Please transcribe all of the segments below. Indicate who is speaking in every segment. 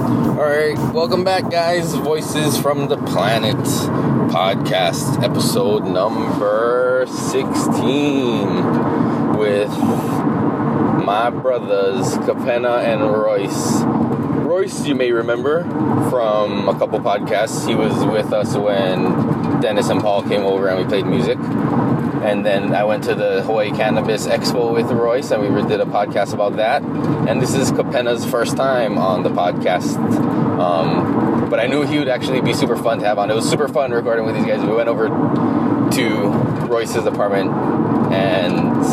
Speaker 1: right, welcome back, guys. Voices from the Planet podcast, episode number 16, with my brothers, Capena and Royce. Royce, you may remember from a couple podcasts. He was with us when Dennis and Paul came over and we played music. And then I went to the Hawaii Cannabis Expo with Royce and we did a podcast about that. And this is Capena's first time on the podcast. Um, but I knew he would actually be super fun to have on. It was super fun recording with these guys. We went over to Royce's apartment and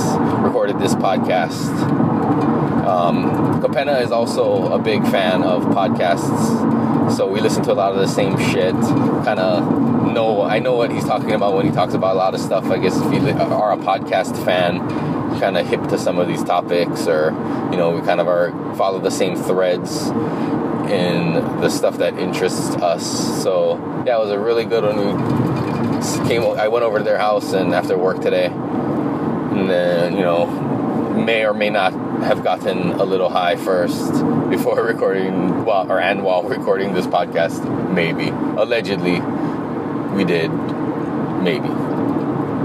Speaker 1: recorded this podcast. Um, Capena is also a big fan of podcasts, so we listen to a lot of the same shit. Kind of know I know what he's talking about when he talks about a lot of stuff. I guess if you li- are a podcast fan, kind of hip to some of these topics, or you know, we kind of are follow the same threads in the stuff that interests us. So yeah, it was a really good one. We s- came. o- I went over to their house and after work today and then you know may or may not have gotten a little high first before recording while or and while recording this podcast maybe allegedly we did maybe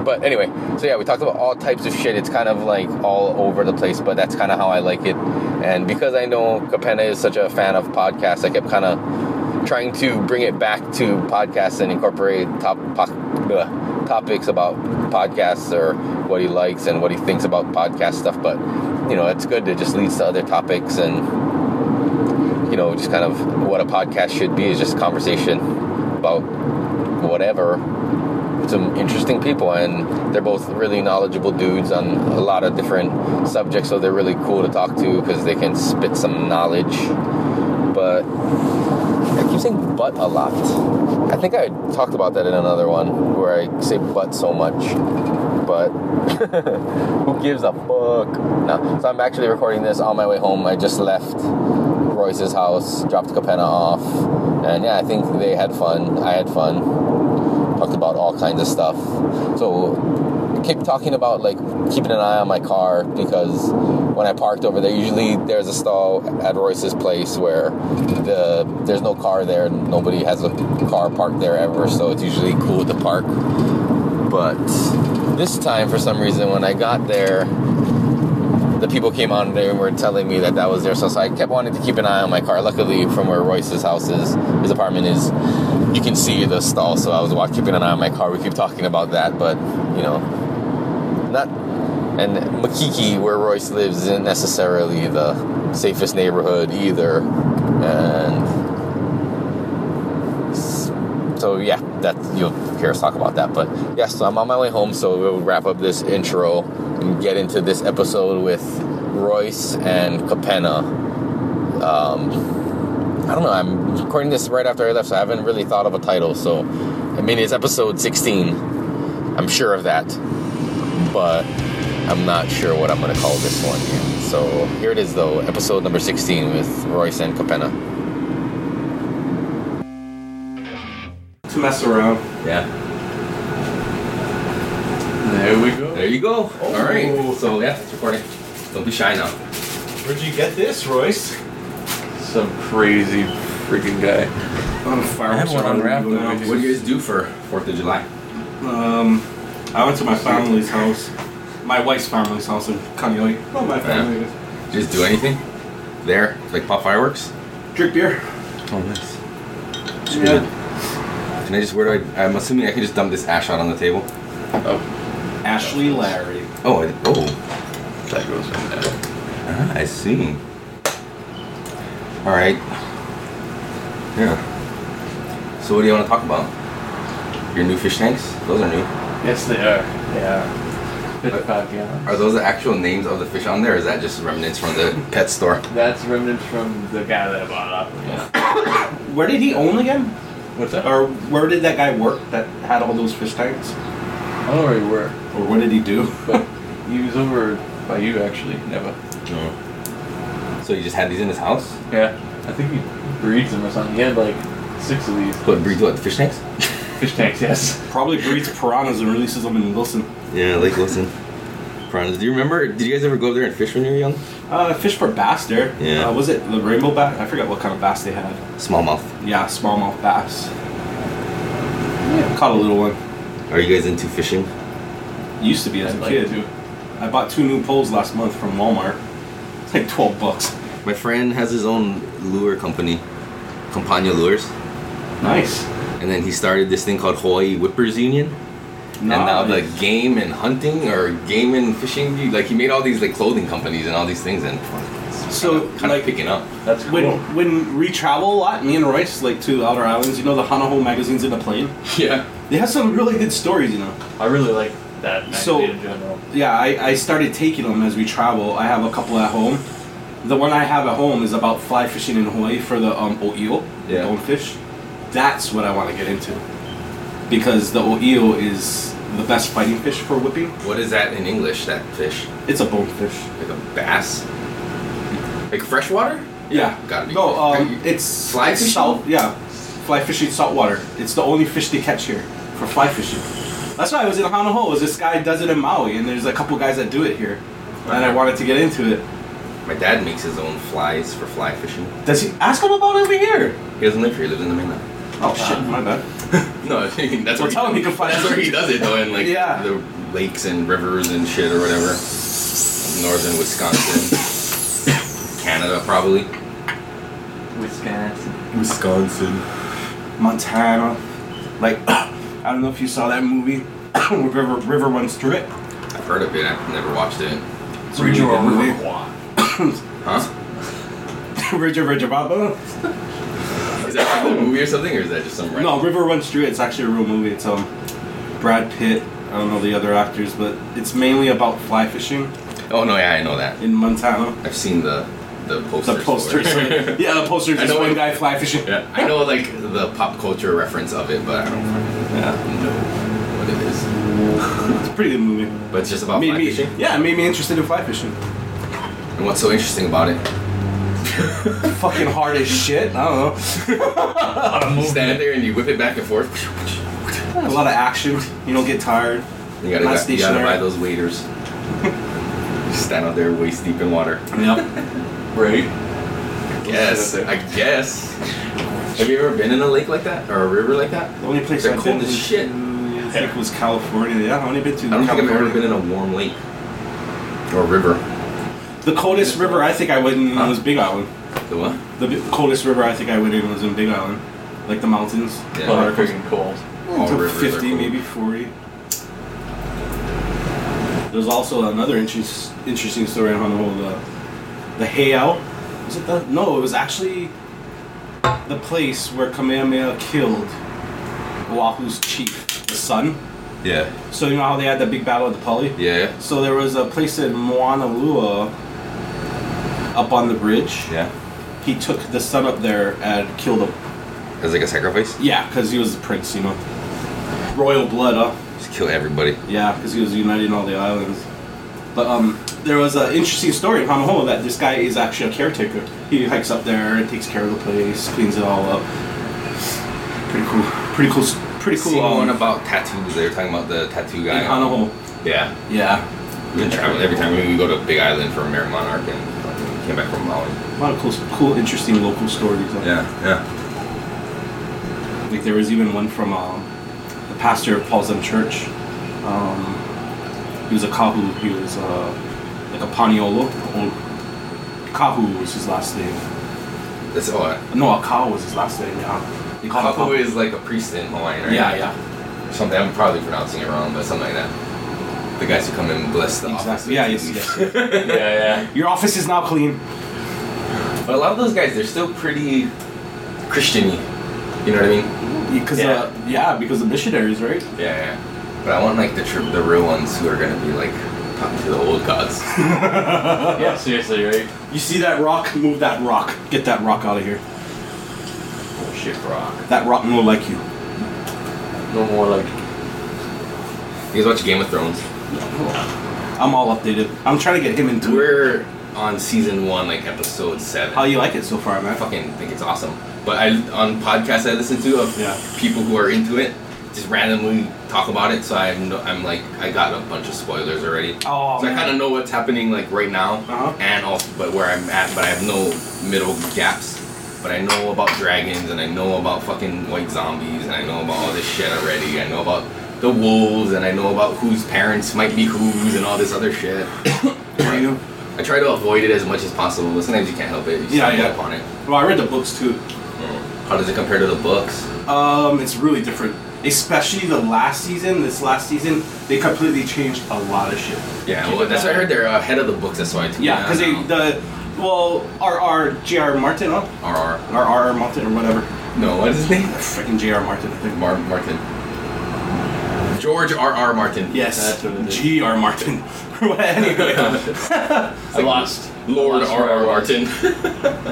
Speaker 1: but anyway so yeah we talked about all types of shit it's kind of like all over the place but that's kind of how i like it and because i know capena is such a fan of podcasts i kept kind of trying to bring it back to podcasts and incorporate top po- uh, topics about podcasts or what he likes and what he thinks about podcast stuff. But you know, it's good. It just leads to other topics and you know, just kind of what a podcast should be is just conversation about whatever. with Some interesting people, and they're both really knowledgeable dudes on a lot of different subjects. So they're really cool to talk to because they can spit some knowledge. But I keep saying butt a lot. I think I talked about that in another one where I say butt so much. But who gives a fuck? No. So I'm actually recording this on my way home. I just left Royce's house, dropped Capenna off, and yeah, I think they had fun. I had fun. Talked about all kinds of stuff. So keep talking about like keeping an eye on my car because when I parked over there, usually there's a stall at Royce's place where the there's no car there, and nobody has a car parked there ever, so it's usually cool to park. But this time, for some reason, when I got there, the people came on there and were telling me that that was there, so, so I kept wanting to keep an eye on my car. Luckily, from where Royce's house is, his apartment is, you can see the stall, so I was watching, keeping an eye on my car. We keep talking about that, but you know, not and Makiki, where Royce lives, isn't necessarily the safest neighborhood either. And s- so, yeah, that you'll hear us talk about that. But yeah, so I'm on my way home, so we'll wrap up this intro and get into this episode with Royce and Capenna. Um, I don't know. I'm recording this right after I left, so I haven't really thought of a title. So, I mean, it's episode 16. I'm sure of that but I'm not sure what I'm going to call this one yet. So here it is, though, episode number 16 with Royce and Capenna.
Speaker 2: to mess around.
Speaker 1: Yeah,
Speaker 2: There we go.
Speaker 1: there you go. All
Speaker 2: Oh.
Speaker 1: right, so yeah, it's recording. Don't be shy now.
Speaker 3: Where'd you get this, Royce?
Speaker 2: Some crazy freaking guy. Um, fireworks are
Speaker 3: unwrapped
Speaker 2: unwrapped
Speaker 3: already.
Speaker 1: What do you guys do for Fourth of July?
Speaker 2: Um, I went to my family's house, my wife's family's house in Kaneohe. Not my family.
Speaker 1: Did you Just do anything there, like pop fireworks.
Speaker 2: Drink beer.
Speaker 1: Oh, nice.
Speaker 2: Yeah.
Speaker 1: Can I just? Where do I? I'm assuming I can just dump this ash out on the table.
Speaker 2: Ashley Larry.
Speaker 1: Oh, I, oh,
Speaker 3: That goes in there.
Speaker 1: ah, I see. All right. Yeah. So what do you want to talk about? Your new fish tanks? Those are new.
Speaker 3: Yes, they are. Yeah. Bit of five gallons.
Speaker 1: Are those the actual names of the fish on there, or is that just remnants from the pet store?
Speaker 3: That's remnants from the guy that bought it up.
Speaker 2: Where did he own again?
Speaker 3: What's that?
Speaker 2: Or where did that guy work that had all those fish tanks?
Speaker 3: I don't know where you were,
Speaker 2: Or what did he do?
Speaker 3: but he was over by you actually. Never.
Speaker 1: So he just had these in his house?
Speaker 3: Yeah. I think he breeds them or something. He had like six of these
Speaker 1: What, breeds what, fish tanks?
Speaker 3: fish tanks. Yes.
Speaker 2: Probably breeds piranhas and releases them in Wilson.
Speaker 1: Yeah, Lake Wilson. Piranhas. Do you remember, did you guys ever go up there and fish when you were young?
Speaker 2: I Uh, fish for bass there.
Speaker 1: Yeah.
Speaker 2: Uh, was it the rainbow bass? I forgot what kind of bass they had.
Speaker 1: Smallmouth.
Speaker 2: Yeah, smallmouth bass. Yeah, caught a little one.
Speaker 1: Are you guys into fishing?
Speaker 2: Used to be as
Speaker 3: I'd
Speaker 2: a
Speaker 3: like
Speaker 2: kid.
Speaker 3: to.
Speaker 2: I bought two new poles last month from Walmart. It's like twelve bucks.
Speaker 1: My friend has his own lure company, Campania Lures,
Speaker 2: Nice.
Speaker 1: and then he started this thing called Hawaii Whippers Union. And now the
Speaker 2: Nice.
Speaker 1: game and hunting or game and fishing, like he made all these like clothing companies and all these things, and
Speaker 2: So,
Speaker 1: kind
Speaker 2: like-
Speaker 1: of picking up.
Speaker 3: That's cool.
Speaker 2: When when we travel a lot, me and Royce like to outer islands. You know the Hanaho magazines in the plane.
Speaker 1: Yeah.
Speaker 2: They have some really good stories, you know.
Speaker 3: I really like that magazine
Speaker 2: So-
Speaker 3: in general.
Speaker 2: Yeah, I, I started taking them as we travel. I have a couple at home. The one I have at home is about fly fishing in Hawaii for the um, o'io,
Speaker 1: Yeah.
Speaker 2: the bonefish. That's what I want to get into. Because the o'io is the best fighting fish for whipping.
Speaker 1: What is that in English? That fish,
Speaker 2: It's a bonefish.
Speaker 1: like a bass, like freshwater?
Speaker 2: Yeah.
Speaker 1: Gotta be.
Speaker 2: No, um,
Speaker 1: Right.
Speaker 2: it's
Speaker 1: Fly
Speaker 2: it's
Speaker 1: fishing?
Speaker 2: Salt, yeah, fly fishing saltwater. It's the only fish they catch here for fly fishing. That's why I was in Hanaho. Was this guy does it in Maui, and there's a couple guys that do it here, and I wanted to get into it.
Speaker 1: My dad makes his own flies for fly fishing.
Speaker 2: Does he ask him about it over here?
Speaker 1: He doesn't live here; he lives in the mainland.
Speaker 2: Oh shit, my bad.
Speaker 1: No, that's
Speaker 2: Well,
Speaker 1: where
Speaker 2: tell him he can find
Speaker 1: that's where he does it though, in like
Speaker 2: Yeah.
Speaker 1: the lakes and rivers and shit or whatever. Northern Wisconsin, Canada probably.
Speaker 3: Wisconsin.
Speaker 2: Wisconsin, Montana. Like, I don't know if you saw that movie where River River runs through it.
Speaker 1: I've heard of it. I've never watched it.
Speaker 2: It's a really good movie.
Speaker 1: Huh?
Speaker 2: River River Baba.
Speaker 1: Is that from a movie or something, or is that just some random?
Speaker 2: No, River Runs Through It. It's actually a real movie. It's um, Brad Pitt. I don't know the other actors, but it's mainly about fly fishing
Speaker 1: Oh no, yeah, I know that.
Speaker 2: in Montana.
Speaker 1: I've seen the the posters.
Speaker 2: The posters.
Speaker 1: for it.
Speaker 2: yeah, the posters.
Speaker 1: I
Speaker 2: Just
Speaker 1: know
Speaker 2: one
Speaker 1: it-
Speaker 2: guy fly fishing.
Speaker 1: yeah, I know like the pop culture reference of it, but I don't
Speaker 2: Yeah,
Speaker 1: fucking know what it is.
Speaker 2: it's a pretty good movie.
Speaker 1: But it's just about
Speaker 2: Made
Speaker 1: fly
Speaker 2: me-
Speaker 1: fishing.
Speaker 2: yeah, it made me interested in fly fishing.
Speaker 1: And what's so interesting about it?
Speaker 2: Fucking hard as shit. I don't
Speaker 1: You stand there and you whip it back and forth.
Speaker 2: know. A lot of action. You don't get tired.
Speaker 1: You gotta,
Speaker 2: Not
Speaker 1: you gotta
Speaker 2: stationary.
Speaker 1: buy those waders. Stand out there waist deep in water.
Speaker 2: Yep.
Speaker 3: Right?
Speaker 1: I guess. I guess. Have you ever been in a lake like that or a river like that?
Speaker 2: The only place
Speaker 1: They're
Speaker 2: I've
Speaker 1: cold
Speaker 2: been
Speaker 1: as
Speaker 2: to,
Speaker 1: shit.
Speaker 2: I think was California. Yeah, I've only been to
Speaker 1: I don't think I've
Speaker 2: California.
Speaker 1: ever been in a warm lake or river.
Speaker 2: the coldest river I think I went in was Big Island.
Speaker 1: The what?
Speaker 2: The bi- coldest river I think I went in was in Big Island, like the mountains.
Speaker 1: Yeah.
Speaker 3: Well, they're freaking cold.
Speaker 1: All
Speaker 2: to
Speaker 1: rivers are
Speaker 2: 50,
Speaker 1: cold.
Speaker 2: maybe 40. There's also another interest, interesting story in Honolulu. The, the Heiau. Was it that? No, it was actually the place where Kamehameha killed Oahu's chief, the sun.
Speaker 1: Yeah.
Speaker 2: So you know how they had the big battle at the Pali?
Speaker 1: Yeah.
Speaker 2: So there was a place in Moana Lua up on the bridge.
Speaker 1: Yeah.
Speaker 2: He took the sun up there and killed him.
Speaker 1: As like a sacrifice?
Speaker 2: Yeah, because he was a prince, you know. Royal blood, huh?
Speaker 1: Just kill everybody.
Speaker 2: Yeah, because he was uniting all the islands. But um, there was an interesting story in Honolulu that this guy is actually a caretaker. He hikes up there and takes care of the place, cleans it all up. Pretty cool. Pretty cool. s- Pretty cool.
Speaker 1: Seeing one
Speaker 2: Um,
Speaker 1: about tattoos. They were talking about the tattoo
Speaker 2: in
Speaker 1: guy.
Speaker 2: Honolulu.
Speaker 1: Yeah.
Speaker 2: Yeah,
Speaker 1: We've been traveling every time we go to Big Island for Mary Monarch and fucking came back from Maui.
Speaker 2: a lot of cool, cool, interesting local stories. huh?
Speaker 1: Yeah.
Speaker 2: Like there was even one from um, the pastor of Paul's End Church. Um, he was a kahu. He was uh, like a paniolo. Or kahu was his last name.
Speaker 1: That's all. I-
Speaker 2: No, a kahu was his last name. Yeah. They call him
Speaker 1: Kapu is like a priest in Hawaii, right?
Speaker 2: Yeah, yeah.
Speaker 1: Something I'm probably pronouncing it wrong, but something like that. The guys who come and bless the office.
Speaker 2: Exactly. Yeah, yes, yes.
Speaker 3: yeah, yeah.
Speaker 2: Your office is now clean.
Speaker 1: But a lot of those guys, they're still pretty Christiany. You know what I mean?
Speaker 2: Because yeah. Uh, yeah, because the missionaries, right?
Speaker 1: Yeah, yeah. But I want like the tr- the real ones who are gonna be like talking to the old gods.
Speaker 3: Yeah, seriously, right?
Speaker 2: You see that rock? Move that rock. Get that rock out of here.
Speaker 1: Bullshit rock.
Speaker 2: That rock will like you.
Speaker 3: No more like.
Speaker 1: You guys watch Game of Thrones?
Speaker 2: I'm all updated. I'm trying to get him into it.
Speaker 1: We're on season one, like episode seven.
Speaker 2: How you like it so far, man?
Speaker 1: I fucking think it's awesome. But I on podcasts I listen to of
Speaker 2: Yeah.
Speaker 1: people who are into it, just randomly talk about it. So I'm, no, I'm like, I got a bunch of spoilers already.
Speaker 2: Oh,
Speaker 1: so I
Speaker 2: man.
Speaker 1: kind of know what's happening like right now,
Speaker 2: Uh-huh.
Speaker 1: and also but where I'm at. But I have no middle gaps. But I know about dragons, and I know about fucking white zombies, and I know about all this shit already. I know about the wolves, and I know about whose parents might be whose, and all this other shit.
Speaker 2: There you go.
Speaker 1: I try to avoid it as much as possible. Sometimes you can't help it. You
Speaker 2: Yeah,
Speaker 1: stumble
Speaker 2: yeah.
Speaker 1: upon it.
Speaker 2: Well, I read the books too.
Speaker 1: How does it compare to the books?
Speaker 2: Um, it's really different. Especially the last season. This last season, they completely changed a lot of shit.
Speaker 1: Yeah, well, that's what I heard. They're uh, ahead of the books. That's why I took
Speaker 2: Yeah, because they
Speaker 1: now.
Speaker 2: the well R.R. J.R. Martin, huh?
Speaker 1: RR.
Speaker 2: Or R.R. Martin or whatever.
Speaker 1: No, what is his name?
Speaker 2: Freaking J.R. Martin, I think.
Speaker 1: Mar- Martin. George R.R. Martin.
Speaker 2: Yes,
Speaker 3: That's what it is.
Speaker 2: G.R. Martin. anyway.
Speaker 3: I lost.
Speaker 1: Lord
Speaker 3: I lost where I
Speaker 1: R.R.
Speaker 3: was.
Speaker 1: Martin.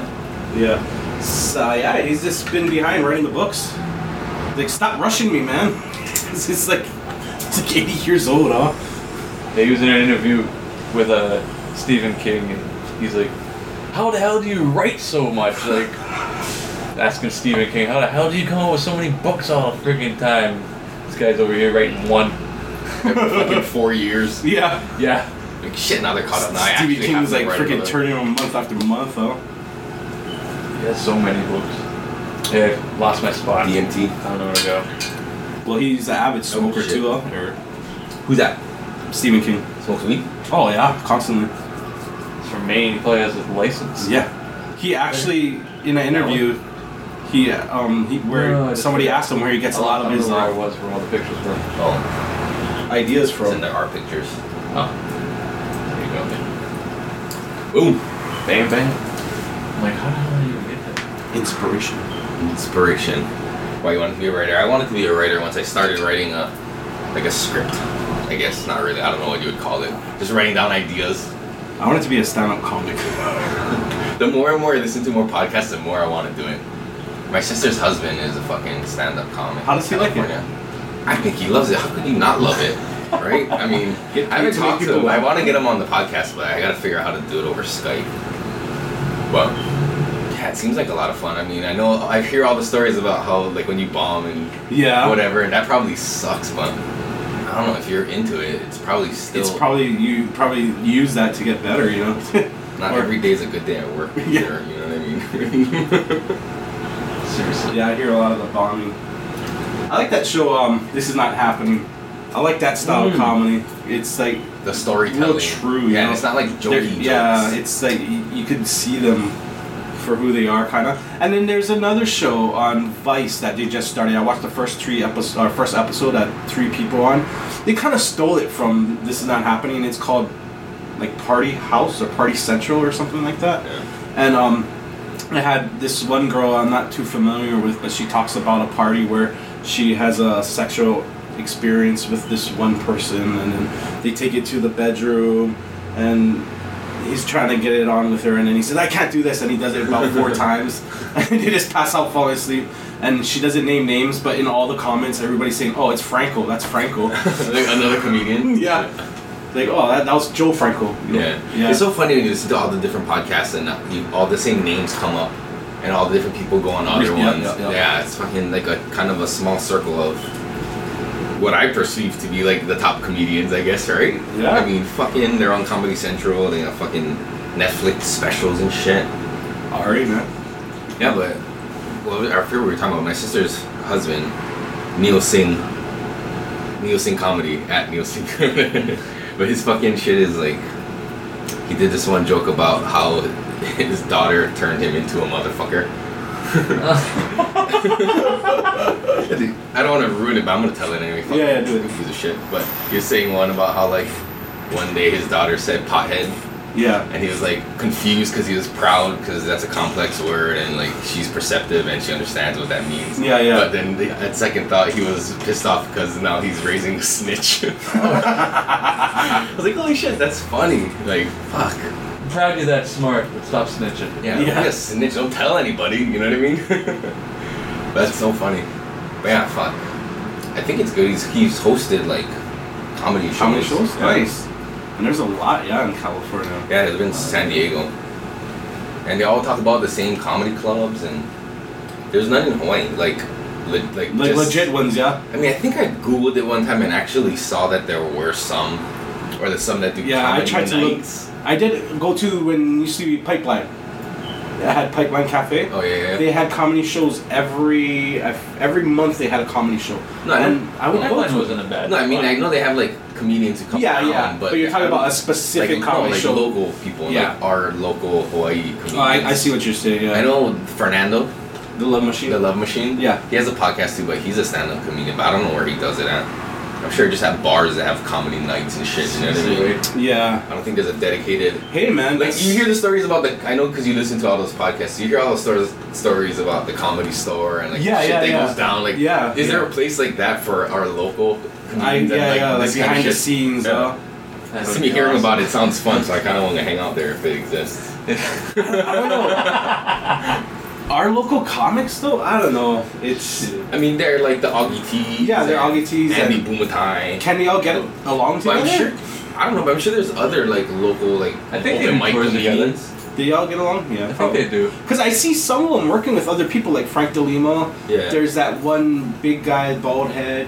Speaker 2: Yeah. So yeah, he's just been behind writing the books. Like, stop rushing me, man. It's just like it's like 80 years old, huh?
Speaker 3: Yeah, he was in an interview with uh, Stephen King, and he's like, "How the hell do you write so much?" Like asking Stephen King, "How the hell do you come up with so many books all freaking time?" This guy's over here writing one.
Speaker 1: Fucking four years.
Speaker 2: Yeah.
Speaker 3: Yeah,
Speaker 1: Like, shit, now they're caught up. Now I
Speaker 2: Stevie
Speaker 1: actually have
Speaker 2: King's like
Speaker 1: to write
Speaker 2: freaking
Speaker 1: another-
Speaker 2: turning him month after month, huh?
Speaker 3: he has so many books. Yeah, lost my spot.
Speaker 1: DMT.
Speaker 3: I don't know where to go.
Speaker 2: Well, he's an avid smoker
Speaker 1: shit.
Speaker 2: too, huh?
Speaker 1: Who's that?
Speaker 2: Stephen King.
Speaker 1: Smokes weed?
Speaker 2: Oh yeah, constantly.
Speaker 3: It's from Maine. He probably has a license.
Speaker 2: Yeah, he actually in an interview, he um he, where
Speaker 3: No, I just-
Speaker 2: somebody asked him where he gets a lot of
Speaker 3: I don't
Speaker 2: his
Speaker 3: know where I
Speaker 2: uh,
Speaker 3: was where all the pictures were.
Speaker 1: Oh,
Speaker 2: ideas
Speaker 1: it's in
Speaker 2: from.
Speaker 1: the R pictures.
Speaker 3: Oh, there you go. Man.
Speaker 1: Ooh.
Speaker 3: Bang bang. I'm like, how the hell do you get that?
Speaker 2: Inspiration.
Speaker 1: Inspiration. Why you wanted to be a writer? I wanted to be a writer once I started writing a, like a script. I guess not really. I don't know what you would call it. Just writing down ideas.
Speaker 2: I wanted to be a stand-up comic.
Speaker 1: The more and more I listen to more podcasts, the more I want to do it. My sister's husband is a fucking stand-up comic.
Speaker 2: How does he like it?
Speaker 1: it? I think he loves it. How could you not love it? Right? I mean,
Speaker 2: Get-
Speaker 1: I haven't
Speaker 2: get to meet
Speaker 1: talked to
Speaker 2: people.
Speaker 1: him. I want to get him on the podcast, but I got to figure out how to do it over Skype. Well, yeah, it seems like a lot of fun. I mean, I know I hear all the stories about how like when you bomb and
Speaker 2: Yeah,
Speaker 1: whatever, and that probably sucks, but I don't know if you're into it. It's probably still
Speaker 2: it's probably you probably use that to get better, you know.
Speaker 1: not
Speaker 2: or-
Speaker 1: every day is a good day at work.
Speaker 2: Yeah.
Speaker 1: either, you know what I mean.
Speaker 3: Seriously.
Speaker 2: yeah, I hear a lot of the bombing. I like that show. Um, this is not happening. I like that style of
Speaker 3: Mm.
Speaker 2: comedy. It's like
Speaker 1: the storytelling.
Speaker 2: Real true,
Speaker 1: Yeah,
Speaker 2: you
Speaker 1: and
Speaker 2: know?
Speaker 1: it's not like
Speaker 2: They're-
Speaker 1: jokey jokes.
Speaker 2: Yeah, it's like you, you can see them for who they are, kind of. And then there's another show on Vice that they just started. I watched the first three episode, or first episode that three people on. They kind of stole it from This Is Not Happening. It's called like Party House or Party Central or something like that.
Speaker 1: Yeah.
Speaker 2: And um, I had this one girl I'm not too familiar with, but she talks about a party where she has a sexual experience with this one person, and then they take it to the bedroom, and he's trying to get it on with her, and then he says, "I can't do this," and he does it about four times, and they just pass out, falling asleep. And she doesn't name names, but in all the comments, everybody's saying, "Oh, it's Franco. That's Franco."
Speaker 1: Like another comedian.
Speaker 2: yeah, like, "Oh, that, that was Joe Franco." you know?
Speaker 1: Yeah.
Speaker 2: yeah.
Speaker 1: It's so funny when you listen to all the different podcasts and uh, you, all the same names come up and all the different people go on other
Speaker 2: Yeah,
Speaker 1: ones.
Speaker 2: yeah, yeah.
Speaker 1: Yeah, it's fucking like a kind of a small circle of what I perceive to be like the top comedians, I guess, right?
Speaker 2: Yeah.
Speaker 1: I mean, fucking, they're on Comedy Central, they got fucking Netflix specials and shit.
Speaker 2: all right, man.
Speaker 1: Yeah, but well, I forget what we were talking about. My sister's husband, Neil Singh, Neil Singh comedy at Neil Singh, but his fucking shit is like, he did this one joke about how his daughter turned him into a motherfucker. I don't want to ruin it, but I'm gonna tell it anyway. Fuck
Speaker 2: Yeah, yeah, do it.
Speaker 1: Who gives a shit. But you're saying one about how like one day his daughter said pothead
Speaker 2: Yeah.
Speaker 1: and he was like confused because he was proud because that's a complex word and like she's perceptive and she understands what that means.
Speaker 2: Yeah, yeah.
Speaker 1: But then the, at second thought, he was pissed off because now he's raising a snitch. I was like, holy shit, that's funny. Like, fuck.
Speaker 3: I'm proud you're that smart, but stop snitching.
Speaker 1: Yeah,
Speaker 2: Yeah.
Speaker 1: yeah. a snitch. Don't tell anybody. You know what I mean? that's so funny. But yeah, fuck. I think it's good. He's he's hosted like comedy shows.
Speaker 2: Comedy shows?
Speaker 1: Yeah.
Speaker 2: Nice. And there's a lot, yeah, in California.
Speaker 1: Yeah, they've been to San Diego. And they all talk about the same comedy clubs and there's none in Hawaii. Like le- like
Speaker 2: Like
Speaker 1: just-
Speaker 2: legit ones, yeah.
Speaker 1: I mean, I think I googled it one time and actually saw that there were some, or there's some that do.
Speaker 2: Yeah, I
Speaker 1: comedy
Speaker 2: tried to look.
Speaker 1: nights.
Speaker 2: I did go to when you see Pipeline. I had Pipeline Cafe.
Speaker 1: Oh yeah, yeah.
Speaker 2: They had comedy shows every every month. They had a comedy show,
Speaker 1: No, I
Speaker 2: and I would
Speaker 3: That
Speaker 2: go
Speaker 3: one
Speaker 2: to. it.
Speaker 3: wasn't a bad.
Speaker 1: No, I mean I
Speaker 3: one.
Speaker 1: know they have like comedians who come
Speaker 2: Yeah,
Speaker 1: down,
Speaker 2: yeah, but,
Speaker 1: but
Speaker 2: you're talking
Speaker 1: I
Speaker 2: about a
Speaker 1: don't- like,
Speaker 2: specific
Speaker 1: no,
Speaker 2: comedy
Speaker 1: like
Speaker 2: show.
Speaker 1: local people,
Speaker 2: Yeah.
Speaker 1: like our local Hawaii comedians.
Speaker 2: Oh, I, I see what you're saying. Yeah.
Speaker 1: I know Fernando,
Speaker 2: the Love Machine.
Speaker 1: the Love Machine.
Speaker 2: Yeah.
Speaker 1: he has a podcast too, but he's a stand-up comedian. But I don't know where he does it at. I'm sure just have bars that have comedy nights and shit. You know what I mean?
Speaker 2: Yeah.
Speaker 1: I don't think there's a dedicated
Speaker 2: Hey man,
Speaker 1: Like
Speaker 2: that's-
Speaker 1: you hear the stories about the I know because you listen to all those podcasts. You hear all those stories stories about the comedy store and like
Speaker 2: Yeah,
Speaker 1: shit
Speaker 2: yeah,
Speaker 1: that
Speaker 2: yeah.
Speaker 1: goes down. Like,
Speaker 2: Yeah,
Speaker 1: is there
Speaker 2: yeah.
Speaker 1: a place like that for our local?
Speaker 2: I,
Speaker 1: comedians
Speaker 2: yeah,
Speaker 1: and,
Speaker 2: yeah, like
Speaker 1: this kind of
Speaker 2: behind the
Speaker 1: shit?
Speaker 2: scenes.
Speaker 1: Yeah.
Speaker 2: uh,
Speaker 3: That
Speaker 1: Just
Speaker 3: would
Speaker 1: me
Speaker 3: be
Speaker 1: hearing
Speaker 3: awesome.
Speaker 1: about it sounds fun, so I kind of want to hang out there if it exists.
Speaker 2: I don't know. Our local comics, though, I don't know. It's
Speaker 1: I mean, they're like the Augie T.
Speaker 2: Yeah, they're Augie Ts
Speaker 1: Andy
Speaker 2: and-
Speaker 1: Bumatai.
Speaker 2: can they all get along
Speaker 1: But
Speaker 2: together?
Speaker 1: I'm sure. I don't know, but I'm sure there's other like local like
Speaker 3: I think
Speaker 1: open
Speaker 3: they
Speaker 1: mic
Speaker 3: tour together.
Speaker 1: comedians.
Speaker 2: They all get along.
Speaker 3: I
Speaker 2: Yeah,
Speaker 3: think they do.
Speaker 2: Because I see some of them working with other people, like Frank DeLima.
Speaker 1: Yeah.
Speaker 2: There's that one big guy, bald head,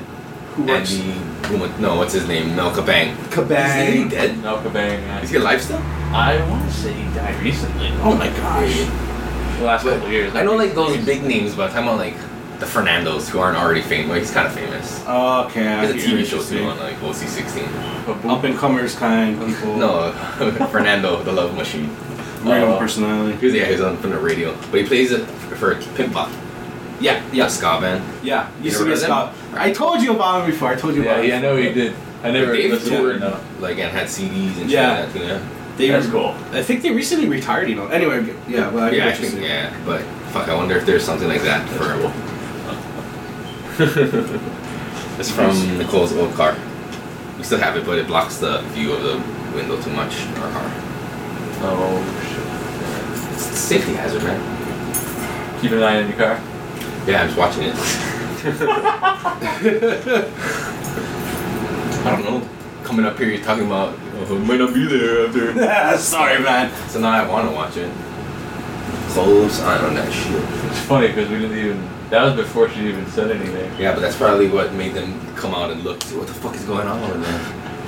Speaker 2: who works
Speaker 1: Andy Buma. No, what's his name? Mel Kabang. Is he
Speaker 2: Kabang.
Speaker 1: dead? Is
Speaker 3: Malcabang.
Speaker 1: he alive still?
Speaker 3: uh, I want to say he died recently.
Speaker 2: Oh my gosh.
Speaker 3: The last
Speaker 1: But
Speaker 3: couple years.
Speaker 1: I know like those big names, but I'm talking about like the Fernandos who aren't already famous. Like, he's kind of famous.
Speaker 2: Okay. I
Speaker 1: There's a
Speaker 2: hear what
Speaker 1: TV
Speaker 2: you're
Speaker 1: show too
Speaker 2: saying.
Speaker 1: on like OC16.
Speaker 2: Up
Speaker 3: Up
Speaker 2: and comers kind people.
Speaker 1: No, Uh, Fernando, the Love Machine.
Speaker 2: Real
Speaker 3: Oh.
Speaker 2: personality.
Speaker 1: He was yeah, he was on from the radio, but he plays it for Pimp Pop. Yeah, yeah, ska band.
Speaker 2: Yeah.
Speaker 1: You
Speaker 2: Used to be a
Speaker 1: remember
Speaker 2: scout. I told you about him before. I told you
Speaker 3: yeah,
Speaker 2: about
Speaker 3: yeah, I
Speaker 2: him.
Speaker 3: know he did. I never
Speaker 1: They've
Speaker 3: listened to
Speaker 1: toured.
Speaker 3: it. No.
Speaker 1: Like and had CDs and
Speaker 2: Yeah.
Speaker 1: shit. Like that,
Speaker 2: They
Speaker 3: That's
Speaker 2: were-
Speaker 3: cool.
Speaker 2: I think they recently retired, you know. Anyway, yeah, well, I
Speaker 1: yeah, yeah, I
Speaker 2: get what you're
Speaker 1: think,
Speaker 2: saying.
Speaker 1: yeah. But fuck, I wonder if there's something like that for. it's from Nicole's old car. We still have it, but it blocks the view of the window too much. in Our car.
Speaker 3: Oh
Speaker 1: It's a safety hazard, man.
Speaker 3: shit. Keep an eye on your car.
Speaker 1: Yeah, I'm just watching it. I don't know. Coming up here, you're talking about oh, might not be there after.
Speaker 2: Sorry, man.
Speaker 1: so now I want to watch it. Close on on that shit.
Speaker 3: It's funny because we didn't even. That was before she even said anything.
Speaker 1: Yeah, but that's probably what made them come out and look. see What the fuck is going on over there?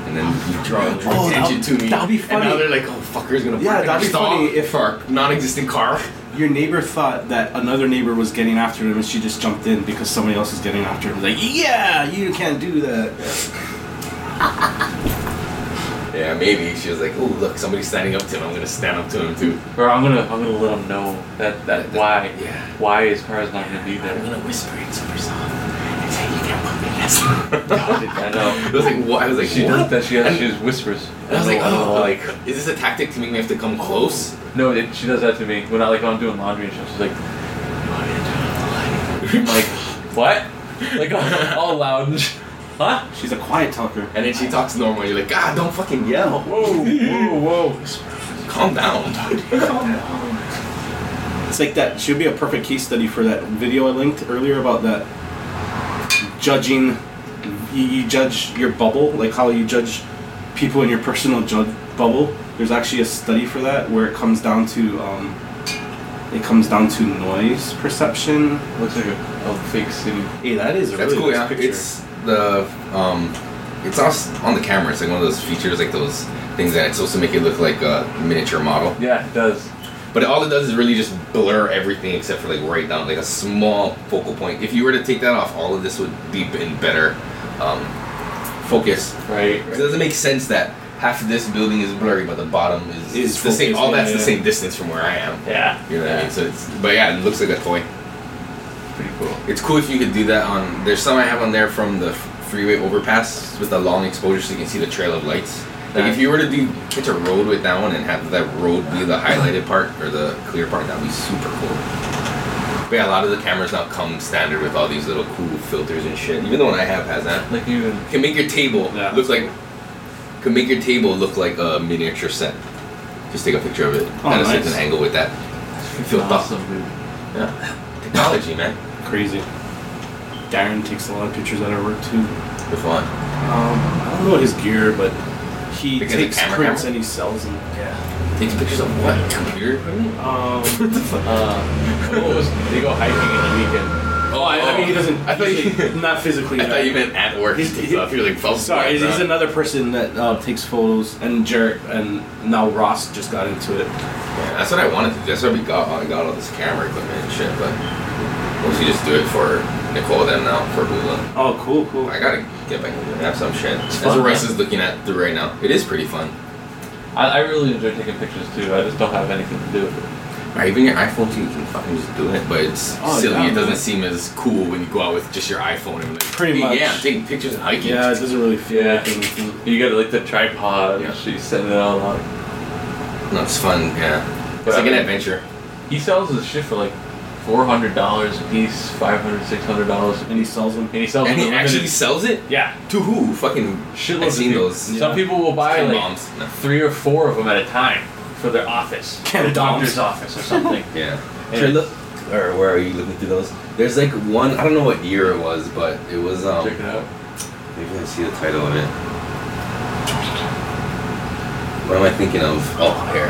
Speaker 1: And then you draw, draw
Speaker 2: Oh, that-
Speaker 1: attention to me.
Speaker 2: that'd be
Speaker 1: And now
Speaker 2: funny.
Speaker 1: they're like, oh, fucker's gonna
Speaker 2: Yeah,
Speaker 1: park in
Speaker 2: that'd
Speaker 1: our
Speaker 2: be
Speaker 1: stall
Speaker 2: funny if-
Speaker 1: for our non-existent car.
Speaker 2: Your neighbor thought that another neighbor was getting after him, and she just jumped in because somebody else was getting after him. Like, yeah, you can't do that.
Speaker 1: Yeah, maybe she was like, oh, look, somebody's standing up to him. I'm gonna stand up to him too.
Speaker 3: Bro, I'm gonna, I'm gonna let him know that, that why,
Speaker 1: Yeah.
Speaker 3: why his car's not gonna be
Speaker 1: I'm
Speaker 3: there.
Speaker 1: gonna whisper it super soft and say you can't put me in this.
Speaker 3: I know.
Speaker 1: I was like, what? I was like,
Speaker 3: She
Speaker 1: what?
Speaker 3: does that. She has,
Speaker 1: And-
Speaker 3: she just whispers.
Speaker 1: And I was like, oh,
Speaker 3: Uh,
Speaker 1: like, is this a tactic to make me have to come close?
Speaker 3: No, it, she does that to me when I like when I'm doing laundry and stuff. She's like, "You want me to turn on the light?" I'm like, what? Like all, all loud and sh- huh?
Speaker 2: She's a quiet talker.
Speaker 1: And then she talks normal. You're like, God, don't fucking yell.
Speaker 3: Whoa, whoa, whoa!
Speaker 1: Calm down.
Speaker 2: It's like that. She'd be a perfect case study for that video I linked earlier about that judging. You, you judge your bubble, like how you judge people in your personal judge bubble. There's actually a study for that where it comes down to um, it comes down to noise perception.
Speaker 3: Looks like a, a fake city.
Speaker 2: Hey, that is a
Speaker 1: That's
Speaker 2: really
Speaker 1: cool.
Speaker 2: nice
Speaker 1: Yeah,
Speaker 2: picture.
Speaker 1: it's the um, it's us on the camera. It's like one of those features, like those things that it's supposed to make it look like a miniature model.
Speaker 3: Yeah, it does.
Speaker 1: But all it does is really just blur everything except for like right down like a small focal point. If you were to take that off, all of this would be in better um, focus.
Speaker 3: Right.
Speaker 1: It doesn't make sense that half of this building is blurry, but the bottom is,
Speaker 2: Is
Speaker 1: it's the same.
Speaker 2: focused,
Speaker 1: All that's
Speaker 3: yeah,
Speaker 1: the
Speaker 3: yeah.
Speaker 1: same distance from where I am.
Speaker 3: Yeah.
Speaker 1: You know what I mean? So it's, but yeah, it looks like a toy.
Speaker 3: Pretty cool.
Speaker 1: It's cool if you could do that on. There's some I have on there from the freeway overpass with the long exposure, so you can see the trail of lights. Like if you were to do catch a road with that one and have that road be the highlighted part or the clear part, that'd be super cool. But yeah, a lot of the cameras now come standard with all these little cool filters and shit. Even the one I have has that
Speaker 3: Like even
Speaker 1: can make your table
Speaker 2: Yeah.
Speaker 1: look like can make your table look like a miniature set. Just take a picture of it
Speaker 2: Oh,
Speaker 1: at a certain
Speaker 2: nice.
Speaker 1: angle with that. Feel awesome.
Speaker 3: awesome, dude.
Speaker 1: Yeah. Technology, man.
Speaker 2: crazy. Darren takes a lot of pictures at our work too.
Speaker 1: For fun.
Speaker 2: Um, I don't know his gear, but he
Speaker 1: Because of
Speaker 2: takes
Speaker 1: camera
Speaker 2: prints
Speaker 1: camera?
Speaker 2: and he sells them. Yeah.
Speaker 1: Takes pictures of what? Computer?
Speaker 2: Um,
Speaker 3: Uh, what was they go hiking in the weekend?
Speaker 1: Oh,
Speaker 2: I, I mean, he doesn't.
Speaker 1: I thought you.
Speaker 2: usually- not physically.
Speaker 1: I
Speaker 2: no.
Speaker 1: thought you meant at work.
Speaker 2: He's-
Speaker 1: He's,
Speaker 2: he-
Speaker 1: stuff. You're like, fuck,
Speaker 2: Sorry, he's,
Speaker 1: bro.
Speaker 2: he's another person that uh, takes photos and jerk, and now Ross just got into it.
Speaker 1: Yeah, that's what I wanted to do. That's what we got. I got all this camera equipment and shit, but mostly just do it for Nicole then now for Hula.
Speaker 2: Oh, cool, cool.
Speaker 1: I gotta get back and have some shit. That's
Speaker 3: fun,
Speaker 1: what Rice
Speaker 3: man.
Speaker 1: is looking at through right now. It is pretty fun.
Speaker 3: I, I really enjoy taking pictures too. I just don't have anything to do with it.
Speaker 1: Right, even your iPhone too, you can fucking just do it. But it's
Speaker 2: Oh,
Speaker 1: silly. it
Speaker 2: yeah,
Speaker 1: doesn't
Speaker 2: man.
Speaker 1: seem as cool when you go out with just your iPhone and like, hey,
Speaker 2: Pretty much.
Speaker 1: Yeah, I'm taking pictures and hiking.
Speaker 2: Yeah, it doesn't really feel
Speaker 3: Yeah.
Speaker 2: like anything.
Speaker 3: You got like the tripod.
Speaker 1: Yeah.
Speaker 3: and She's sending it all out.
Speaker 1: No, it's fun. Yeah, it's like an adventure.
Speaker 3: He sells his shit for like four hundred dollars a piece, five hundred, six hundred dollars,
Speaker 2: And he sells them.
Speaker 3: and he sells.
Speaker 1: And
Speaker 3: them
Speaker 1: he actually
Speaker 3: limited-
Speaker 1: sells it
Speaker 3: yeah,
Speaker 1: to who? Fucking
Speaker 3: shitloads
Speaker 1: I've
Speaker 3: of
Speaker 1: seen
Speaker 3: people.
Speaker 1: those.
Speaker 2: Yeah.
Speaker 3: Some people will buy
Speaker 1: Ken
Speaker 3: like
Speaker 1: bombs. No.
Speaker 3: three or four of them at a time for their office,
Speaker 2: Ken
Speaker 3: their
Speaker 2: bombs.
Speaker 3: doctor's office or something.
Speaker 1: Yeah.
Speaker 3: And
Speaker 1: Should I look? Or where are you looking through those? There's like one. I don't know what year it was, but it was. Um,
Speaker 3: Check it out.
Speaker 1: Maybe I see the title of it. What am I thinking of? Oh, here.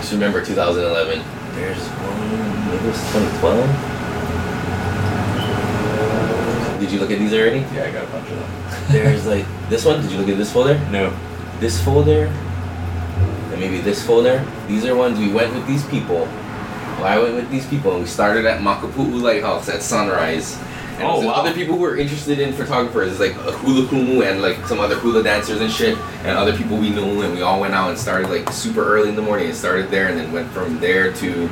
Speaker 1: Just remember 2011. There's one. Maybe it's 2012. Did you look at these already?
Speaker 3: Yeah, I got a bunch of them.
Speaker 1: There's like this one. Did you look at this folder?
Speaker 3: No.
Speaker 1: This folder. And maybe this folder. These are ones we went with these people. Well, I went with these people, and we started at Makapu'u Lighthouse at sunrise. And
Speaker 3: Oh,
Speaker 1: there's
Speaker 3: wow.
Speaker 1: other people who were interested in photographers, like a hula kumu and like some other hula dancers and shit, and other people we knew, and we all went out and started like super early in the morning and started there, and then went from there to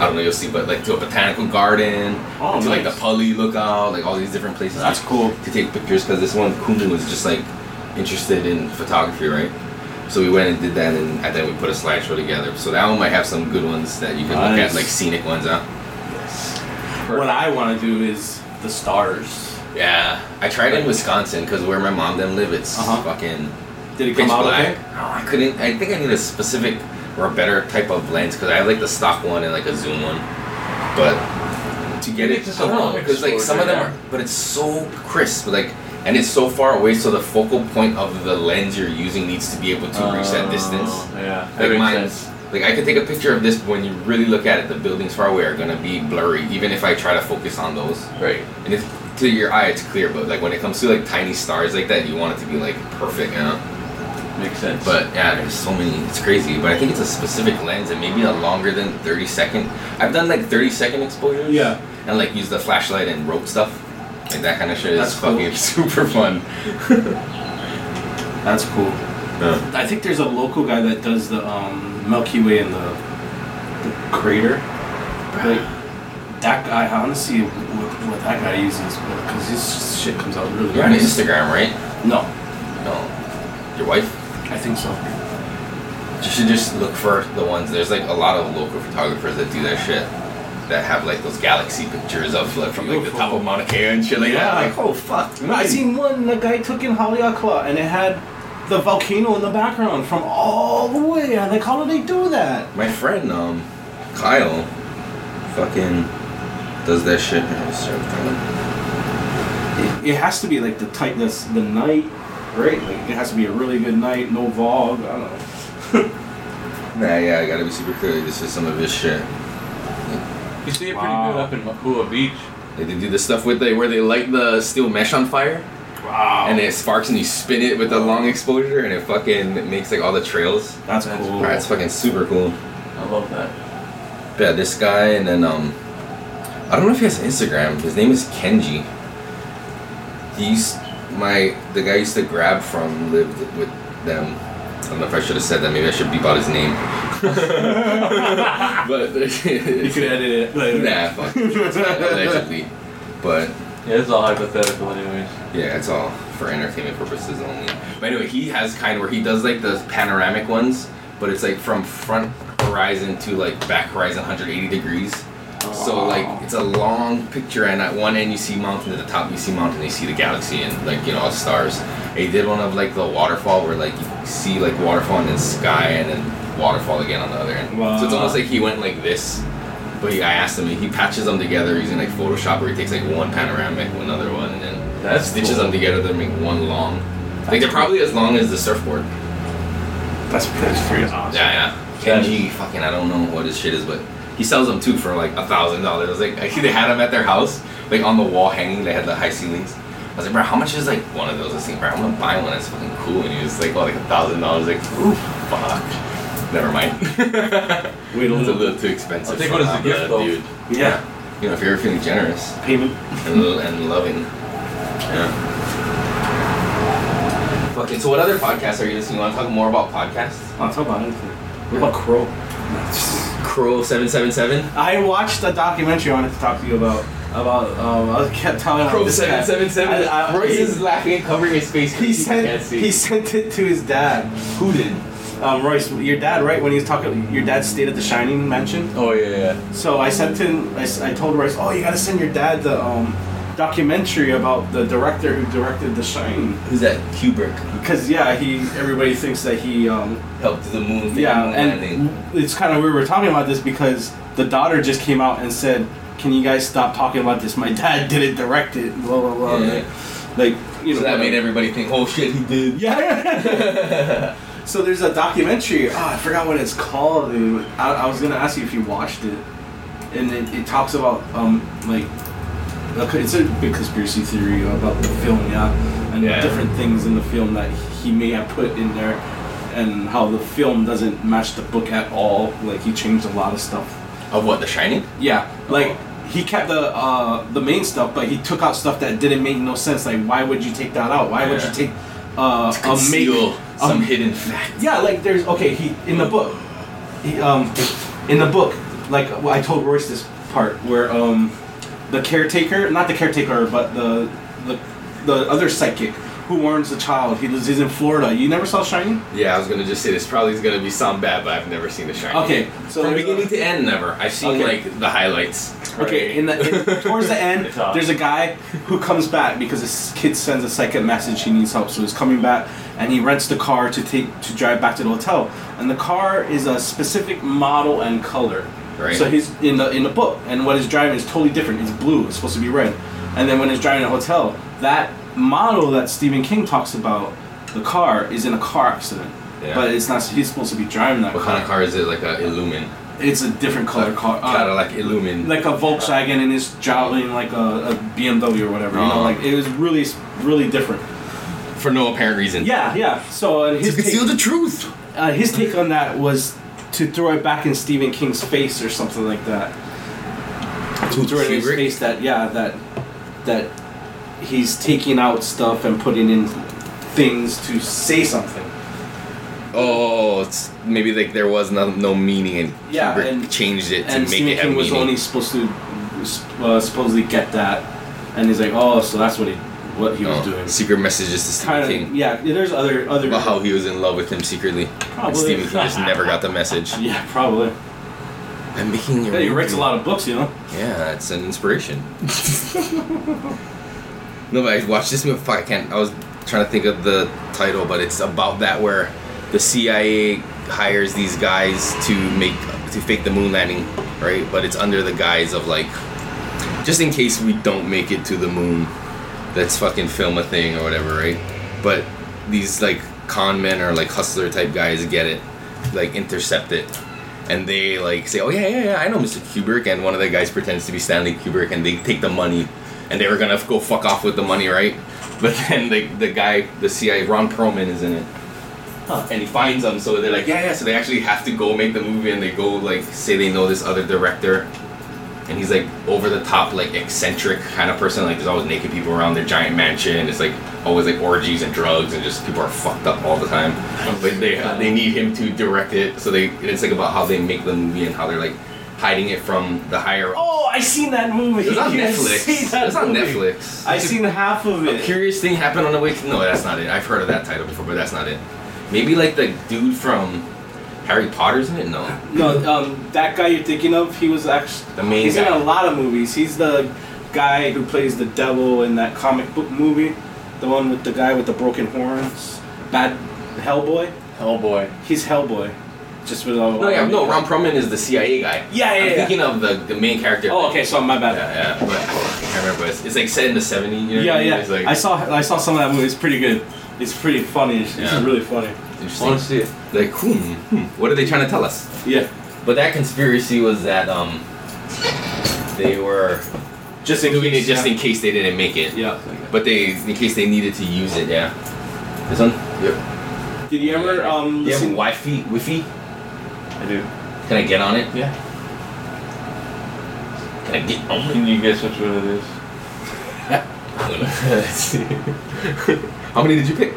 Speaker 1: I don't know, you'll see, but like to a botanical garden,
Speaker 2: Oh,
Speaker 1: to like the
Speaker 2: nice.
Speaker 1: Pali lookout, like all these different places.
Speaker 2: That's cool.
Speaker 1: To take pictures because this one kumu was just like interested in photography, right? So we went and did that, and and then we put a slideshow together. So that one might have some good ones that you can look at,
Speaker 2: Nice.
Speaker 1: like scenic ones, huh?
Speaker 2: What I want to do is the stars.
Speaker 1: Yeah, I tried in Wisconsin because where my mom them live, it's
Speaker 2: Uh-huh.
Speaker 1: fucking
Speaker 2: Did it
Speaker 1: pitch
Speaker 2: come out
Speaker 1: black.
Speaker 2: okay?
Speaker 1: No, I couldn't. I think I need a specific or a better type of lens because I have like the stock one and like a zoom one, but to get
Speaker 3: Maybe
Speaker 1: it,
Speaker 3: it's just
Speaker 1: I
Speaker 3: a
Speaker 1: don't know,
Speaker 3: long
Speaker 1: 'cause, like some of them are,
Speaker 3: exposure,
Speaker 1: but it's so crisp, like. And it's so far away, so the focal point of the lens you're using needs to be able to reach that distance.
Speaker 3: Oh, Yeah, that
Speaker 1: Like
Speaker 3: makes
Speaker 1: mine,
Speaker 3: sense.
Speaker 1: like I could take a picture of this, but when you really look at it, the buildings far away are gonna be blurry, even if I try to focus on those.
Speaker 3: Right.
Speaker 1: And it's to your eye, it's clear, but like when it comes to like tiny stars like that, you want it to be like perfect, you know?
Speaker 3: Makes sense.
Speaker 1: But yeah, there's so many. It's crazy, but I think it's a specific lens and maybe a longer than 30 second. I've done like 30 second exposures.
Speaker 2: Yeah.
Speaker 1: And like use the flashlight and rope stuff, like that kind of shit
Speaker 2: That's
Speaker 1: is
Speaker 2: cool.
Speaker 1: fucking super fun.
Speaker 2: That's cool. I think there's a local guy that does the um, Milky Way and the, the crater. Like that guy, I honestly, what, what that guy uses, because his shit comes out really
Speaker 1: You're on
Speaker 2: nice.
Speaker 1: Instagram, right?
Speaker 2: No,
Speaker 1: No. Your wife?
Speaker 2: I think so.
Speaker 1: You should just look for the ones. There's like a lot of local photographers that do that shit. That have like those galaxy pictures of like from like the top of Mauna Kea and shit like that. I'm
Speaker 2: Yeah.
Speaker 1: Like oh fuck.
Speaker 2: I seen one the guy took in Haleakala, and it had the volcano in the background from all the way. I'm like, how do they do that?
Speaker 1: My friend, um, Kyle, fucking does that shit. Here, let's start with that
Speaker 2: It, it has to be like the tightness, the night, right? Like it has to be a really good night, no vog. I don't know.
Speaker 1: one. Nah, yeah, I gotta be super clear. This is some of his shit.
Speaker 3: you see it pretty
Speaker 2: Wow.
Speaker 3: good up in Makua Beach.
Speaker 1: They did do the stuff with they where they light the steel mesh on fire
Speaker 2: Wow.
Speaker 1: and it sparks and you spin it with a long exposure and it fucking makes like all the trails.
Speaker 2: that's
Speaker 3: That's
Speaker 2: cool.
Speaker 1: Wow, it's fucking super cool.
Speaker 3: I love that.
Speaker 1: Yeah, this guy and then um, I don't know if he has Instagram. His name is Kenji. He used my the guy I used to grab from lived with them. I don't know if I should have said that. Maybe I should beep out his name. but
Speaker 2: You could edit it. Later.
Speaker 1: nah, fuck. Allegedly, but
Speaker 3: Yeah, it's all hypothetical, anyways.
Speaker 1: yeah, it's all for entertainment purposes only. But anyway, he has kind of where he does like the panoramic ones, but it's like from front horizon to like back horizon 180 degrees. So like it's a long picture, and at one end you see mountain, at the top you see mountain, you see the galaxy and like you know all the stars. They did one of like the waterfall where like you see like waterfall and then sky and then waterfall again on the other end. So it's
Speaker 2: Wow.
Speaker 1: almost like he went like this. But he, I asked him, and he patches them together using like Photoshop, where he takes like one panoramic, another one, and then
Speaker 3: That's
Speaker 1: stitches
Speaker 3: cool.
Speaker 1: them together to make one long. Like they're probably as long as the surfboard.
Speaker 2: That's pretty, pretty awesome.
Speaker 1: Yeah, yeah.
Speaker 3: That
Speaker 1: Kenji, fucking, I don't know what his shit is, but He sells them too for like a thousand dollars. Like I see they had them at their house, like on the wall hanging. They had the high ceilings. I was like, bro, how much is like one of those? I was like, bro, I'm gonna buy one. It's fucking cool. And he was like, oh, like a thousand dollars. Like, ooh, fuck. Never mind.
Speaker 2: Wait a
Speaker 1: It's a
Speaker 2: little.
Speaker 1: little too expensive.
Speaker 3: I'll take
Speaker 1: for
Speaker 3: one as a
Speaker 1: that,
Speaker 3: gift,
Speaker 1: but,
Speaker 3: though.
Speaker 1: dude.
Speaker 2: Yeah.
Speaker 1: You know, if you're feeling generous
Speaker 2: Payment.
Speaker 1: and, lo- and loving. Yeah. Fucking. So, what other podcasts are you listening? to? Want to talk more about podcasts?
Speaker 2: I'll talk about anything. What about Crow? No, just-
Speaker 1: Crow seven seven seven.
Speaker 2: I watched a documentary I wanted to talk to you about. About um, I kept telling him
Speaker 1: Crow
Speaker 2: this
Speaker 1: seven
Speaker 2: guy.
Speaker 1: seven seven.
Speaker 2: I- I-
Speaker 1: Royce
Speaker 2: he-
Speaker 1: is laughing and covering his face.
Speaker 2: He
Speaker 1: because
Speaker 2: sent
Speaker 1: can't see.
Speaker 2: he sent it to his dad.
Speaker 1: who did?
Speaker 2: Um, Royce, your dad, right? When he was talking, your dad stayed at the Shining Mansion.
Speaker 3: Oh yeah, yeah.
Speaker 2: So I sent him. I, s- I told Royce, oh, you gotta send your dad the um, documentary about the director who directed The Shining.
Speaker 1: Who's that? Kubrick
Speaker 2: Because yeah, he everybody thinks that he um,
Speaker 1: helped the moon. thing,
Speaker 2: Yeah,
Speaker 1: moon
Speaker 2: and
Speaker 1: landing.
Speaker 2: it's kind of weird we're talking about this because the daughter just came out and said, "Can you guys stop talking about this? My dad didn't direct it." Blah blah blah.
Speaker 1: Yeah.
Speaker 2: Like you know.
Speaker 1: So
Speaker 2: uh,
Speaker 1: that made
Speaker 2: whatever.
Speaker 1: everybody think, oh shit, he did.
Speaker 2: Yeah.
Speaker 1: Yeah.
Speaker 2: so there's a documentary. Oh, I forgot what it's called. dude. I, I was gonna ask you if you watched it, and it, it talks about um like okay, it's a big conspiracy theory about the film, yeah, and
Speaker 1: Yeah.
Speaker 2: different things in the film that he may have put in there, and how the film doesn't match the book at all. Like he changed a lot of stuff.
Speaker 1: of what? The Shining.
Speaker 2: Yeah, like he kept the uh, the main stuff, but he took out stuff that didn't make no sense. Like, why would you take that out? Why would
Speaker 1: Yeah.
Speaker 2: you take uh, a make?
Speaker 1: Conceal some
Speaker 2: um,
Speaker 1: hidden fact.
Speaker 2: Yeah, like there's okay. He in the book, he, um, in the book, like well, I told Royce this part where um, the caretaker, not the caretaker, but the the the other psychic who warns the child. He lives. He's in Florida. You never saw Shining.
Speaker 1: Yeah, I was gonna just say this probably is gonna be sound bad, but I've never seen The Shining.
Speaker 2: Okay, so
Speaker 1: from
Speaker 2: there's a-
Speaker 1: beginning to end, never. I've seen
Speaker 2: Okay.
Speaker 1: like the highlights.
Speaker 2: Okay, in the in, towards the end,
Speaker 3: It's off.
Speaker 2: there's a guy who comes back because his kid sends a psychic message. He needs help, so he's coming back, and he rents the car to take to drive back to the hotel. And the car is a specific model and color.
Speaker 1: Right.
Speaker 2: So he's in the in the book, and what he's driving is totally different. It's blue. It's supposed to be red. And then when he's driving to the hotel, that model that Stephen King talks about, the car is in a car accident.
Speaker 1: Yeah.
Speaker 2: But it's not. He's supposed to be driving that
Speaker 1: What kind of car is it? Like a Illumin.
Speaker 2: It's a different color car. uh,
Speaker 1: Cadillac Illumin.
Speaker 2: like a Volkswagen and it's jowling like a, a BMW or whatever. You know,
Speaker 1: Oh.
Speaker 2: like it was really, really different.
Speaker 1: for no apparent reason.
Speaker 2: Yeah, yeah. So uh,
Speaker 1: To
Speaker 2: his
Speaker 1: conceal
Speaker 2: take,
Speaker 1: the truth.
Speaker 2: uh, his take on that was to throw it back in Stephen King's face or something like that. To throw it in his
Speaker 1: Kubrick?
Speaker 2: face that yeah that that he's taking out stuff and putting in things to say something.
Speaker 1: Oh, it's maybe like there was no, no meaning and
Speaker 2: Yeah,
Speaker 1: Kubrick
Speaker 2: and-
Speaker 1: changed it to
Speaker 2: and
Speaker 1: make
Speaker 2: Stephen
Speaker 1: it have
Speaker 2: King was
Speaker 1: meaning.
Speaker 2: only supposed to uh, supposedly get that, and he's like, oh, so that's what he what he
Speaker 1: Oh,
Speaker 2: was doing.
Speaker 1: secret messages to Stephen
Speaker 2: kind
Speaker 1: King
Speaker 2: of yeah. There's other other
Speaker 1: about how he was in love with him secretly. And
Speaker 2: Probably.
Speaker 1: Stephen King just never got the message.
Speaker 2: yeah probably.
Speaker 1: I'm making you.
Speaker 2: Yeah, he writes a lot of books, you know.
Speaker 1: Yeah, it's an inspiration. no, but I watched this movie. Fuck, I can't. I was trying to think of the title, but it's about that where the CIA hires these guys to make to fake the moon landing, right? But it's under the guise of like, just in case we don't make it to the moon, let's fucking film a thing or whatever, right? But these like con men or like hustler type guys get it, like intercept it, and they like say, "Oh yeah, yeah, yeah, I know Mr. Kubrick," and one of the guys pretends to be Stanley Kubrick, and they take the money, and they were gonna go fuck off with the money, right? But then the the guy, the CIA, Ron Perlman is in it, and he finds them, so they're like, "Yeah, yeah," so they actually have to go make the movie, and they go like say they know this other director. And he's like over the top, like eccentric kind of person. Like there's always naked people around their giant mansion. It's like always like orgies and drugs, and just people are fucked up all the time. But they they need him to direct it. So they and it's like about how they make the movie and how they're like hiding it from the higher.
Speaker 2: Oh, I seen that movie.
Speaker 1: it was on
Speaker 2: I
Speaker 1: Netflix.
Speaker 2: seen that
Speaker 1: It was on
Speaker 2: movie.
Speaker 1: Netflix.
Speaker 2: I seen half of
Speaker 1: A
Speaker 2: it.
Speaker 1: curious thing happened on the way. To, no, that's not it. I've heard of that title before, but that's not it. Maybe like the dude from Harry Potter's in it. No,
Speaker 2: No, um, that guy you're thinking of, he was actually
Speaker 1: the main
Speaker 2: he's
Speaker 1: guy.
Speaker 2: in a lot of movies. He's the guy who plays the devil in that comic book movie, the one with the guy with the broken horns, bad Hellboy.
Speaker 3: Hellboy.
Speaker 2: He's Hellboy, just with all.
Speaker 1: no, yeah, no. Ron Perlman is the CIA guy.
Speaker 2: Yeah, yeah,
Speaker 1: I'm
Speaker 2: yeah.
Speaker 1: thinking of the, the main character.
Speaker 2: Oh, okay. So my bad.
Speaker 1: Yeah, yeah, but I can't remember. but It's, it's like set in the 70s. You know
Speaker 2: Yeah,
Speaker 1: what I mean?
Speaker 2: yeah.
Speaker 1: It's like
Speaker 2: I saw I saw some of that movie. It's pretty good. It's pretty funny. It's, it's
Speaker 1: Yeah.
Speaker 2: really funny.
Speaker 3: I want to
Speaker 1: interesting.
Speaker 3: see it.
Speaker 1: Like, hmm, hmm, what are they trying to tell us?
Speaker 2: Yeah.
Speaker 1: But that conspiracy was that um, they were
Speaker 2: Just in
Speaker 1: doing it
Speaker 2: case.
Speaker 1: just
Speaker 2: yeah.
Speaker 1: in case they didn't make it.
Speaker 2: Yeah.
Speaker 1: But they, in case they needed to use it, yeah. This one? Yep.
Speaker 2: Did you ever um
Speaker 1: You have
Speaker 2: listen?
Speaker 1: Wi-Fi? Wi-Fi?
Speaker 3: I do.
Speaker 1: Can I get on it?
Speaker 2: Yeah.
Speaker 1: Can I get on
Speaker 3: Can you guess which one it is?
Speaker 1: it? Let's see. How many did you pick?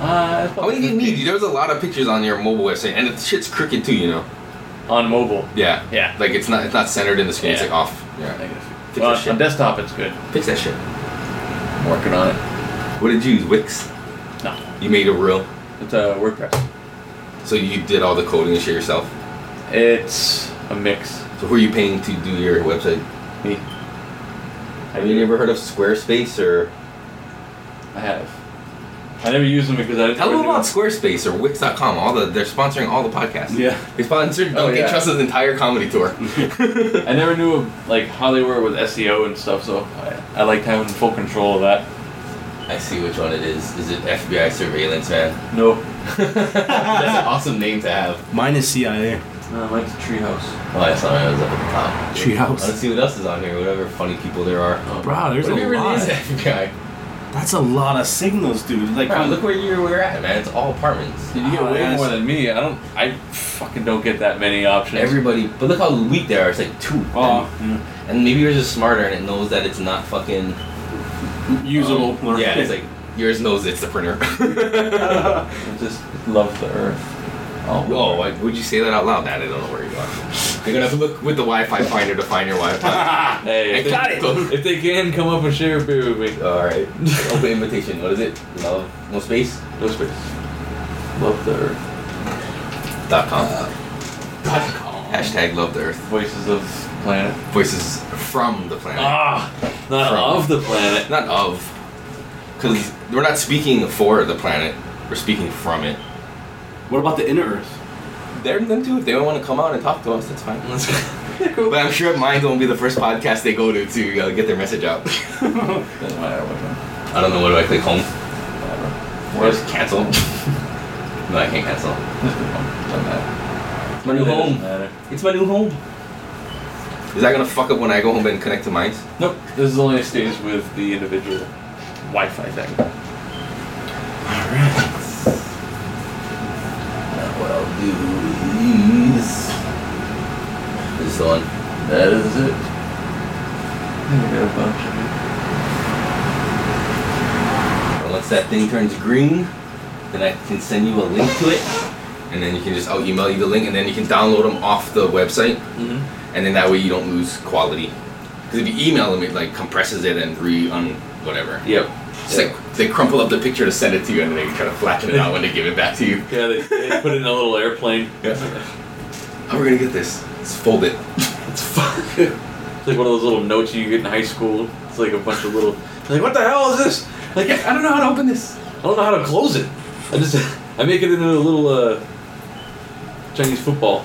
Speaker 3: Uh,
Speaker 1: How many do you need? There's a lot of pictures on your mobile website, and the shit's crooked too, you know.
Speaker 3: On mobile.
Speaker 1: Yeah.
Speaker 3: Yeah.
Speaker 1: Like it's not it's not centered in the screen. It's
Speaker 3: Yeah.
Speaker 1: like off. Yeah.
Speaker 3: Negative.
Speaker 1: Fix
Speaker 3: Well,
Speaker 1: that shit.
Speaker 3: on desktop, it's good.
Speaker 1: Fix that shit.
Speaker 3: I'm working on it.
Speaker 1: What did you use? Wix.
Speaker 3: No,
Speaker 1: You made a reel,
Speaker 3: it's a WordPress.
Speaker 1: so you did all the coding and shit yourself.
Speaker 3: It's a mix.
Speaker 1: So who are you paying to do your website?
Speaker 3: Me.
Speaker 1: Have you ever heard of Squarespace or?
Speaker 3: I have. I never use them because I didn't.
Speaker 1: Tell them about Squarespace or Wix.com. All the they're sponsoring all the podcasts.
Speaker 2: Yeah.
Speaker 1: They sponsored
Speaker 3: Oh,
Speaker 1: Duncan
Speaker 3: yeah.
Speaker 1: Truss's entire comedy tour.
Speaker 3: I never knew like how they were with SEO and stuff, so I, I liked having full control of that.
Speaker 1: I see which one it is. Is it FBI surveillance man?
Speaker 3: No,
Speaker 1: That's an awesome name to have.
Speaker 2: Mine is CIA.
Speaker 3: no, mine's a treehouse.
Speaker 1: Oh, I saw it. It was up at the top.
Speaker 2: Treehouse.
Speaker 1: Let's see what else is on here. Whatever funny people there are.
Speaker 2: Bro, there's a
Speaker 1: Whatever it
Speaker 2: lot.
Speaker 1: is, FBI.
Speaker 2: That's a lot of signals, dude. Like, um,
Speaker 1: Bro, look where you were at, man. It's all apartments.
Speaker 3: Dude, you get
Speaker 2: Oh,
Speaker 3: way
Speaker 2: that's-
Speaker 3: more than me. I don't. I fucking don't get that many options.
Speaker 1: Everybody, but look how weak they are. It's like two.
Speaker 2: Oh,
Speaker 1: And maybe yours is smarter and it knows that it's not fucking.
Speaker 2: mm, usable.
Speaker 1: um,
Speaker 2: or-
Speaker 1: yeah, it's like yours knows it's the printer.
Speaker 3: I just love the earth. Oh,
Speaker 1: Whoa, why would you say that out loud? Nah, they don't know where you are. You're gonna have to look with the Wi Fi finder to find your Wi Fi.
Speaker 3: Hey,
Speaker 1: I
Speaker 3: if they-
Speaker 1: got it!
Speaker 3: If they can come up and share a beer with me,
Speaker 1: Alright. Open invitation. What is it? Love. No space?
Speaker 3: no space. Love the earth.
Speaker 1: Dot com. Hashtag love the earth.
Speaker 3: Voices of planet.
Speaker 1: Voices from the planet.
Speaker 3: Ah, not
Speaker 1: From-
Speaker 3: of the planet.
Speaker 1: Not of. Because we're not speaking for the planet, we're speaking from it.
Speaker 2: What about the inner Earth?
Speaker 1: They're them too. If they want to come out and talk to us, that's fine. Let's go. But I'm sure mine won't be the first podcast they go to to uh, get their message out.
Speaker 3: Doesn't matter which one.
Speaker 1: I don't know. What do I click home? Or just cancel? no, I can't cancel.
Speaker 3: Doesn't matter.
Speaker 1: my new
Speaker 3: Really doesn't
Speaker 1: home.
Speaker 3: matter.
Speaker 1: It's my new home. Is that gonna fuck up when I go home and connect to mine?
Speaker 3: Nope. This is only stays with the individual Wi-Fi thing.
Speaker 1: What I'll do is this one.
Speaker 3: That is it. I think I got a bunch of it.
Speaker 1: Once that thing turns green, then I can send you a link to it, and then you can just I'll email you the link, and then you can download them off the website,
Speaker 3: Mm-hmm.
Speaker 1: and then that way you don't lose quality. Because if you email them, it like compresses it and re un whatever.
Speaker 3: Yep.
Speaker 1: It's like they crumple up the picture to send it to you, and then they try to flatten it out when they give it back to you.
Speaker 3: Yeah, they, they put it in a little airplane.
Speaker 1: Yeah. How are we gonna get this? Let's fold it. Let's fuck.
Speaker 3: It's like one of those little notes you get in high school. It's like a bunch of little. Like, what the hell is this? Like, I don't know how to open this. I don't know how to close it. I just, I make it into a little uh, Chinese football.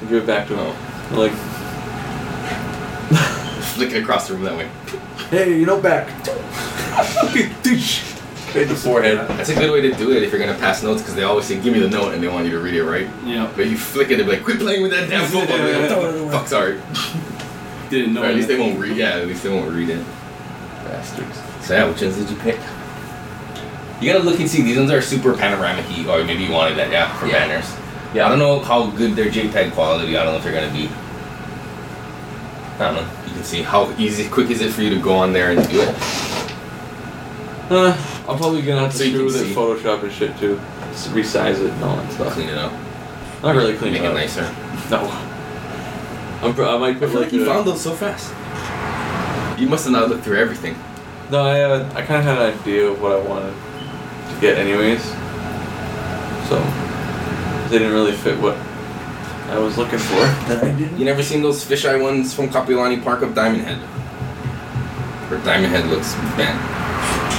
Speaker 3: and give it back to him.
Speaker 1: Oh.
Speaker 3: I'm like,
Speaker 1: Flick it across the room that way.
Speaker 3: hey, you know, back. Douche. Right in the forehead.
Speaker 1: That's a good way to do it if you're gonna pass notes, because they always say, "Give me the note," and they want you to read it right.
Speaker 2: Yeah.
Speaker 1: But you flick it, they're like, "Quit playing with that damn football." They're like, "Throw it away." Fuck, sorry.
Speaker 2: Didn't know.
Speaker 1: Or at least
Speaker 2: that.
Speaker 1: they won't read. Yeah, at least they won't read it.
Speaker 3: Bastards.
Speaker 1: So yeah, which ones did you pick? You gotta look and see. These ones are super panoramic-y, or maybe you wanted that, yeah, for
Speaker 3: Yeah.
Speaker 1: banners. Yeah, I don't know how good their JPEG quality. I don't know if they're gonna be. I don't know. You can see how easy, quick is it for you to go on there and do it.
Speaker 3: Uh, I'm probably gonna have to
Speaker 1: So you
Speaker 3: screw
Speaker 1: can
Speaker 3: with
Speaker 1: see.
Speaker 3: it, Photoshop and shit too. S- Resize it and all that stuff.
Speaker 1: Clean it up.
Speaker 3: Not really clean
Speaker 1: Make
Speaker 3: it
Speaker 1: it
Speaker 3: up.
Speaker 1: nicer.
Speaker 3: No. I'm pro- I might
Speaker 1: I
Speaker 3: put
Speaker 1: feel like you
Speaker 3: a-
Speaker 1: found those so fast. You must have not looked through everything.
Speaker 3: No, I, uh, I kind of had an idea of what I wanted to get, anyways. So, they didn't really fit what I was looking for. That I didn't.
Speaker 1: You never seen those fisheye ones from Kapilani Park of Diamond Head? Where Diamond Head looks bad.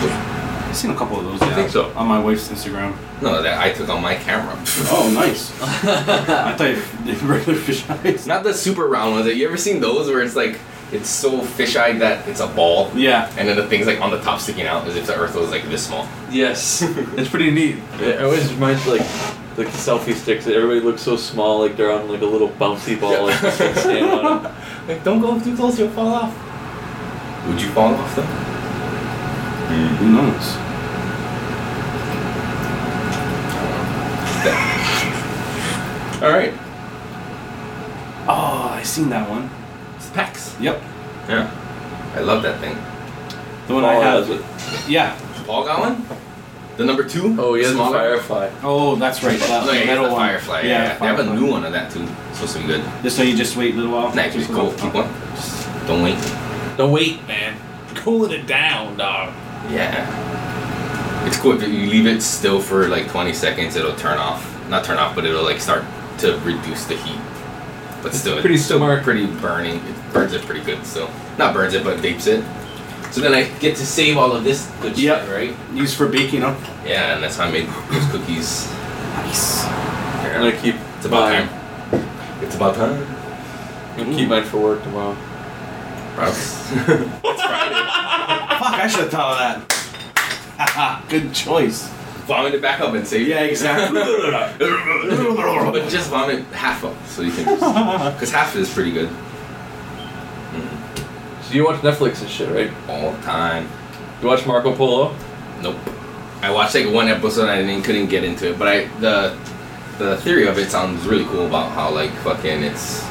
Speaker 2: I've seen a couple of those.
Speaker 3: I
Speaker 2: yeah,
Speaker 3: think so.
Speaker 2: On my wife's Instagram.
Speaker 1: No, that I took on my camera.
Speaker 2: Oh, nice. I thought you- the regular fish eyes.
Speaker 1: It's not the super round ones. Have you ever seen those where it's like it's so fisheye that it's a ball,
Speaker 2: Yeah.
Speaker 1: and then the thing's like on the top sticking out as if the Earth was like this small.
Speaker 3: Yes, it's pretty neat. It always reminds me like like the selfie sticks. Everybody looks so small, like they're on like a little bouncy ball. Like, just, like, stand on it.
Speaker 1: Like, don't go too close, you'll fall off. Would you fall off though? Hmm.
Speaker 2: Who knows?
Speaker 1: All right,
Speaker 2: Oh, I seen that one.
Speaker 1: it's PAX.
Speaker 2: Yep.
Speaker 1: Yeah, I love that thing.
Speaker 2: The one I
Speaker 1: Oh,
Speaker 3: Ball
Speaker 2: have.
Speaker 3: has it.
Speaker 2: Yeah.
Speaker 1: Paul got one. The number two.
Speaker 3: Oh, he has a
Speaker 1: Smaller?
Speaker 3: firefly.
Speaker 2: Oh, that's right. That
Speaker 1: No, yeah,
Speaker 2: metal
Speaker 1: the
Speaker 2: one.
Speaker 1: Firefly. Yeah, they have a
Speaker 2: Firefly.
Speaker 1: new one of that too. It's supposed to be good.
Speaker 2: Just so you just wait a little while.
Speaker 1: Nice,
Speaker 2: Just a
Speaker 1: cool.
Speaker 2: little-
Speaker 1: Keep one. Just don't wait.
Speaker 3: Don't wait, man. Cooling it down, dog.
Speaker 1: Yeah. It's cool if you leave it still for like 20 seconds, it'll turn off. Not turn off, but it'll like start to reduce the heat. But still,
Speaker 3: pretty
Speaker 1: it's still
Speaker 3: smart.
Speaker 1: pretty burning. It burns it pretty good still. Not burns it, but vapes it. So then I get to save all of this good
Speaker 2: Yep.
Speaker 1: shit, right?
Speaker 2: Used for baking up.
Speaker 1: Yeah, and that's how I made those cookies.
Speaker 2: Nice.
Speaker 1: Here,
Speaker 3: I'm gonna keep
Speaker 1: it's about
Speaker 3: mine.
Speaker 1: time. It's about time.
Speaker 3: I'm gonna keep mine for work tomorrow.
Speaker 1: Probably. it's Friday.
Speaker 2: Fuck, I should have thought of that. Haha, Good choice.
Speaker 1: Vomit it back up and save
Speaker 2: Yeah, exactly.
Speaker 1: but just vomit half up so you can just. Because half is pretty good.
Speaker 3: So you watch Netflix and shit, right?
Speaker 1: All the time.
Speaker 3: You watch Marco Polo?
Speaker 1: Nope. I watched like one episode and I didn't, couldn't get into it, but I the the theory of it sounds really cool about how like fucking it's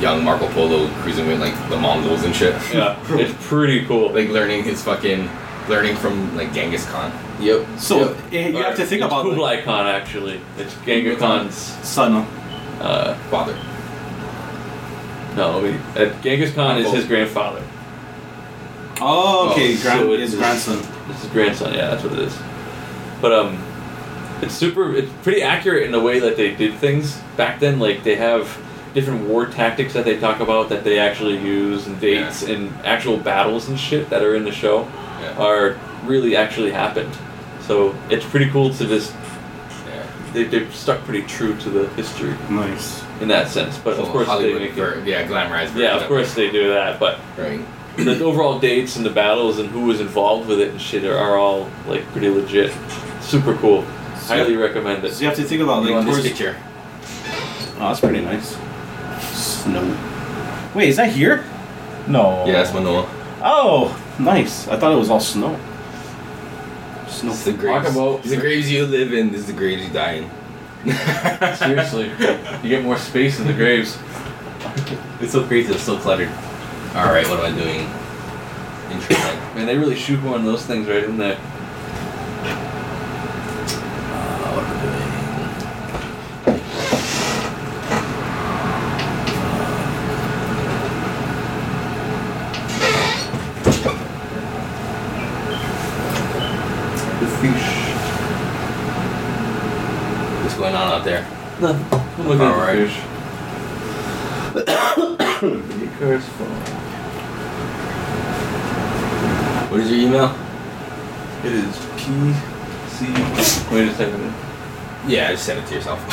Speaker 1: young Marco Polo cruising with like the Mongols and shit,
Speaker 3: Yeah. it's pretty cool.
Speaker 1: like learning his fucking learning from like Genghis Khan.
Speaker 3: yep.
Speaker 2: So eh, you
Speaker 3: Or
Speaker 2: have to think
Speaker 3: it's
Speaker 2: about the
Speaker 3: Kublai Khan actually. It's Genghis Khan's.
Speaker 2: son.
Speaker 3: Uh,
Speaker 1: Father,
Speaker 3: no, wait. uh, Genghis Khan is his grandfather.
Speaker 2: Oh, okay.
Speaker 1: Oh,
Speaker 2: grand,
Speaker 3: so it
Speaker 2: his
Speaker 3: is-
Speaker 2: grandson.
Speaker 3: It's his grandson. Yeah, that's what it is. But um, it's super. It's pretty accurate in the way that they did things back then. Like they have different war tactics that they talk about that they actually use and dates and actual battles and shit that are in the show
Speaker 1: yeah,
Speaker 3: are really actually happened. So it's pretty cool to just
Speaker 1: yeah.
Speaker 3: they they've stuck pretty true to the history
Speaker 2: Nice.
Speaker 3: in that sense. But of
Speaker 1: So
Speaker 3: course
Speaker 1: Hollywood,
Speaker 3: they make it.
Speaker 1: ver- yeah, glamorized. version
Speaker 3: Yeah, of course they do that, but
Speaker 1: it, right.
Speaker 3: the overall dates and the battles and who was involved with it and shit are, are all like pretty legit. Super cool. Highly recommend
Speaker 2: So
Speaker 3: it.
Speaker 2: you have to think about
Speaker 1: You
Speaker 2: like
Speaker 1: want this picture?
Speaker 2: towards. Oh, that's pretty nice. Snow. Wait, is that here? No.
Speaker 1: Yeah, that's Manoa.
Speaker 2: Oh, nice. I thought it was all snow. Snow.
Speaker 1: It's the graves.
Speaker 3: about-
Speaker 1: It's the graves you live in. This is the graves you die in.
Speaker 3: Seriously, you get more space in the graves.
Speaker 1: It's so crazy. It's so cluttered. All right, what am I doing? Interesting.
Speaker 3: Man, they really shoehorn those things right in there.
Speaker 1: Uh, what am I doing?
Speaker 3: The fish.
Speaker 1: What's going on out there?
Speaker 3: No, I'm looking at
Speaker 1: Alright.
Speaker 3: the fish. The car's full.
Speaker 1: What is your email?
Speaker 3: It is P C. Wait a second.
Speaker 1: Yeah, just send it to yourself.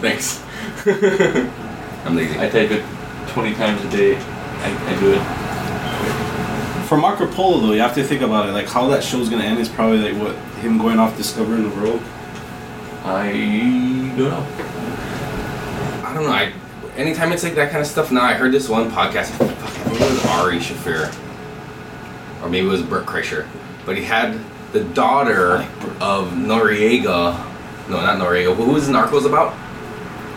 Speaker 1: Thanks. I'm lazy.
Speaker 3: I type it 20 times a day. I, I do it.
Speaker 2: For Marco Polo though, you have to think about it. Like how that show's gonna end is probably like what him going off discovering the world.
Speaker 3: I don't know.
Speaker 1: I don't know. I, anytime it's like that kind of stuff. Now I heard this one podcast. Fuck, I think it was Ari Shaffir, or maybe it was Burt Kreischer, but he had the daughter of Noriega. No, not Noriega. Who was Narcos about?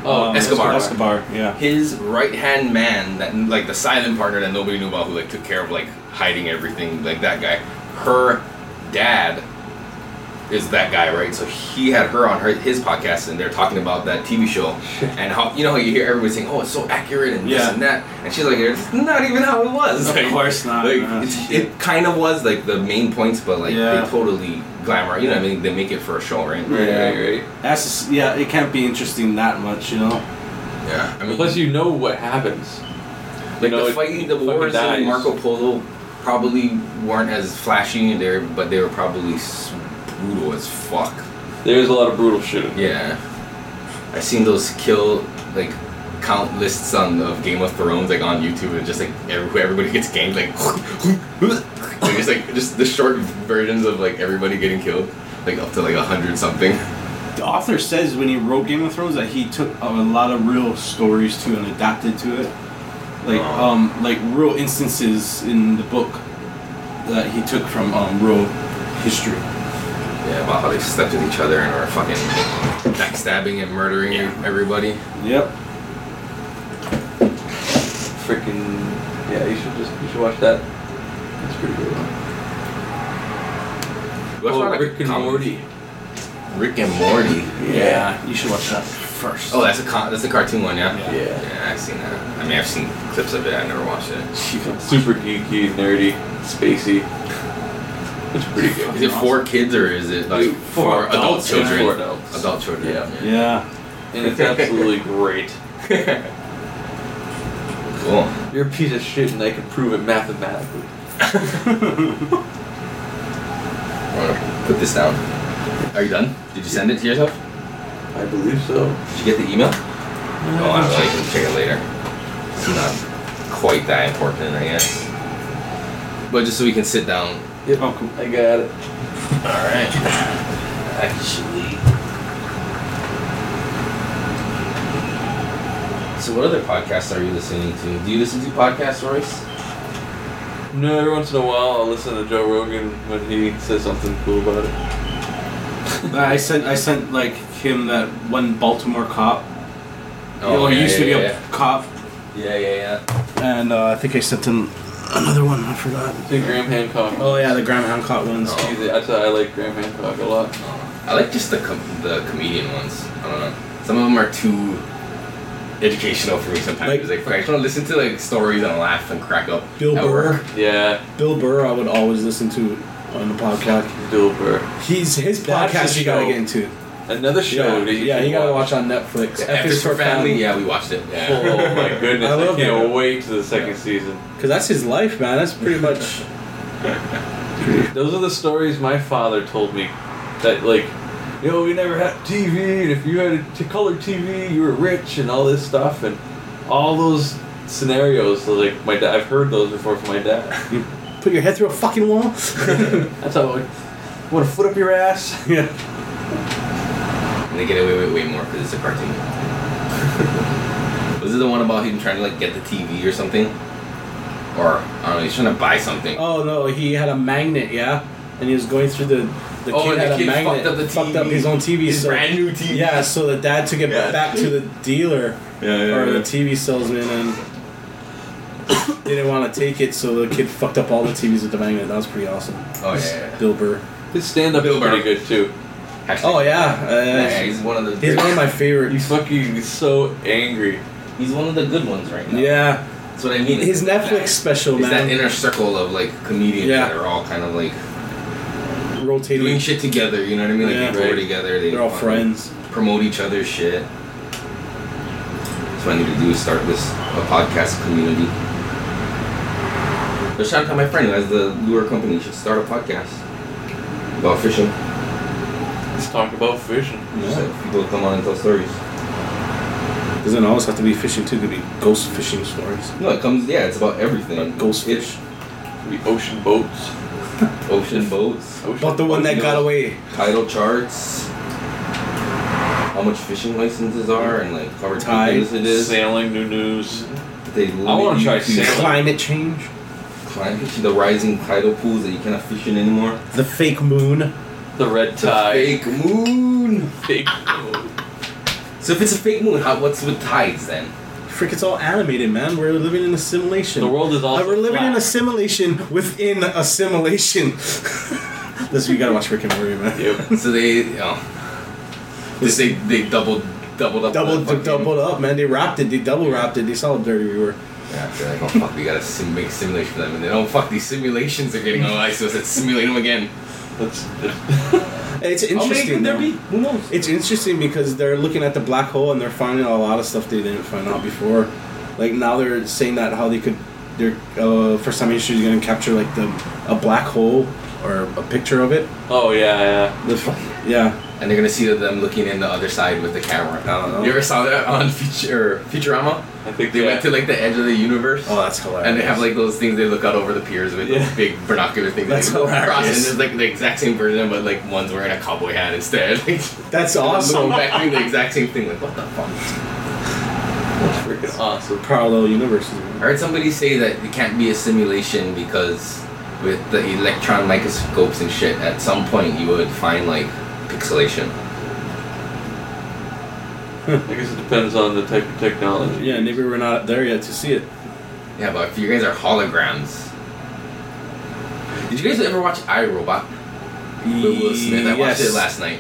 Speaker 3: Oh,
Speaker 2: Um,
Speaker 1: Escobar.
Speaker 2: Escobar. Yeah.
Speaker 1: his right hand man that like the silent partner that nobody knew about who like took care of like hiding everything like that guy her dad is that guy right so he had her on her his podcast and they're talking about that tv show and how you know how you hear everybody saying oh it's so accurate and this
Speaker 2: Yeah.
Speaker 1: and that and she's like it's not even how it was
Speaker 2: Of
Speaker 1: Like-
Speaker 2: course not,
Speaker 1: like
Speaker 2: yeah.
Speaker 1: it's, it kind of was like the main points but like
Speaker 2: Yeah.
Speaker 1: they totally glamour you know what i mean they make it for a show right
Speaker 3: Right,
Speaker 2: Yeah.
Speaker 3: right, right.
Speaker 2: That's just, yeah. It can't be interesting that much, you know.
Speaker 1: yeah i mean
Speaker 3: Plus, you know what happens.
Speaker 1: Like
Speaker 3: You know,
Speaker 1: the
Speaker 3: it-
Speaker 1: fighting,
Speaker 3: it
Speaker 1: the
Speaker 3: fucking
Speaker 1: wars
Speaker 3: dies.
Speaker 1: in Marco Polo probably weren't as flashy there, but they were probably s- brutal as fuck.
Speaker 3: There's a lot of brutal shit.
Speaker 1: Yeah, I seen those kill like countless song of Game of Thrones like on YouTube and just like every, everybody gets ganked like like, just like just the short versions of like everybody getting killed like up to like a hundred something.
Speaker 2: The author says when he wrote Game of Thrones that he took a lot of real stories to and adapted to it, like
Speaker 1: Oh.
Speaker 2: um, like real instances in the book that he took from um, real history.
Speaker 1: Yeah, about how they slept with each other and were fucking backstabbing and murdering everybody.
Speaker 2: Yep.
Speaker 4: Freaking yeah, you should just you should watch that. That's pretty good.
Speaker 1: What's
Speaker 3: Oh,
Speaker 1: not, like,
Speaker 3: Rick and
Speaker 1: comedy?
Speaker 3: Morty.
Speaker 1: Rick and Morty.
Speaker 2: Yeah, you should watch that first.
Speaker 1: Oh, that's a con- that's a cartoon one, yeah.
Speaker 2: Yeah.
Speaker 4: Yeah.
Speaker 1: Yeah, I've seen that. I mean, I've seen clips of it. I've never watched it.
Speaker 3: Super geeky, nerdy, spacey. It's pretty good.
Speaker 1: Is it for kids or is it like for, adult
Speaker 3: yeah,
Speaker 1: children?
Speaker 3: For adults.
Speaker 1: Adult children.
Speaker 4: Yeah.
Speaker 2: Yeah.
Speaker 3: And it's absolutely great.
Speaker 1: cool.
Speaker 4: You're a piece of shit, and I can prove it mathematically.
Speaker 2: Oh,
Speaker 1: I'm gonna put this down. Are you done? Did you send it to yourself?
Speaker 4: I believe so.
Speaker 1: Did you get the email? Oh, I don't know. You can check it later. It's not quite that important, I guess. But just so we can sit down.
Speaker 4: Yep.
Speaker 2: Oh, cool.
Speaker 4: I got it.
Speaker 1: All right. Actually. So, what other podcasts are you listening to? Do you listen to podcasts, Royce?
Speaker 3: No, every once in a while I'll listen to Joe Rogan when he says something cool about it.
Speaker 2: I sent I sent like him that one Baltimore cop. Oh, he used to be a cop,
Speaker 1: Yeah, yeah, yeah.
Speaker 2: and uh, I think I sent him another one. I forgot.
Speaker 3: See Graham Hancock.
Speaker 2: Oh yeah, the Graham Hancock ones.
Speaker 1: Oh.
Speaker 3: He's a- I said I like Graham Hancock a lot.
Speaker 1: I like just the com- the comedian ones. I don't know. Some of them are too educational for me sometimes. Like, I just want to listen to like stories and laugh and crack up.
Speaker 2: Bill
Speaker 1: at
Speaker 2: Burr.
Speaker 1: work.
Speaker 3: Yeah,
Speaker 2: Bill Burr, I would always listen to on the podcast.
Speaker 3: Bill Burr.
Speaker 2: He's his
Speaker 3: That's
Speaker 2: podcast.
Speaker 3: the
Speaker 2: You gotta
Speaker 3: show.
Speaker 2: get into.
Speaker 3: Another
Speaker 2: yeah,
Speaker 3: show that you
Speaker 2: yeah,
Speaker 3: should
Speaker 2: you gotta watch on Netflix.
Speaker 1: F is for family. Yeah, we watched it. Yeah.
Speaker 3: Oh my goodness!
Speaker 2: I
Speaker 3: I,
Speaker 2: love
Speaker 3: can't
Speaker 2: that.
Speaker 3: wait to the second season.
Speaker 2: because that's his life, man. That's pretty much.
Speaker 3: Those are the stories my father told me. That like, you know, we never had TV, and if you had a t- color TV, you were rich, and all this stuff, and all those scenarios. So like, my dad, I've heard those before from my dad.
Speaker 2: Put your head through a fucking wall.
Speaker 3: That's how. I Want to foot up your ass?
Speaker 2: yeah.
Speaker 1: And they get away with way more because it's a cartoon. Was it the one about him trying to like get the TV or something? Or I don't know. He's trying to buy something.
Speaker 2: Oh no, he had a magnet, yeah, and he was going through the. The
Speaker 1: Oh,
Speaker 2: kid
Speaker 1: and the
Speaker 2: had
Speaker 1: kid
Speaker 2: a magnet,
Speaker 1: fucked up the
Speaker 2: fucked up
Speaker 1: TV.
Speaker 2: his own TV,
Speaker 1: His
Speaker 2: so
Speaker 1: brand new TV.
Speaker 2: yeah, so the dad took it
Speaker 1: Yeah.
Speaker 2: back to the dealer
Speaker 1: Yeah, yeah,
Speaker 2: or the
Speaker 1: yeah.
Speaker 2: TV salesman and didn't want to take it, so the kid fucked up all the TVs with the magnet. That was pretty awesome.
Speaker 1: Oh, yeah, yeah, yeah.
Speaker 2: Bill Burr.
Speaker 3: His stand up is
Speaker 1: Bill Burr.
Speaker 3: pretty good too.
Speaker 1: Hashtag-
Speaker 2: Oh yeah,
Speaker 1: Yeah, Uh, he's one of the.
Speaker 2: uh, he's one of my
Speaker 3: He's
Speaker 2: favorites.
Speaker 3: fucking so angry.
Speaker 1: He's one of the good ones right now.
Speaker 2: Yeah,
Speaker 1: That's what I mean. It's
Speaker 2: his
Speaker 1: that-
Speaker 2: Netflix special,
Speaker 1: It's that
Speaker 2: man,
Speaker 1: inner circle of like comedians
Speaker 2: Yeah.
Speaker 1: that are all kind of like doing
Speaker 2: rotating.
Speaker 1: shit together. You know what I mean? Like
Speaker 2: Yeah.
Speaker 1: they tour
Speaker 3: Right.
Speaker 1: together. They
Speaker 2: They're all
Speaker 1: fucking
Speaker 2: friends.
Speaker 1: Promote each other's shit. That's what I need to do is start this a podcast community. But shout out to my friend who has the lure company. You should start a podcast about fishing.
Speaker 3: Let's talk about fishing.
Speaker 1: Just like people come on and tell stories.
Speaker 2: Doesn't always have to be fishing too. Could be ghost fishing stories.
Speaker 1: No, it comes. Yeah, it's about everything.
Speaker 2: Like ghost
Speaker 1: It's
Speaker 2: fish.
Speaker 3: The ocean boats.
Speaker 1: ocean boats,
Speaker 3: Ocean
Speaker 2: But the one that got away.
Speaker 1: tidal charts, how much fishing licenses are, and like how ridiculous it is.
Speaker 3: Sailing new news.
Speaker 1: They limit
Speaker 3: wanna
Speaker 1: you
Speaker 3: try
Speaker 1: to
Speaker 3: sailing.
Speaker 2: Climate change.
Speaker 1: climb to the rising tidal pools that you cannot fish in anymore.
Speaker 2: The fake moon.
Speaker 3: The red
Speaker 1: It's a
Speaker 3: tide.
Speaker 1: fake moon.
Speaker 3: Fake.
Speaker 1: So if it's a fake moon, how what's with tides then?
Speaker 2: Frick, it's all animated, man. We're living in a simulation.
Speaker 3: The world is
Speaker 2: Uh,
Speaker 3: also
Speaker 2: we're living in a
Speaker 3: flat.
Speaker 2: simulation within a simulation. this you gotta watch Rick and Morty, man.
Speaker 3: Yep.
Speaker 1: So they, you know, this they they doubled doubled up.
Speaker 2: Double,
Speaker 1: the fucking-
Speaker 2: doubled up, man. They wrapped it. They double wrapped it. They saw how dirty we were.
Speaker 1: Yeah, they're like, oh fuck, we gotta sim- make simulation for them, and they don't fuck these simulations are getting on ice, so let's simulate them again.
Speaker 3: That's,
Speaker 2: It's interesting. though.
Speaker 1: Who knows?
Speaker 2: It's interesting because they're looking at the black hole and they're finding a lot of stuff they didn't find out before. Like now they're saying that how they could, they're uh, for some issues going to capture like the a black hole
Speaker 5: or a picture of it.
Speaker 3: Oh yeah, yeah.
Speaker 5: The f- yeah.
Speaker 1: and they're gonna see them looking in the other side with the camera.
Speaker 5: I don't know.
Speaker 1: You ever saw that uh, on Future Futurama?
Speaker 3: I think
Speaker 1: They
Speaker 3: yeah.
Speaker 1: went to like the edge of the universe.
Speaker 5: Oh, that's hilarious.
Speaker 1: and they have like those things they look out over the piers with
Speaker 3: Yeah.
Speaker 1: those big binocular things.
Speaker 5: That's
Speaker 1: they look across, and
Speaker 5: hilarious.
Speaker 1: it's like the exact same version, but like one's wearing a cowboy hat instead. Like,
Speaker 5: that's
Speaker 1: Looking
Speaker 5: awesome.
Speaker 1: back doing the exact same thing. Like what the fuck?
Speaker 6: That's freaking
Speaker 3: awesome.
Speaker 5: Parallel universes.
Speaker 1: I heard somebody say that it can't be a simulation because with the electron microscopes and shit, at some point you would find like pixelation.
Speaker 3: I guess it depends on the type of technology.
Speaker 5: Yeah, maybe we're not there yet to see it.
Speaker 1: Yeah, but if you guys are holograms. Did you guys ever watch iRobot? with Will Smith. I watched
Speaker 5: Yes.
Speaker 1: it last night.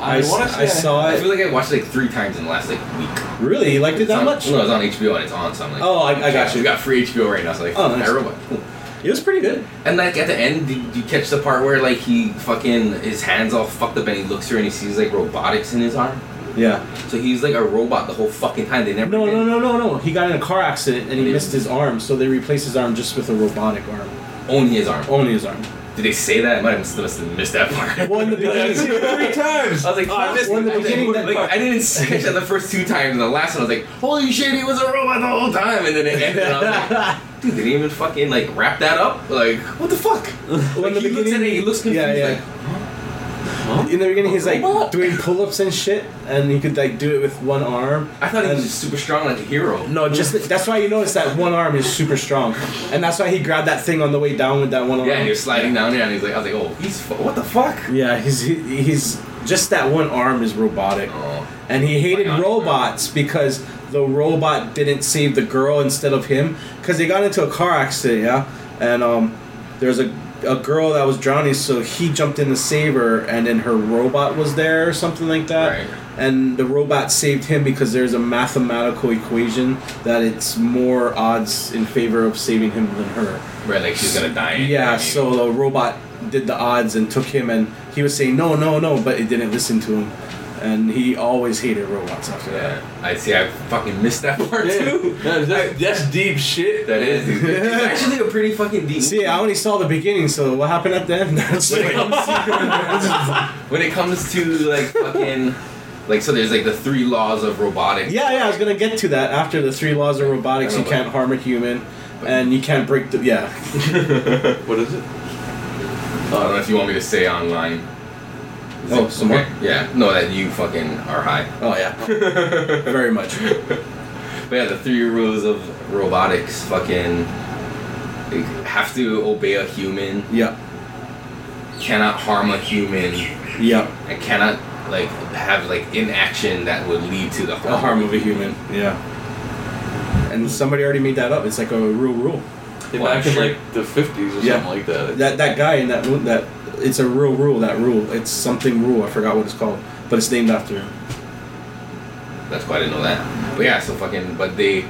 Speaker 5: I, s-
Speaker 3: wanna
Speaker 5: I saw
Speaker 1: I feel
Speaker 5: it.
Speaker 1: like I watched it like three times in the last like week.
Speaker 5: Really, you liked it
Speaker 1: It's
Speaker 5: that
Speaker 1: on-
Speaker 5: much?
Speaker 1: No, it's on HBO and it's on, so I'm like,
Speaker 5: Oh, I- I got
Speaker 1: yeah,
Speaker 5: you.
Speaker 1: We got free HBO right now, so like,
Speaker 5: Oh, nice.
Speaker 1: iRobot. cool.
Speaker 5: It was pretty good.
Speaker 1: And like at the end, did you catch the part where like he fucking his hands all fucked up and he looks through and he sees like robotics in his arm?
Speaker 5: Yeah.
Speaker 1: So he's like a robot the whole fucking time. They never
Speaker 5: No,
Speaker 1: did.
Speaker 5: no, no, no, no. He got in a car accident and he
Speaker 1: Yeah.
Speaker 5: missed his arm, so they replaced his arm just with a robotic arm.
Speaker 1: Only his arm.
Speaker 5: Only his arm.
Speaker 1: Did they say that? I might have missed, must have missed that part.
Speaker 5: Well, in the beginning,
Speaker 3: three times.
Speaker 1: I was like, oh, I missed
Speaker 5: Well, in the
Speaker 1: it. I was like,
Speaker 5: beginning, that
Speaker 1: like,
Speaker 5: part-
Speaker 1: I didn't catch that the first two times, and the last one I was like, holy shit, he was a robot the whole time, and then it ended. And I was like, dude, they didn't even fucking like wrap that up. Like, what the fuck?
Speaker 5: Well, in
Speaker 1: Like, he
Speaker 5: the
Speaker 1: looks at it,
Speaker 5: beginning-
Speaker 1: he looks confused.
Speaker 5: Yeah, yeah.
Speaker 1: Like,
Speaker 5: in the beginning, he's like
Speaker 1: Robot?
Speaker 5: doing pull-ups and shit, and he could like do it with one arm. Mm.
Speaker 1: I thought he
Speaker 5: and-
Speaker 1: was just super strong, like a hero.
Speaker 5: No, just that's why you notice that one arm is super strong, and that's why he grabbed that thing on the way down with that one arm.
Speaker 1: Yeah, and he was sliding down there, and he's like, I was like, oh, he's fu- what the fuck?
Speaker 5: Yeah, he's he, he's just that one arm is robotic,
Speaker 1: Oh,
Speaker 5: and he hated
Speaker 1: God.
Speaker 5: robots because the robot didn't save the girl instead of him because they got into a car accident. Yeah, and um, there's a a girl that was drowning, so he jumped in to save her, and then her robot was there or something like that.
Speaker 1: Right.
Speaker 5: And the robot saved him because there's a mathematical equation that it's more odds in favor of saving him than her.
Speaker 1: right, like she's gonna die.
Speaker 5: Yeah,
Speaker 1: I mean,
Speaker 5: so the robot did the odds and took him, and he was saying no, no, no, but it didn't listen to him, and he always hated robots after that.
Speaker 1: Yeah, I see. I fucking missed that part too.
Speaker 3: That- that- that's deep shit.
Speaker 1: That is dude. It's actually a pretty fucking deep.
Speaker 5: See, I only saw the beginning, so what happened at the end? That's
Speaker 1: when it
Speaker 5: like,
Speaker 1: comes to when it comes to like fucking like so there's like the three laws of robotics.
Speaker 5: yeah, yeah, I was gonna get to that after the three laws of robotics:
Speaker 1: I
Speaker 5: you
Speaker 1: know, but-
Speaker 5: can't harm a human, and you can't break the yeah.
Speaker 3: What is it?
Speaker 1: I Oh, don't know if you want me to say online. Is
Speaker 5: Oh,
Speaker 1: it-
Speaker 5: some more?
Speaker 1: Yeah, no, that you fucking are high.
Speaker 5: Oh yeah, very much.
Speaker 1: But yeah, the three rules of robotics fucking like, have to obey a human,
Speaker 5: Yeah,
Speaker 1: cannot harm a human,
Speaker 5: yeah,
Speaker 1: and cannot like have like inaction that would lead to the
Speaker 5: the
Speaker 1: harm.
Speaker 5: harm of a human. Yeah. And somebody already made that up. It's like a real rule.
Speaker 3: They
Speaker 1: Well,
Speaker 3: back
Speaker 1: I'm sure-
Speaker 3: in like the fifties or
Speaker 5: Yeah.
Speaker 3: something like that.
Speaker 5: That that guy in that mo- that it's a real rule. That rule. It's something rule. I forgot what it's called, but it's named after him.
Speaker 1: That's why I didn't know that. But yeah, so fucking. But they,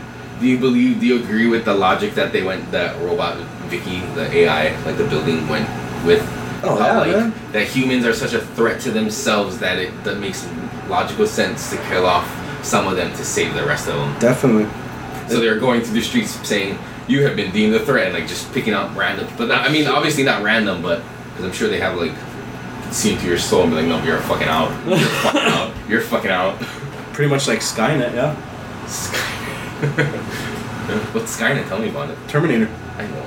Speaker 1: do you believe? Do you agree with the logic that they went that robot Vicky, the AI, like the building went with?
Speaker 5: Oh,
Speaker 1: How,
Speaker 5: yeah,
Speaker 1: like,
Speaker 5: man.
Speaker 1: That humans are such a threat to themselves that it that makes logical sense to kill off some of them to save the rest of them.
Speaker 5: Definitely.
Speaker 1: So they're going through the streets saying, "You have been deemed a threat," and like just picking out random. But not, I mean, obviously not random, but because I'm sure they have like seen to your soul and be like, "No, you're fucking out. You're fucking out. You're fucking out."
Speaker 5: Pretty much like Skynet. Yeah.
Speaker 1: Skynet. What's Skynet? Tell me about it.
Speaker 5: Terminator.
Speaker 1: I know.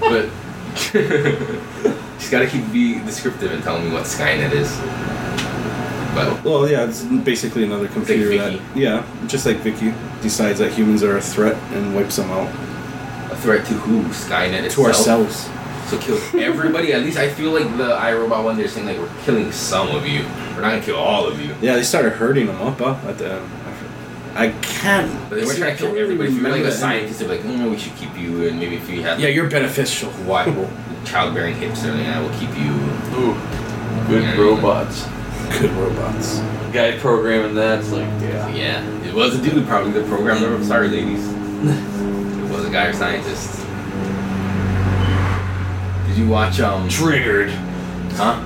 Speaker 1: but just gotta keep be descriptive and tell me what Skynet is. But
Speaker 5: Well, yeah, it's basically another computer
Speaker 1: Vicky.
Speaker 5: that yeah, just like Vicky decides that humans are a threat and wipes them out
Speaker 1: a threat to who? Skynet
Speaker 5: to
Speaker 1: itself.
Speaker 5: ourselves.
Speaker 1: So kill everybody. At least I feel like the iRobot one. They're saying like we're killing some of you. We're not gonna kill all of you.
Speaker 5: Yeah, they started hurting them up huh, at the end. I can't.
Speaker 1: But they were trying to kill everybody. If you were like a scientist, they're like, mm, we should keep you, and maybe if you have
Speaker 5: Yeah, you're beneficial.
Speaker 1: why childbearing hips, they're like, I will keep you.
Speaker 3: Ooh, good
Speaker 1: Yeah.
Speaker 3: robots.
Speaker 5: Good robots.
Speaker 3: Guy programming that's like,
Speaker 5: Yeah.
Speaker 1: Yeah, it was a dude probably the programmer. I'm sorry, ladies. It was a guy or scientist. Did you watch um?
Speaker 3: triggered.
Speaker 1: Huh?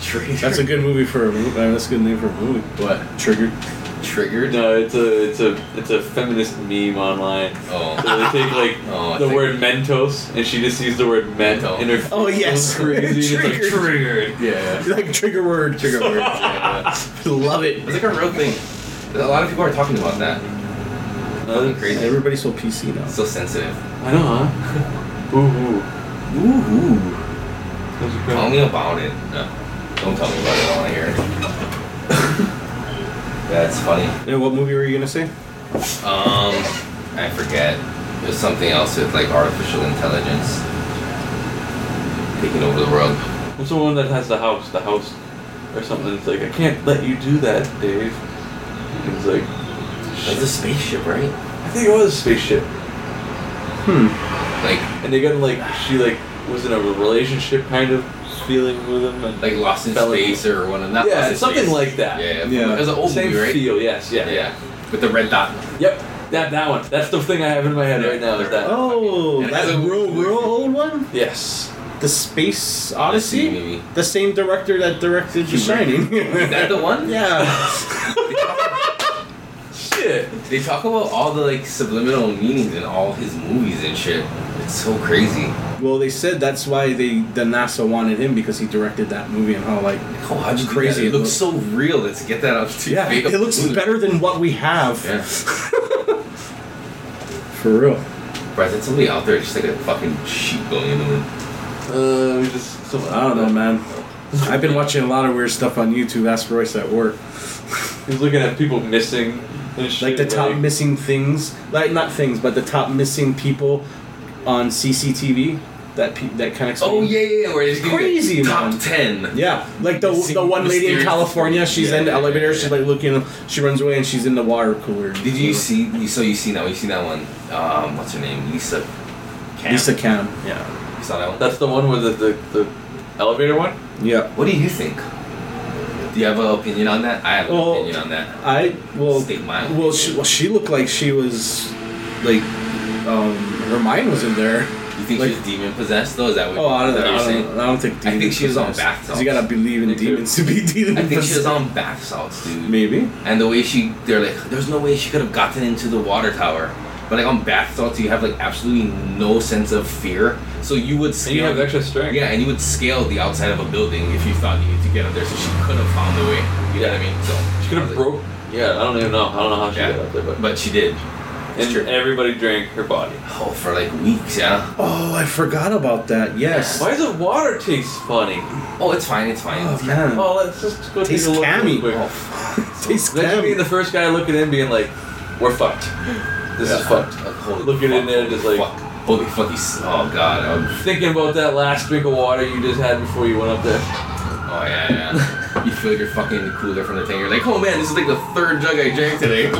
Speaker 1: Trigger.
Speaker 5: uh, That's a good movie for a movie. That's a good name for a movie.
Speaker 1: what?
Speaker 5: Triggered.
Speaker 1: triggered?
Speaker 3: No, it's a it's a it's a feminist meme online.
Speaker 1: Oh.
Speaker 3: So they take like
Speaker 1: Oh, I
Speaker 3: the
Speaker 1: think-
Speaker 3: word Mentos, and she just used the word Ment
Speaker 1: Mentos.
Speaker 3: in her.
Speaker 5: Oh, yes.
Speaker 3: crazy. and it's like, triggered.
Speaker 1: Yeah.
Speaker 5: like trigger word.
Speaker 1: Trigger words. Yeah.
Speaker 5: Love it.
Speaker 1: It's like a real thing. A lot of people are talking about that.
Speaker 3: Uh,
Speaker 1: Crazy.
Speaker 5: Everybody's so PC now.
Speaker 1: It's so sensitive.
Speaker 3: I know, huh? Ooh, ooh.
Speaker 1: Ooh.
Speaker 3: Those are
Speaker 1: Tell
Speaker 3: good.
Speaker 1: me about it. No. Don't tell me about it. I want to hear it. That's funny.
Speaker 5: And what movie were you gonna say?
Speaker 1: Um, I forget. There's something else with like artificial intelligence taking over the world.
Speaker 3: What's the one that has the house? The house or something. It's like I can't let you do that, Dave. And It's like
Speaker 1: That's a spaceship, right?
Speaker 3: I think it was a spaceship.
Speaker 1: Like,
Speaker 3: And they got like she like was in a relationship kind of feeling with him and
Speaker 1: like Lost in
Speaker 3: Fell in-
Speaker 1: Space or one of not
Speaker 3: Yeah,
Speaker 1: Lost in
Speaker 3: something
Speaker 1: Space.
Speaker 3: like that.
Speaker 1: Yeah,
Speaker 5: Yeah.
Speaker 1: It was an old
Speaker 3: same
Speaker 1: movie, right?
Speaker 3: feel, yes, yeah.
Speaker 1: Yeah, with the red dot.
Speaker 3: Yep. That that one. That's the thing I have in my head right now is that
Speaker 5: Oh,
Speaker 1: Yeah,
Speaker 5: that
Speaker 1: that's a-
Speaker 5: real, real old one.
Speaker 3: Yes.
Speaker 5: The Space Odyssey.
Speaker 1: maybe.
Speaker 5: The same director that directed The Shining.
Speaker 1: Is that the one?
Speaker 5: yeah.
Speaker 3: Shit.
Speaker 1: They talk about all the like subliminal meanings in all his movies and shit. It's so crazy.
Speaker 5: Well, they said that's why they the NASA wanted him because he directed that movie and how like
Speaker 1: Oh, how'd you do
Speaker 5: Crazy,
Speaker 1: that? It,
Speaker 5: it
Speaker 1: looks
Speaker 5: looks-
Speaker 1: so real. Let's get that up to
Speaker 5: yeah,
Speaker 1: fake
Speaker 5: it looks
Speaker 1: up.
Speaker 5: better than what we have.
Speaker 1: Yeah.
Speaker 5: For real.
Speaker 1: Bro, is that somebody out there just like a fucking sheep going in the wind?
Speaker 3: Uh we just some,
Speaker 5: I don't know, man. I've been watching a lot of weird stuff on YouTube. Ask Royce at work.
Speaker 3: He's looking at people missing and shit.
Speaker 5: Like the top
Speaker 3: like,
Speaker 5: missing things, like not things, but the top missing people on CCTV. That pe- that kind of
Speaker 1: Oh yeah, yeah, yeah. Where it's
Speaker 5: Crazy,
Speaker 1: like, top
Speaker 5: man.
Speaker 1: ten.
Speaker 5: Yeah, like the
Speaker 1: Missing
Speaker 5: the one lady in
Speaker 1: mysterious-
Speaker 5: California. She's
Speaker 1: Yeah,
Speaker 5: in the
Speaker 1: yeah,
Speaker 5: elevator.
Speaker 1: yeah,
Speaker 5: She's like looking. She runs away and she's in the water cooler.
Speaker 1: Did you see? You so you see now? You see that one? Um, what's her name? Lisa. Cam.
Speaker 5: Lisa Cam? Yeah.
Speaker 1: You saw that one.
Speaker 3: That's the one with the, the, the elevator one?
Speaker 5: Yeah.
Speaker 1: What do you think? Do you have an opinion on that? I have an
Speaker 5: Well,
Speaker 1: opinion on that.
Speaker 5: I well.
Speaker 1: State my
Speaker 5: Well, she well, she looked like she was, like, um, her mind was in there.
Speaker 1: You think
Speaker 5: like-
Speaker 1: she's demon possessed though? Is that what?
Speaker 5: Oh, I don't,
Speaker 1: is that
Speaker 5: I
Speaker 1: what you're
Speaker 5: don't,
Speaker 1: saying?
Speaker 5: I don't think.
Speaker 1: I think
Speaker 5: demons
Speaker 1: she was on
Speaker 5: possessed.
Speaker 1: bath salts.
Speaker 5: You gotta believe in
Speaker 3: Me too.
Speaker 5: demons to be demon.
Speaker 1: I think she was
Speaker 5: possessed.
Speaker 1: on bath salts, dude.
Speaker 5: Maybe.
Speaker 1: And the way she, they're like, there's no way she could have gotten into the water tower. But like on bath salts, you have like absolutely no sense of fear. So you would
Speaker 3: And you
Speaker 1: scale.
Speaker 3: have extra strength.
Speaker 1: yeah, and you would scale the outside of a building if you thought you needed to get up there. So she could have found the way. You know what I mean? So
Speaker 3: She could have
Speaker 1: like-
Speaker 3: broke yeah, I don't even know. I don't know how she
Speaker 1: Yeah.
Speaker 3: got up there, but
Speaker 1: But she did.
Speaker 3: and
Speaker 1: true.
Speaker 3: everybody drank her body.
Speaker 1: Oh, for like weeks, yeah.
Speaker 5: Oh, I forgot about that. Yes.
Speaker 3: Why does the water taste funny?
Speaker 1: Oh, it's fine. It's fine.
Speaker 5: Oh
Speaker 1: it's fine.
Speaker 5: man.
Speaker 3: Oh, let's just go
Speaker 5: Tastes
Speaker 3: take a look
Speaker 5: cammy.
Speaker 3: real quick.
Speaker 1: Oh, fuck.
Speaker 5: Tastes
Speaker 3: Imagine being the
Speaker 5: good.
Speaker 3: first guy looking in, being like, "We're fucked. This is
Speaker 1: Yeah.
Speaker 3: fucked."
Speaker 1: Like, holy
Speaker 3: Looking
Speaker 1: fuck,
Speaker 3: in there,
Speaker 1: holy
Speaker 3: just like-
Speaker 1: fuck. holy fuck. He's, oh god. I'm,
Speaker 3: Thinking about that last drink of water you just had before you went up there.
Speaker 1: oh yeah, yeah. you feel like you're fucking cooler from the thing. You're like, oh man, this is like the third jug I drank today.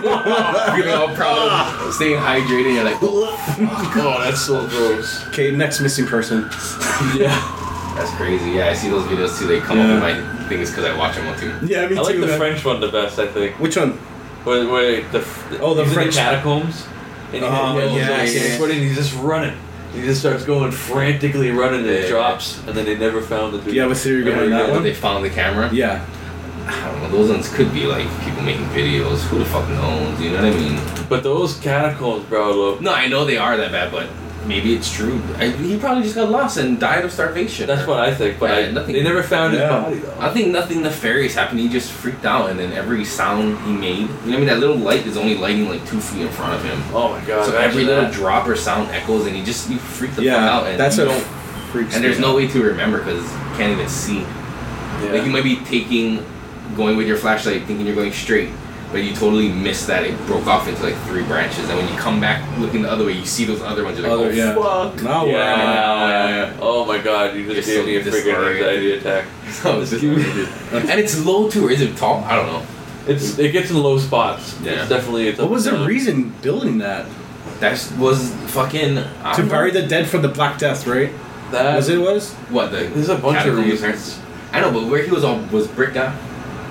Speaker 1: Feeling all proud of staying hydrated. You're like,
Speaker 3: Oh, that's so gross.
Speaker 5: Okay, next missing person.
Speaker 3: yeah,
Speaker 1: that's crazy. Yeah, I see those videos too. They come up
Speaker 5: Yeah.
Speaker 1: in my things because I watch them on too.
Speaker 5: Yeah, me
Speaker 3: I like
Speaker 5: too.
Speaker 3: the
Speaker 5: man.
Speaker 3: French one the best. I think.
Speaker 5: Which one?
Speaker 3: Where, where the f-
Speaker 5: Oh, the
Speaker 3: he's in
Speaker 5: French-
Speaker 3: catacombs. And he
Speaker 5: Oh,
Speaker 3: he goes,
Speaker 5: yeah,
Speaker 3: like,
Speaker 5: yeah, yeah.
Speaker 3: sweating, he's just running. He just starts going frantically running
Speaker 1: Yeah,
Speaker 3: and
Speaker 1: yeah.
Speaker 3: drops, and then they never found the dude.
Speaker 5: Do you have a theory behind that
Speaker 1: When
Speaker 5: one?
Speaker 1: they found the camera.
Speaker 5: Yeah.
Speaker 1: I don't know. Those ones could be like people making videos. Who the fuck knows? You know what I mean?
Speaker 3: but those catacombs, bro, look,
Speaker 1: No, I know they are that bad, but maybe it's true. I, he probably just got lost and died of starvation.
Speaker 3: that's what I think. But
Speaker 1: Yeah,
Speaker 3: I,
Speaker 1: nothing-
Speaker 3: they never found his
Speaker 5: Yeah.
Speaker 3: body though.
Speaker 1: I think nothing nefarious happened. He just freaked out, and then every sound he made, you know what I mean? That little light is only lighting like two feet in front of him.
Speaker 3: Oh my god!
Speaker 1: so
Speaker 3: imagine
Speaker 1: every little
Speaker 3: that.
Speaker 1: drop or sound echoes, and he just you freak the fuck out.
Speaker 5: Yeah.
Speaker 1: And
Speaker 5: That's
Speaker 1: you
Speaker 5: a
Speaker 1: don't,
Speaker 5: freaks
Speaker 1: and there's
Speaker 5: me
Speaker 1: no
Speaker 5: out.
Speaker 1: way to remember because can't even see.
Speaker 3: Yeah.
Speaker 1: Like you might be taking, going with your flashlight, thinking you're going straight, but you totally missed that. It broke off into like three branches, and when you come back looking the other way, you see those other ones. You're like,
Speaker 5: Other-
Speaker 1: oh
Speaker 5: yeah.
Speaker 1: fuck.
Speaker 5: Now we're
Speaker 3: Yeah. Oh my god, you just
Speaker 1: You're so
Speaker 3: gave me a freaking
Speaker 1: disoriented. Oh,
Speaker 3: anxiety attack.
Speaker 1: So it's just- and it's low too, or is it tall? I don't know.
Speaker 3: It's it gets in low spots.
Speaker 1: Yeah.
Speaker 3: It's definitely it's
Speaker 5: What
Speaker 3: up
Speaker 5: was
Speaker 3: and
Speaker 5: the
Speaker 3: down.
Speaker 5: reason building that?
Speaker 1: That was fucking. I
Speaker 5: To
Speaker 1: don't
Speaker 5: bury
Speaker 1: know. Uh,
Speaker 5: the dead from the Black Death, right?
Speaker 3: That
Speaker 5: Was it was?
Speaker 1: what the?
Speaker 3: There's a bunch of
Speaker 1: catacombs
Speaker 3: reasons.
Speaker 1: are? I know, but where he was all was bricked up.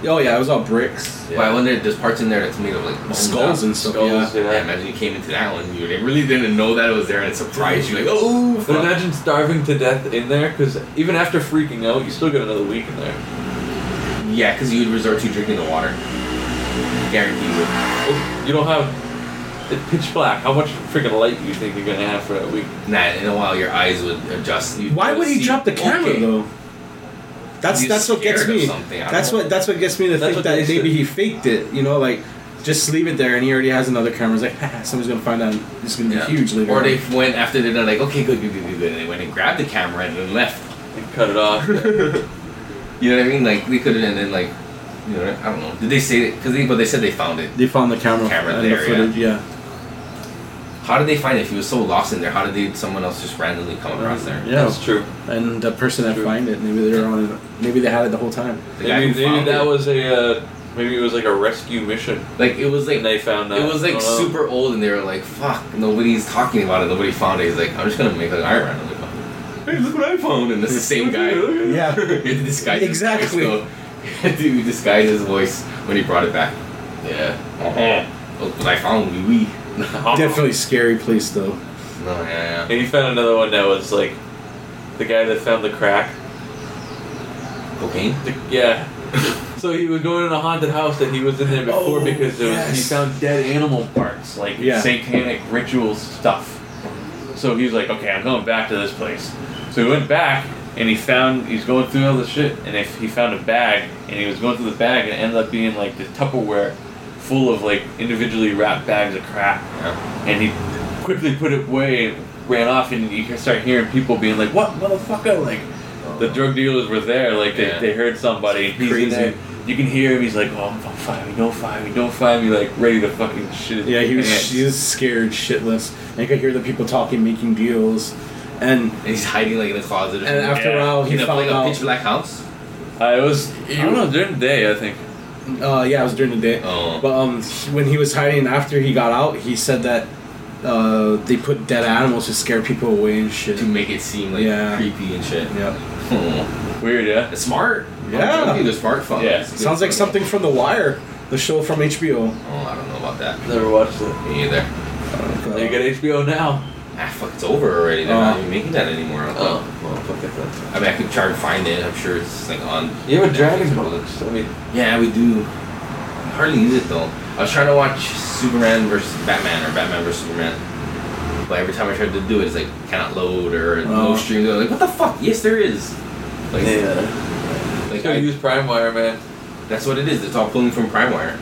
Speaker 5: Oh yeah, it was all bricks,
Speaker 1: But I wonder if there's parts in there that's made of like bone
Speaker 5: skulls
Speaker 1: now.
Speaker 5: and stuff.
Speaker 3: Skulls,
Speaker 5: yeah.
Speaker 3: yeah.
Speaker 1: Yeah, imagine you came into that one, you really didn't know that it was there, and it surprised you like, oh.
Speaker 3: But
Speaker 1: fuck.
Speaker 3: imagine starving to death in there, because even after freaking out, you still get another week in there.
Speaker 1: Yeah, because you would resort to drinking the water. Guarantee you.
Speaker 3: Well, you don't have it's pitch black. How much freaking light do you think you're gonna have for that week?
Speaker 1: Nah, in a while your eyes would adjust. You
Speaker 2: Why would he
Speaker 1: see-
Speaker 2: drop the camera
Speaker 1: okay.
Speaker 2: though? That's
Speaker 1: He's
Speaker 2: that's what gets
Speaker 1: scared of
Speaker 2: me.
Speaker 1: something, I don't
Speaker 2: That's
Speaker 1: know.
Speaker 2: what that's what gets me to
Speaker 3: That's
Speaker 2: think
Speaker 3: what
Speaker 2: that
Speaker 3: they said.
Speaker 2: maybe he faked it. You know, like just leave it there, and he already has another camera. It's like "Ha, somebody's gonna find out. It's gonna
Speaker 1: Yeah.
Speaker 2: be huge later.
Speaker 1: Or
Speaker 2: on."
Speaker 1: they went after dinner like, okay, good, good, good, good, good, and they went and grabbed the camera and then left.
Speaker 3: And cut it off.
Speaker 1: You know what I mean? Like we could have and then like, you know, I don't know. Did they say it? Because they, but they said they found it.
Speaker 2: they found the camera,
Speaker 1: Camera
Speaker 2: and
Speaker 1: there,
Speaker 2: the footage. Yeah.
Speaker 1: How did they find it? If he was so lost in there, how did they? Someone else just randomly come across there.
Speaker 2: Yeah.
Speaker 3: That's true.
Speaker 2: And the person that find it, maybe they were on it. Maybe they had it the whole time.
Speaker 1: The guy
Speaker 3: Maybe,
Speaker 1: who
Speaker 3: maybe
Speaker 1: found
Speaker 3: that
Speaker 1: it.
Speaker 3: was a uh, maybe it was like a rescue mission.
Speaker 1: like it was like uh,
Speaker 3: And they found out.
Speaker 1: It was
Speaker 3: I
Speaker 1: like
Speaker 3: don't know.
Speaker 1: super old, and they were like, "Fuck, nobody's talking about it. Nobody found it." He's like, "I'm just gonna make an iron man." I'm like, Hey, look what I found! And it's the same guy.
Speaker 2: Yeah.
Speaker 1: He disguised his
Speaker 2: Exactly.
Speaker 1: voice, though. He disguised his voice when he brought it back. Yeah. Uh-huh. Look what I found, wee wee. no,
Speaker 2: Definitely scary place though.
Speaker 1: yeah, yeah.
Speaker 3: And he found another one that was like the guy that found the crack.
Speaker 1: Cocaine?
Speaker 3: The, yeah. so he was going in a haunted house that he was in there before
Speaker 2: Oh,
Speaker 3: because there was, he
Speaker 2: yes.
Speaker 3: found dead animal parts, like
Speaker 2: Yeah.
Speaker 3: satanic ritual stuff. So he was like, okay, I'm going back to this place. So he went back and he found he's going through all the shit and if he found a bag and he was going through the bag and it ended up being like the Tupperware full of like individually wrapped bags of crap
Speaker 1: Yeah.
Speaker 3: and he quickly put it away and ran off and you can start hearing people being like what motherfucker like
Speaker 1: Oh.
Speaker 3: the drug dealers were there like they,
Speaker 1: Yeah.
Speaker 3: they heard somebody he's in
Speaker 2: Crazy.
Speaker 3: there you can hear him he's like oh I'm, fine we don't find me don't find me like ready to fucking shit
Speaker 2: Yeah, he
Speaker 3: Yeah.
Speaker 2: was he was scared shitless. And you could hear the people talking, making deals, and
Speaker 1: And he's hiding like in a closet. or
Speaker 2: and
Speaker 1: something.
Speaker 2: after a
Speaker 3: Yeah.
Speaker 2: while he
Speaker 1: in a, like
Speaker 2: found
Speaker 1: a
Speaker 2: out.
Speaker 1: pitch black house.
Speaker 3: I was I don't know during the day I think
Speaker 2: Uh, yeah, it was during the day.
Speaker 1: Oh.
Speaker 2: But um, he- when he was hiding after he got out, he said that uh, they put dead animals to scare people away and shit.
Speaker 1: To make it seem like
Speaker 2: Yeah.
Speaker 1: creepy and shit.
Speaker 2: Yeah.
Speaker 1: Hmm.
Speaker 3: weird yeah
Speaker 1: It's smart.
Speaker 2: Yeah.
Speaker 1: I'm the smart phone.
Speaker 3: Yeah.
Speaker 1: It's good
Speaker 2: Sounds like
Speaker 1: for-
Speaker 2: something from The Wire, the show from
Speaker 1: Oh,
Speaker 2: HBO.
Speaker 1: I don't know about that.
Speaker 3: never watched it
Speaker 1: Me either.
Speaker 3: you got HBO now
Speaker 1: Ah, fuck, it's over already. They're not
Speaker 2: Oh.
Speaker 1: even making that anymore. I, don't know.
Speaker 3: Oh, well fuck it then
Speaker 1: I mean, I could try to find it. I'm sure it's like on.
Speaker 3: you have a
Speaker 1: Netflix
Speaker 3: Dragon
Speaker 1: or
Speaker 3: Ball
Speaker 1: something.
Speaker 3: I mean
Speaker 1: Yeah, we do. Hardly use it though. I was trying to watch Superman versus Batman or Batman versus Superman, but every time I tried to do it, it's like cannot load or
Speaker 2: Oh.
Speaker 1: no stream. They're like, what the fuck? Yes, there is. Like,
Speaker 3: you
Speaker 1: like
Speaker 3: gotta
Speaker 1: I-
Speaker 3: use Primewire man
Speaker 1: that's what it is. It's all pulling from PrimeWire.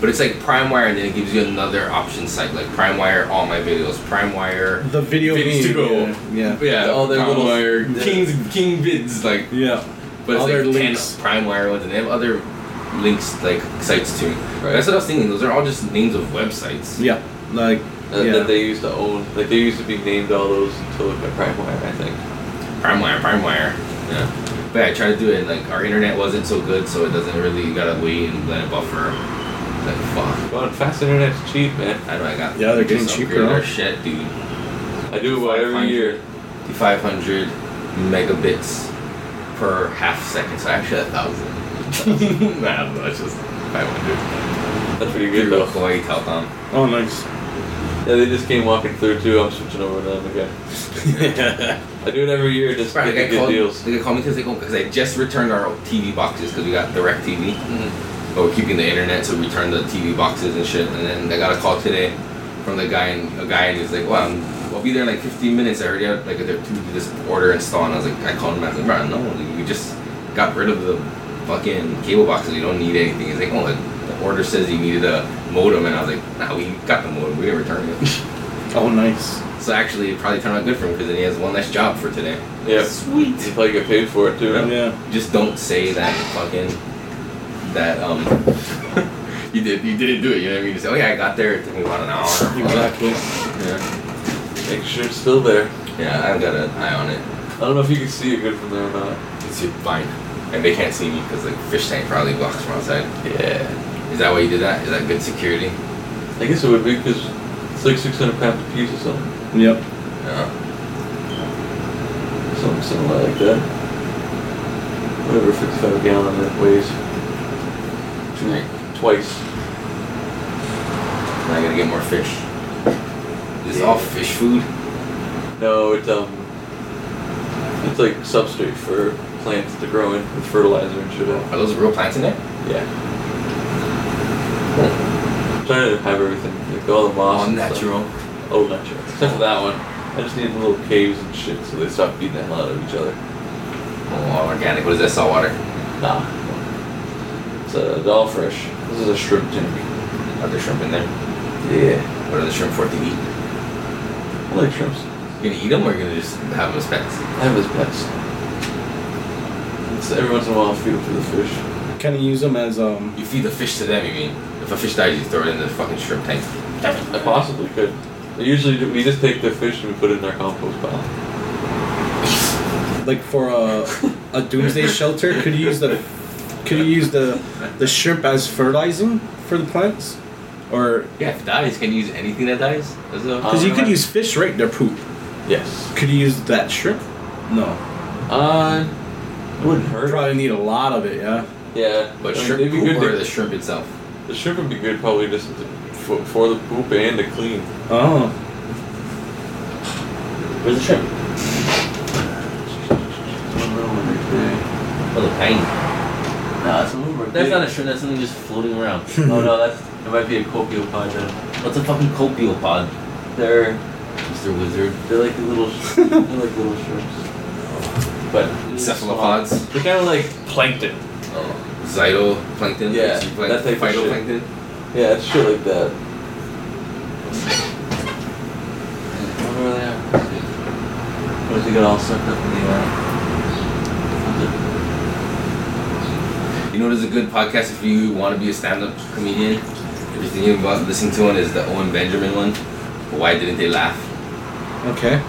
Speaker 1: But it's like PrimeWire, and then it gives you another option site, like PrimeWire, all my videos, PrimeWire.
Speaker 2: The video
Speaker 1: Vince
Speaker 2: game.
Speaker 1: Dugo.
Speaker 2: Yeah.
Speaker 1: Yeah,
Speaker 3: All their little-
Speaker 1: PrimeWire, King's King Vids, like
Speaker 2: Yeah.
Speaker 1: But it's
Speaker 2: Other
Speaker 1: like
Speaker 2: links.
Speaker 1: links. Prime Wire ones, and they have other links like sites too.
Speaker 3: Right.
Speaker 1: That's what I was thinking. Those are all just names of websites.
Speaker 2: Yeah. Like.
Speaker 3: that,
Speaker 2: yeah.
Speaker 3: that they used to own. Like they used to be named all those until it got Primewire, I think.
Speaker 1: Prime Wire, Prime Wire. Yeah. But yeah, I tried to do it, and like our internet wasn't so good, so it doesn't really you gotta wait and let it buffer. Like fuck.
Speaker 3: Come on, fast internet's cheap, man.
Speaker 1: How do I got?
Speaker 2: Yeah, they're
Speaker 1: we just
Speaker 2: getting cheaper,
Speaker 1: upgraded
Speaker 2: huh?
Speaker 1: Our shit, dude.
Speaker 3: I do it about every year.
Speaker 1: 500 megabits per half second. So actually, a thousand. nah, I don't know, it's just 500.
Speaker 3: That's pretty good
Speaker 1: Through
Speaker 3: though.
Speaker 1: Hawaii Telcom.
Speaker 2: Oh, nice.
Speaker 3: Yeah, they just came walking through too. I'm switching over to them again. I do it every year just to
Speaker 1: Right,
Speaker 3: get
Speaker 1: they
Speaker 3: the good
Speaker 1: called,
Speaker 3: deals.
Speaker 1: they called me because they because I just returned our TV boxes because we got direct TV,
Speaker 3: Mm-hmm.
Speaker 1: but we're Oh, keeping the internet, so we returned the TV boxes and shit. And then I got a call today from the guy and a guy and he's like, "Well, I'm, I'll be there in like 15 minutes. I already have like a to this order installed." And I was like, I called him. I was like, "Bro, no, like, we just got rid of the fucking cable boxes. You don't need anything." He's like, "Oh, like, the order says you needed a modem," and I was like, "Nah, we got the modem. We didn't return it."
Speaker 2: Oh, nice.
Speaker 1: so actually, it probably turned out good for him because then he has one less job for today.
Speaker 3: Yeah. Sweet. You probably get paid for it too.
Speaker 1: Yeah.
Speaker 2: Yeah.
Speaker 1: Just don't say that fucking that um you did you didn't do it, you know what I mean? You say, Oh yeah, I got there, it took me about an hour.
Speaker 2: Exactly.
Speaker 1: Yeah.
Speaker 3: Make sure it's still there.
Speaker 1: Yeah, I've got an eye on it.
Speaker 3: I don't know if you can see it good from there or not.
Speaker 1: It's fine. And they can't see me because like fish tank probably blocks from outside.
Speaker 3: Yeah.
Speaker 1: Is that why you did that? Is that good security?
Speaker 3: I guess it would be because it's like 600 pounds a piece or something.
Speaker 2: Yep.
Speaker 1: Yeah.
Speaker 3: Something similar like that. Whatever 55 gallon that weighs. Twice.
Speaker 1: I gotta get more fish. Is this all fish food?
Speaker 3: No, it's um, it's like substrate for plants to grow in with fertilizer and shit.
Speaker 1: Are those real plants in there?
Speaker 3: Yeah. started to have everything, like all the moss.
Speaker 1: All
Speaker 3: and stuff.
Speaker 1: natural.
Speaker 3: Oh, natural. Except for that one. I just needed little caves and shit, so they stopped beating the hell out of each other.
Speaker 1: Oh, all organic. What is that? Saltwater.
Speaker 3: Nah. It's a uh, all fresh. This is a shrimp tank.
Speaker 1: Are there shrimp in there?
Speaker 4: Yeah.
Speaker 1: What are the shrimp for to eat?
Speaker 4: I like shrimps.
Speaker 1: You gonna eat them or you gonna just have them as pets?
Speaker 3: I have his pets. It's every once in a while I feed them to the fish.
Speaker 2: Kind of use them as um.
Speaker 1: You feed the fish to them. You mean? If a fish dies, you throw it in the fucking shrimp tank.
Speaker 3: I possibly could. I usually do- we just take the fish and we put it in our compost pile.
Speaker 2: like for a, a doomsday shelter could you use the could you use the the shrimp as fertilizing for the plants or
Speaker 1: Yeah, if it dies, can you use anything that dies? As a-
Speaker 2: because you could use fish right their poop
Speaker 3: Yes.
Speaker 2: could you use that shrimp no
Speaker 3: Uh, it wouldn't hurt.
Speaker 2: probably need a lot of it yeah
Speaker 3: Yeah.
Speaker 1: But
Speaker 3: I mean,
Speaker 1: shrimp
Speaker 3: they'd be
Speaker 1: poop
Speaker 3: good
Speaker 1: or
Speaker 3: to-
Speaker 1: the shrimp itself?
Speaker 3: The shrimp would be good probably just to, for, for the poop and to clean.
Speaker 2: oh
Speaker 3: Where's the shrimp?
Speaker 7: Oh, the pain. No, it's a mover. That's not a shrimp. That's something just floating around. oh no, that's it. Might be a copeopod. Then. What's a fucking copeopod? They're
Speaker 1: Mr. Wizard.
Speaker 7: they're like the little sh- they're like little shrimps.
Speaker 3: But
Speaker 1: Cephalopods.
Speaker 3: they're kind of like plankton.
Speaker 1: Oh. Phytoplankton.
Speaker 3: Yeah,
Speaker 1: zooplankton,
Speaker 3: that type of shit.
Speaker 1: phytoplankton.
Speaker 3: Yeah, it's shit like that. Remember where they are? What if they get all sucked up in the uh?
Speaker 1: You know, there's a good podcast if you want to be a stand-up comedian. If you're thinking about listening to one, is the Owen Benjamin one. Why didn't they laugh?
Speaker 2: okay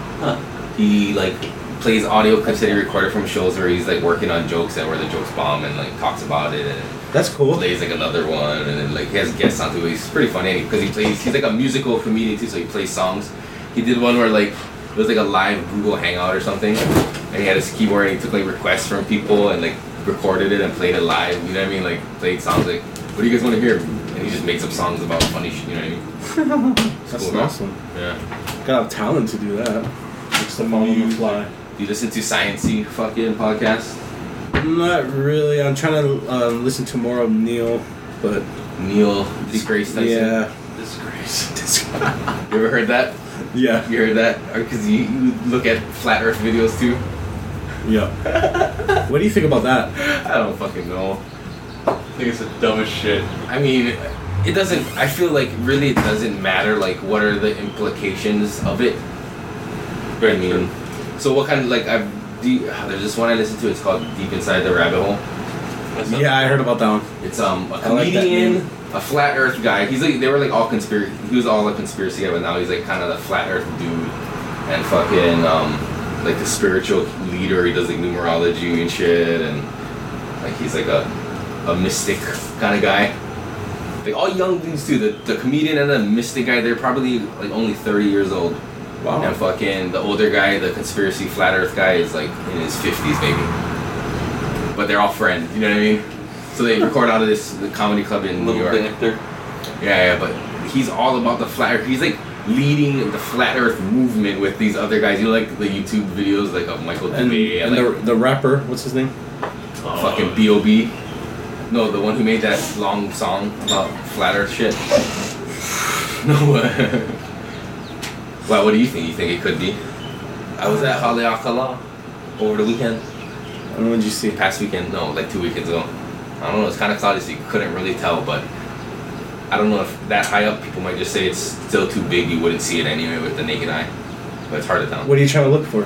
Speaker 1: He like plays audio clips that he recorded from shows where he's like working on jokes and where the jokes bomb and like talks about it and
Speaker 2: that's cool
Speaker 1: plays like another one and then like he has guests on too. He's pretty funny because he plays. He's like a musical comedian too, so he plays songs. He did one where like it was like a live Google Hangout or something, and he had his keyboard and he took like requests from people and like recorded it and played it live. You know what I mean? Like played songs like, what do you guys want to hear? And he just makes up songs about funny shit. You know what I mean? It's
Speaker 2: that's
Speaker 1: cool,
Speaker 2: an
Speaker 1: man.
Speaker 2: awesome
Speaker 1: Yeah.
Speaker 2: gotta have talent to do that Mix them all on the fly
Speaker 1: Do you listen to sciency fucking podcast?
Speaker 2: not really i'm trying to uh, listen to more of neil but
Speaker 1: Neil Disgrace Tyson.
Speaker 2: yeah
Speaker 3: Disgrace.
Speaker 1: You ever heard that?
Speaker 2: yeah
Speaker 1: You heard that? Because you, you look at flat Earth videos too.
Speaker 2: yeah what do you think about that
Speaker 1: I don't fucking know.
Speaker 3: I think it's the dumbest shit.
Speaker 1: I mean, it doesn't. I feel like really it doesn't matter. Like, what are the implications of it? I mean, so what kind of like I've the, there's this one I listen to. It's called Deep Inside the Rabbit Hole.
Speaker 3: That's not-
Speaker 2: yeah i heard about that one
Speaker 1: It's um a
Speaker 2: I like that
Speaker 1: comedian,
Speaker 2: name.
Speaker 1: a flat Earth guy. He's like they were like all conspiracy. He was all a conspiracy guy, but now he's like kind of the flat Earth dude and fucking um like the spiritual leader. He does like numerology and shit, and like he's like a a mystic kind of guy. Like all young dudes too. The the comedian and the mystic guy, they're probably like only thirty years old.
Speaker 2: wow
Speaker 1: And fucking the older guy, the conspiracy flat earth guy, is like in his 50s maybe. But they're all friends, you know what I mean? So they record out of this the comedy club in New
Speaker 3: Little
Speaker 1: York.
Speaker 3: banter.
Speaker 1: Yeah, yeah, but he's all about the flat earth. He's like leading the flat earth movement with these other guys. You know, like the YouTube videos like of Michael
Speaker 2: And,
Speaker 1: Dubé and,
Speaker 2: and
Speaker 1: like
Speaker 2: the, the rapper, what's his name?
Speaker 1: fucking B.O.B. No, the one who made that long song about flat earth shit. no uh, Well, what do you think? You think it could be? I was at Haleakala over the weekend.
Speaker 2: And what did you see?
Speaker 1: Past weekend, no, like two weekends ago. I don't know, it's kind of cloudy, so you couldn't really tell, but I don't know if that high up, people might just say it's still too big, you wouldn't see it anyway with the naked eye. But it's hard to tell.
Speaker 2: What are you trying to look for?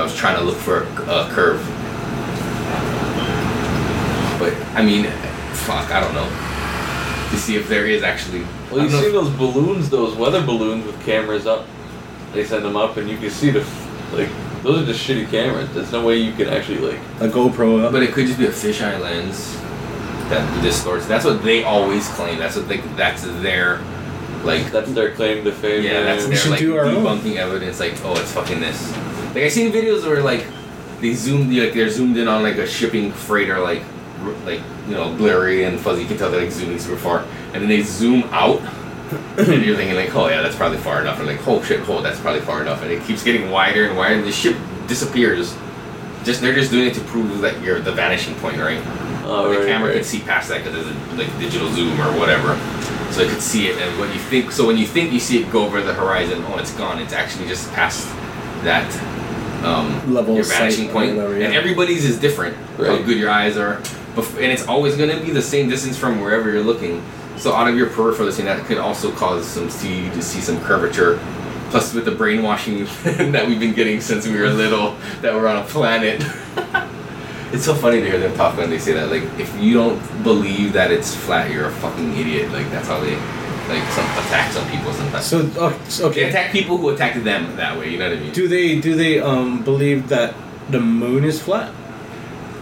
Speaker 1: I was trying to look for a, a curve. But I mean, fuck, I don't know. To see if there is actually.
Speaker 3: Well,
Speaker 1: I
Speaker 3: you
Speaker 1: don't know
Speaker 3: see
Speaker 1: if-
Speaker 3: those balloons, those weather balloons with cameras up. They send them up, and you can see the like. Those are just shitty cameras. There's no way you can actually like.
Speaker 2: A GoPro uh? up?
Speaker 1: But it could just be a fisheye lens that distorts. That's what they always claim. That's what they. That's their, like.
Speaker 3: That's their claim to fame.
Speaker 1: Yeah, that's
Speaker 2: We
Speaker 1: their
Speaker 2: should
Speaker 1: like
Speaker 2: do our own.
Speaker 1: debunking evidence. Like, oh, it's fucking this. Like I seen videos where like they zoomed like they're zoomed in on like a shipping freighter like r- like you know blurry and fuzzy. You can tell they're like zooming super far, and then they zoom out. and you're thinking like, oh yeah, that's probably far enough, and like, oh shit, oh that's probably far enough, and it keeps getting wider and wider, and the ship disappears. Just they're just doing it to prove that you're the vanishing point, right?
Speaker 3: Oh,
Speaker 1: the
Speaker 3: right,
Speaker 1: camera
Speaker 3: right.
Speaker 1: can see past that because there's a, like digital zoom or whatever. so I could see it and what you think. So when you think you see it go over the horizon, oh, it's gone. It's actually just past that um,
Speaker 5: Level
Speaker 1: your
Speaker 5: of sight
Speaker 1: vanishing
Speaker 5: or
Speaker 1: point.
Speaker 5: whatever, yeah.
Speaker 1: And everybody's is different. How
Speaker 8: Right.
Speaker 1: good your eyes are, Bef- and it's always going to be the same distance from wherever you're looking. So out of your peripheral vision, that could also cause some see to see some curvature. Plus, with the brainwashing that we've been getting since we were little, that we're on a planet. It's so funny to hear them talk when they say that. Like, if you don't believe that it's flat, you're a fucking idiot. Like, that's how they, like, some attack some people sometimes.
Speaker 5: So oh, so-
Speaker 1: they
Speaker 5: okay.
Speaker 1: attack people who attacked them that way. You know what I mean?
Speaker 5: Do they do they um believe that the moon is flat?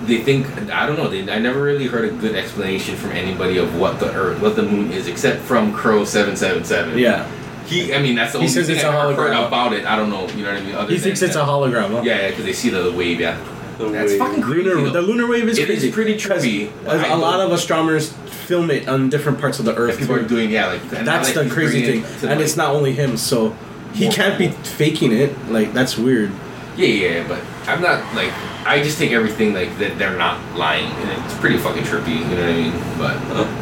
Speaker 1: They think I don't know. They, I never really heard a good explanation from anybody of what the Earth, what the Moon is, except from Crow Seven Seven Seven.
Speaker 5: Yeah.
Speaker 1: He. I mean, that's the
Speaker 5: He
Speaker 1: only
Speaker 5: says
Speaker 1: thing
Speaker 5: it's
Speaker 1: I've
Speaker 5: a
Speaker 1: ever heard
Speaker 5: hologram.
Speaker 1: about it. I don't know. You know what I mean? Other
Speaker 5: He thinks
Speaker 1: than
Speaker 5: it's a
Speaker 1: that-
Speaker 5: hologram. Huh?
Speaker 1: Yeah, yeah, because they see the wave. Yeah,
Speaker 4: The
Speaker 1: that's
Speaker 4: way-
Speaker 1: fucking creepy.
Speaker 5: Lunar, the
Speaker 1: though.
Speaker 5: lunar wave is
Speaker 1: It
Speaker 5: crazy.
Speaker 1: is pretty trippy.
Speaker 5: A- A lot of astronomers film it on different parts of the Earth.
Speaker 1: people are
Speaker 5: too.
Speaker 1: doing yeah, like and
Speaker 5: that's
Speaker 1: like,
Speaker 5: the
Speaker 1: you
Speaker 5: crazy
Speaker 1: bring
Speaker 5: thing,
Speaker 1: it to,
Speaker 5: and
Speaker 1: like-
Speaker 5: it's not only him. So he
Speaker 1: More
Speaker 5: can't be faking it. Like that's weird.
Speaker 1: Yeah, yeah, yeah, but I'm not like I just take everything like that they're not lying, and it's pretty fucking trippy. You know what I mean?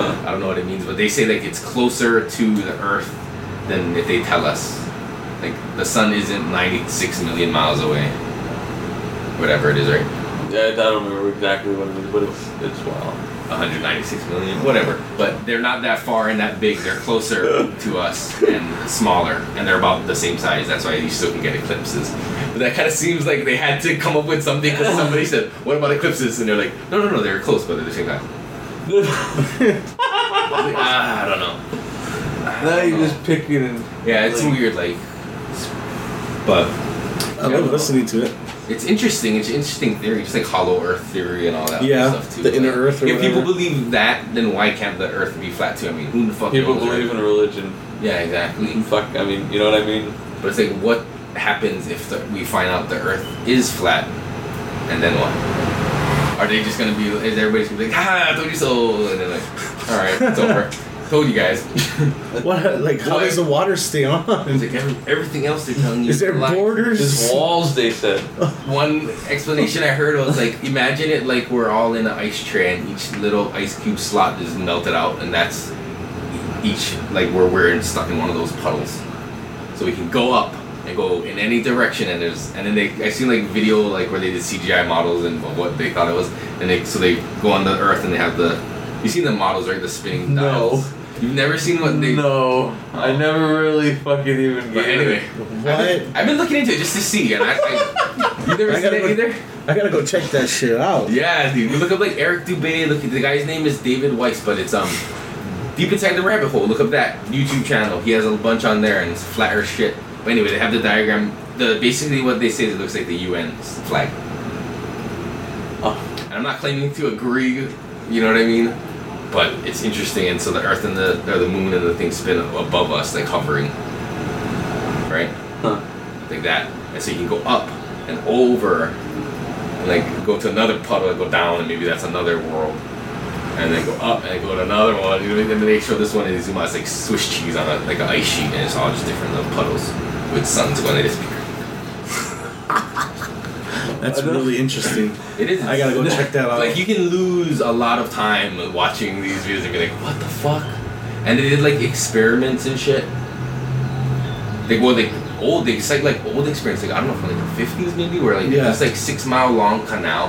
Speaker 1: But I don't know what it means. But they say like it's closer to the Earth than if they tell us. Like the sun isn't 96 million miles away. Whatever it is, right?
Speaker 4: Yeah, I don't remember exactly what it is, but it's it's wild.
Speaker 1: 196 million, whatever. But they're not that far and that big. They're closer to us and smaller, and they're about the same size. That's why you still can get eclipses. But that kind of seems like they had to come up with something because somebody said, "What about eclipses?" And they're like, "No, no, no. They're close, but they're the same size." I, was like, "Ah, I don't know.
Speaker 4: Now you're just picking and
Speaker 1: Yeah, it's
Speaker 4: Like-
Speaker 1: weird. Like, but
Speaker 5: I love listening to it.
Speaker 1: It's interesting. It's an interesting theory, just like hollow Earth theory and all that
Speaker 5: Yeah,
Speaker 1: stuff too.
Speaker 5: the inner Earth or
Speaker 1: if people
Speaker 5: whatever.
Speaker 1: believe that, then why can't the Earth be flat too? I mean, who the fuck
Speaker 4: people
Speaker 1: knows, right?
Speaker 4: believe in religion.
Speaker 1: Yeah, exactly.
Speaker 4: Fuck, I mean, you know what I mean?
Speaker 1: But it's like, what happens if the, we find out the Earth is flat, and then what? Are they just gonna be? Is everybody just gonna be like, ah, I told you so? And they're like, all right, it's over. Told you guys.
Speaker 5: What like how
Speaker 1: Why-
Speaker 5: does the water stay
Speaker 1: It's
Speaker 5: on?
Speaker 1: like every, everything else they're telling you.
Speaker 5: Is there
Speaker 1: lies.
Speaker 5: borders?
Speaker 4: Just walls, they said.
Speaker 1: One explanation I heard was like, imagine it like we're all in an ice tray and each little ice cube slot is melted out, and that's each like where we're stuck in one of those puddles. So we can go up and go in any direction, and there's and then they I seen like video like where they did CGI models and of what they thought it was, and they so they go on the Earth and they have the you seen the models right the spinning
Speaker 4: No.
Speaker 1: dials. You've never seen what they
Speaker 4: No, I never really fucking even get
Speaker 1: But anyway, I've
Speaker 5: What?
Speaker 1: been, I've been looking into it just to see, and I, I you never
Speaker 5: I
Speaker 1: seen
Speaker 5: gotta
Speaker 1: it
Speaker 5: look-
Speaker 1: either.
Speaker 5: I gotta go check that shit out.
Speaker 1: Yeah, dude. You look up like Eric Dubé. Look, the guy's name is David Weiss, but it's um deep inside the rabbit hole. Look up that YouTube channel. He has a bunch on there, and it's flat Earth shit. But anyway, they have the diagram. The basically what they say is it looks like the UN's flag.
Speaker 4: Oh.
Speaker 1: And I'm not claiming to agree. You know what I mean? But it's interesting, and so the Earth and the or the Moon and the thing spin above us, like hovering, right?
Speaker 4: Huh.
Speaker 1: Like that, and so you can go up and over and like go to another puddle and go down and maybe that's another world and then go up and go to another one you know, and then they show this one and they zoom out it's like Swiss cheese on a, like an ice sheet and it's all just different little puddles with suns going at its peak
Speaker 5: That's really interesting.
Speaker 1: it is
Speaker 5: I gotta go check that out.
Speaker 1: like you can lose a lot of time watching these videos and be like what the fuck and they did like experiments and shit they well they old they it's like like old experiments like I don't know from like the 50s maybe where like
Speaker 5: Yeah.
Speaker 1: it's like six mile long canal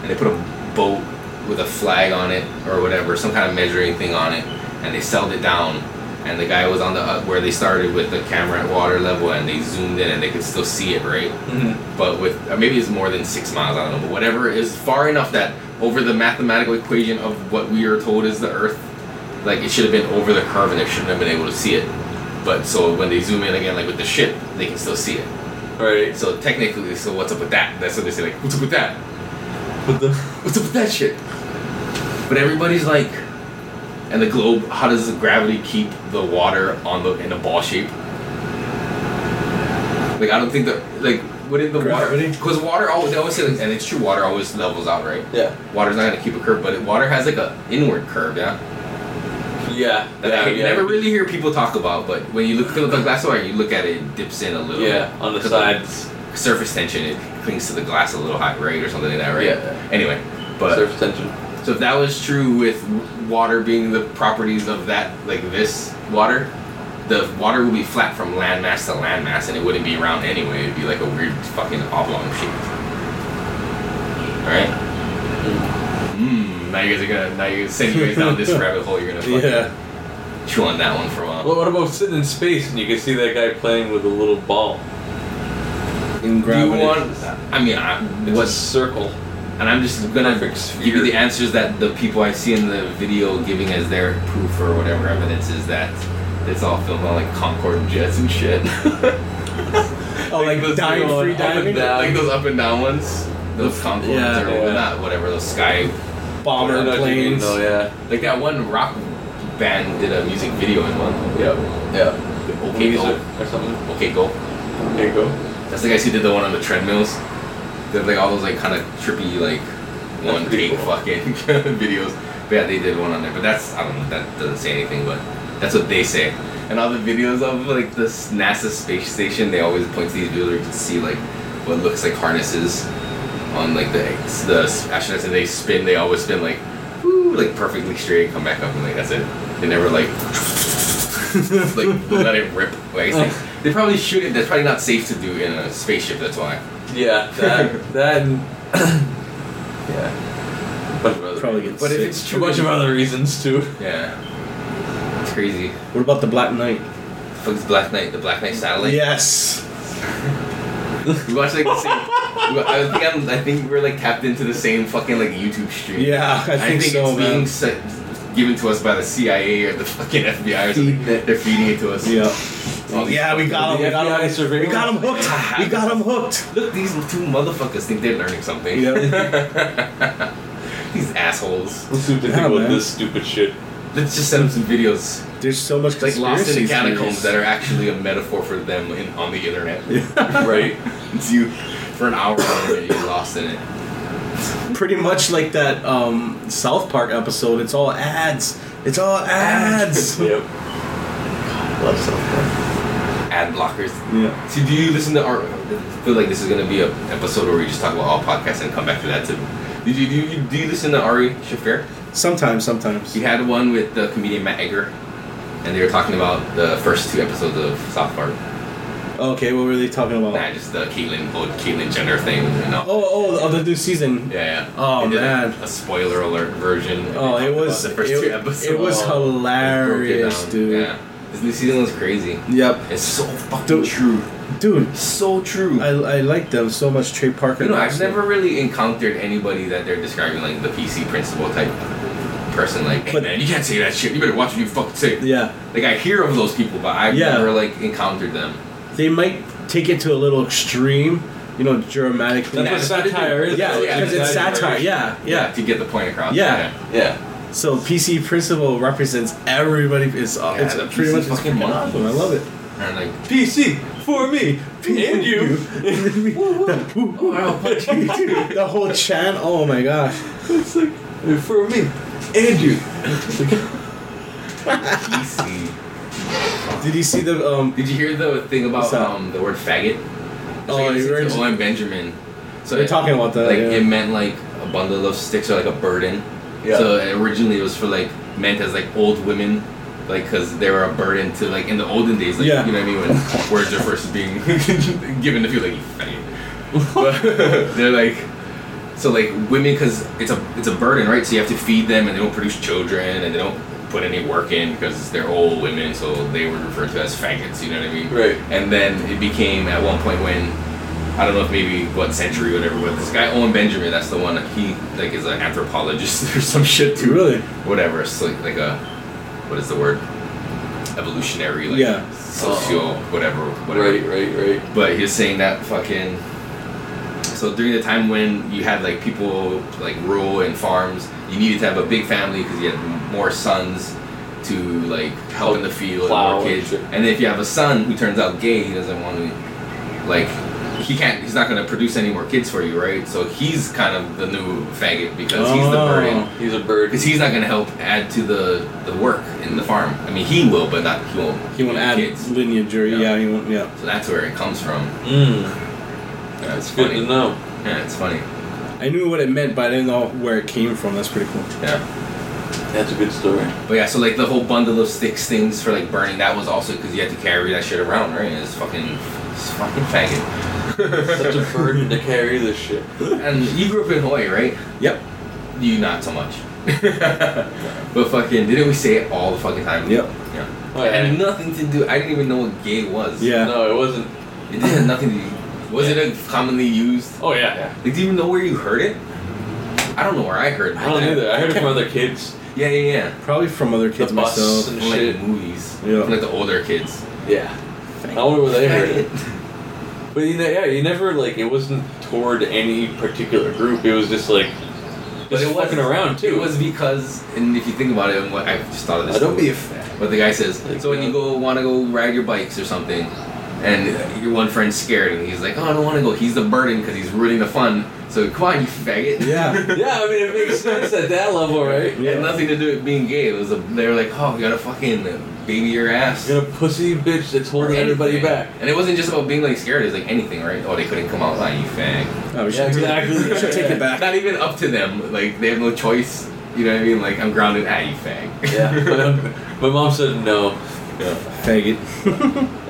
Speaker 1: and they put a boat with a flag on it or whatever, some kind of measuring thing on it, and they sailed it down. And the guy was on the uh, where they started with the camera at water level, and they zoomed in, and they could still see it, right? But with or maybe it's more than six miles, I don't know, but whatever is far enough that over the mathematical equation of what we are told is the Earth, like it should have been over the curve, and they shouldn't have been able to see it. But so when they zoom in again, like with the ship, they can still see it.
Speaker 4: Right.
Speaker 1: So technically, so what's up with that? That's what they say. Like, what's up with that?
Speaker 4: What the?
Speaker 1: What's up with that shit? But everybody's like, and the globe. How does the gravity keep the water on the in a ball shape? Like I don't think the like wouldn't the water
Speaker 5: Gravity?
Speaker 1: because water always they always say like, and it's true water always levels out right.
Speaker 4: Yeah.
Speaker 1: Water's not gonna keep a curve, but it, water has like a inward curve, yeah.
Speaker 4: Yeah.
Speaker 1: That
Speaker 4: Yeah.
Speaker 1: I
Speaker 4: yeah.
Speaker 1: never really hear people talk about, but when you look through the glass of water, you look at it, it dips in a little.
Speaker 4: Yeah, on the
Speaker 1: Because
Speaker 4: sides.
Speaker 1: surface tension, it clings to the glass a little high, right, or something like that, right?
Speaker 4: Yeah.
Speaker 1: Anyway, but
Speaker 4: Surface tension.
Speaker 1: So if that was true with water being the properties of that, like this water, the water would be flat from landmass to landmass, and it wouldn't be round anyway. It'd be like a weird fucking oblong shape. All right. Mm. Now you guys are gonna. Now you send you guys down this rabbit hole. You're gonna fucking
Speaker 5: Yeah.
Speaker 1: chew on that one for a while.
Speaker 7: Well, what about sitting in space and you can see that guy playing with a little ball?
Speaker 1: Do
Speaker 5: In
Speaker 1: you
Speaker 5: gravity.
Speaker 1: want? I mean, I,
Speaker 7: It's a
Speaker 1: what's
Speaker 7: circle.
Speaker 1: and I'm just gonna
Speaker 7: Perfect
Speaker 1: give you
Speaker 7: sphere.
Speaker 1: the answers that the people I see in the video giving as their proof or whatever evidence is that it's all filmed on like Concorde jets and shit.
Speaker 5: oh, like
Speaker 1: those
Speaker 5: dying
Speaker 1: little
Speaker 5: free
Speaker 1: up and
Speaker 5: diving
Speaker 1: down- like those up and down ones. Those Concordes
Speaker 5: yeah,
Speaker 1: or
Speaker 7: yeah.
Speaker 1: not whatever, those sky
Speaker 5: bomber
Speaker 7: I know what you mean,
Speaker 5: planes.
Speaker 3: uh,
Speaker 7: though, yeah.
Speaker 1: like that one rock band did a music video in one.
Speaker 7: Yeah.
Speaker 4: Yeah.
Speaker 1: Okay
Speaker 7: Wings
Speaker 1: go.
Speaker 7: or, or something.
Speaker 1: Okay go.
Speaker 7: There you go.
Speaker 1: That's the guys who did the one on the treadmills. They're like all those like kind of trippy like one
Speaker 7: pretty
Speaker 1: take
Speaker 7: cool.
Speaker 1: fucking videos. But yeah, they did one on there. But that's I don't know. That doesn't say anything. But that's what they say. And all the videos of like this NASA space station, they always point to these videos where you can see like what looks like harnesses on like the ex- the astronauts and they spin. They always spin like woo, like perfectly straight and come back up and like that's it. They never like like let it rip. Like, I say, they probably shouldn't. That's probably not safe to do in a spaceship. That's why.
Speaker 7: Yeah. That. that and yeah. A bunch of other
Speaker 5: Probably gets
Speaker 1: But if
Speaker 5: sick.
Speaker 1: it's
Speaker 7: a
Speaker 1: true,
Speaker 7: bunch of other reasons too.
Speaker 1: yeah, it's crazy.
Speaker 5: What about the Black Knight?
Speaker 1: The fuck's Black Knight? The Black Knight satellite.
Speaker 5: yes.
Speaker 1: We watched like the same. we- I think I'm, I think we're like tapped into the same fucking like YouTube stream.
Speaker 5: Yeah, I think, so,
Speaker 1: it's being
Speaker 5: man.
Speaker 1: se- given to us by the CIA or the fucking FBI or something.
Speaker 4: Feeding it.
Speaker 1: They're feeding it to us.
Speaker 5: Yeah.
Speaker 1: All these
Speaker 5: Yeah, we got him. We got him. We got him hooked. We got him hooked.
Speaker 1: Look, these two motherfuckers think they're learning something. these assholes.
Speaker 7: Let's see what they
Speaker 5: Yeah,
Speaker 7: think about
Speaker 5: man.
Speaker 7: this stupid shit.
Speaker 1: Let's just send them some videos.
Speaker 5: There's so much
Speaker 1: It's like lost in the
Speaker 5: conspiracy
Speaker 1: catacombs
Speaker 5: theories.
Speaker 1: that are actually a metaphor for them in, on the internet.
Speaker 7: right.
Speaker 1: It's you for an hour on it, you're lost in it.
Speaker 5: pretty much like that um, South Park episode. It's all ads. It's all ads.
Speaker 7: Yep.
Speaker 4: Love something.
Speaker 1: Ad blockers.
Speaker 5: yeah.
Speaker 1: See, do you listen to art? I feel like this is gonna be a episode where we just talk about all podcasts and come back to that too. Did you do you do you listen to Ari Shaffir?
Speaker 5: Sometimes, sometimes.
Speaker 1: He had one with the comedian Matt Egger, and they were talking about the first two episodes of South Park.
Speaker 5: Okay, what were they talking about?
Speaker 1: Nah, just the Caitlyn whole Caitlyn Jenner thing. And all.
Speaker 5: Oh, oh, of the new season.
Speaker 1: Yeah, yeah.
Speaker 5: Oh,
Speaker 1: They did a-
Speaker 5: man.
Speaker 1: A, spoiler alert version. and they
Speaker 5: Oh,
Speaker 1: talked
Speaker 5: it
Speaker 1: about
Speaker 5: was
Speaker 1: the first
Speaker 5: it,
Speaker 1: two episodes.
Speaker 5: it was
Speaker 1: Oh. Broke it
Speaker 5: hilarious,
Speaker 1: down.
Speaker 5: dude.
Speaker 1: Yeah. This new season was crazy.
Speaker 5: Yep,
Speaker 1: It's so fucking
Speaker 5: Dude.
Speaker 1: true.
Speaker 5: dude.
Speaker 1: So true.
Speaker 5: I, I like them so much. Trey Parker.
Speaker 1: you know, I've
Speaker 5: Knoxville.
Speaker 1: never really encountered anybody that they're describing like the PC principal type person. Like, hey
Speaker 5: But-
Speaker 1: man, you can't say that shit. You better watch what you fucking say.
Speaker 5: Yeah,
Speaker 1: Like, I hear of those people, but I've
Speaker 5: Yeah.
Speaker 1: never like encountered them.
Speaker 5: they might take it to a little extreme. You know, dramatically.
Speaker 7: That's what satire is.
Speaker 5: yeah,
Speaker 1: that's what
Speaker 5: because it's satire. Yeah, yeah.
Speaker 1: To get the point across.
Speaker 5: Yeah.
Speaker 4: Yeah.
Speaker 5: So PC Principle represents everybody. It's uh,
Speaker 1: Yeah,
Speaker 5: it's
Speaker 1: the
Speaker 5: pretty
Speaker 1: PC
Speaker 5: much
Speaker 1: fucking
Speaker 5: fucking
Speaker 1: models.
Speaker 5: awesome. I love it.
Speaker 1: And like,
Speaker 5: PC for me
Speaker 7: And you.
Speaker 5: the
Speaker 1: "Oh, wow, punch you too.
Speaker 5: whole chant. Oh my gosh.
Speaker 7: It's like for me and you.
Speaker 1: PC.
Speaker 5: Did you see the um?
Speaker 1: Did you hear the thing about
Speaker 5: What's that?
Speaker 1: um, the word faggot?
Speaker 5: Oh,
Speaker 1: like,
Speaker 5: you were
Speaker 1: it's
Speaker 5: just-
Speaker 1: Owen Benjamin. So
Speaker 5: We're
Speaker 1: it-
Speaker 5: talking about that.
Speaker 1: like
Speaker 5: yeah.
Speaker 1: it meant like a bundle of sticks or like a burden.
Speaker 7: Yeah.
Speaker 1: So originally it was for like meant as like old women, like because they were a burden to like in the olden days, like
Speaker 5: Yeah.
Speaker 1: you know what I mean when words are first being given to people like you faggot. But they're like so like women because it's a it's a burden right so you have to feed them and they don't produce children and they don't put any work in because they're old women so they were referred to as faggots you know what I mean
Speaker 4: Right.
Speaker 1: and then it became at one point when I don't know if maybe what century or whatever but this guy Owen Benjamin that's the one he like is an anthropologist or some shit too
Speaker 5: Really?
Speaker 1: whatever it's like, like a what is the word evolutionary like
Speaker 5: Yeah.
Speaker 1: socio whatever whatever
Speaker 4: Right, right, right.
Speaker 1: but he was saying that fucking. So during the time when you had like people like rural and farms, you needed to have a big family because you had more sons to like help in the field
Speaker 7: Plow
Speaker 1: and
Speaker 7: and
Speaker 1: more kids.
Speaker 7: shit.
Speaker 1: And if you have a son who turns out gay, he doesn't want to like he can't. He's not going to produce any more kids for you, right? So he's kind of the new faggot because he's the
Speaker 5: Oh.
Speaker 1: burden.
Speaker 7: He's a bird.
Speaker 1: Because he's not going to help add to the the work in the farm. I mean, he will, but not he won't.
Speaker 5: He won't
Speaker 1: have
Speaker 5: add
Speaker 1: kids.
Speaker 5: lineage or yeah.
Speaker 1: Yeah.
Speaker 5: He won't. Yeah.
Speaker 4: Hmm.
Speaker 1: So that's where it comes from.
Speaker 7: Mm,
Speaker 1: That's
Speaker 7: good to know.
Speaker 1: Yeah, it's funny.
Speaker 5: I knew what it meant, but I didn't know where it came from. That's pretty cool.
Speaker 1: Yeah.
Speaker 4: That's a good story.
Speaker 1: But yeah, so like the whole bundle of sticks things for like burning, that was also because you had to carry that shit around, right? It's fucking, it's fucking faggot.
Speaker 4: Such a burden to carry this shit.
Speaker 1: And you grew up in Hawaii, right?
Speaker 5: Yep.
Speaker 1: You not so much. but fucking, didn't we say it all the fucking time?
Speaker 5: Yep.
Speaker 1: Yeah.
Speaker 4: Oh,
Speaker 1: It had
Speaker 4: yeah.
Speaker 1: nothing to do. I didn't even know what gay was.
Speaker 5: Yeah.
Speaker 4: No, it wasn't.
Speaker 1: It didn't have nothing to do. Was it a commonly used?
Speaker 4: Oh yeah, yeah.
Speaker 1: Like, do you even know where you heard it? I don't know where I heard. it.
Speaker 4: I don't either. I heard it from other kids.
Speaker 1: Yeah, yeah, yeah.
Speaker 5: Probably from other kids
Speaker 4: the bus
Speaker 5: myself.
Speaker 4: and
Speaker 1: From, like
Speaker 4: shit.
Speaker 1: movies.
Speaker 5: Yeah.
Speaker 1: From, like the older kids.
Speaker 4: Yeah. I wonder where they heard it. But you know, yeah, you never like it wasn't toward any particular group. It was just like
Speaker 1: But
Speaker 4: just
Speaker 1: it was-
Speaker 4: fucking around too.
Speaker 1: It was because, and if you think about it, and what I just thought of this.
Speaker 4: I don't
Speaker 1: too.
Speaker 4: be a fan.
Speaker 1: But the guy says,
Speaker 4: Like,
Speaker 1: so when you
Speaker 4: uh,
Speaker 1: go want to go ride your bikes or something, and your one friend's scared, and he's like, oh, I don't want to go. He's the burden because he's ruining the fun. So come on, you faggot.
Speaker 5: Yeah.
Speaker 4: Yeah, I mean it makes sense at that level, right?
Speaker 1: It had
Speaker 5: yeah.
Speaker 1: nothing to do with being gay. It was a, they were like, oh, we gotta fucking baby your ass.
Speaker 4: You're a pussy bitch that's holding everybody
Speaker 1: Anything.
Speaker 4: back.
Speaker 1: And it wasn't just about being like scared. It was like anything, right? Oh, they couldn't come outside, you fag.
Speaker 5: Oh, we should,
Speaker 4: exactly.
Speaker 5: we should take it back.
Speaker 1: Not even up to them. Like they have no choice. You know what I mean? Like I'm grounded. Ah, you fag.
Speaker 4: Yeah, but my mom said no.
Speaker 5: Faggot.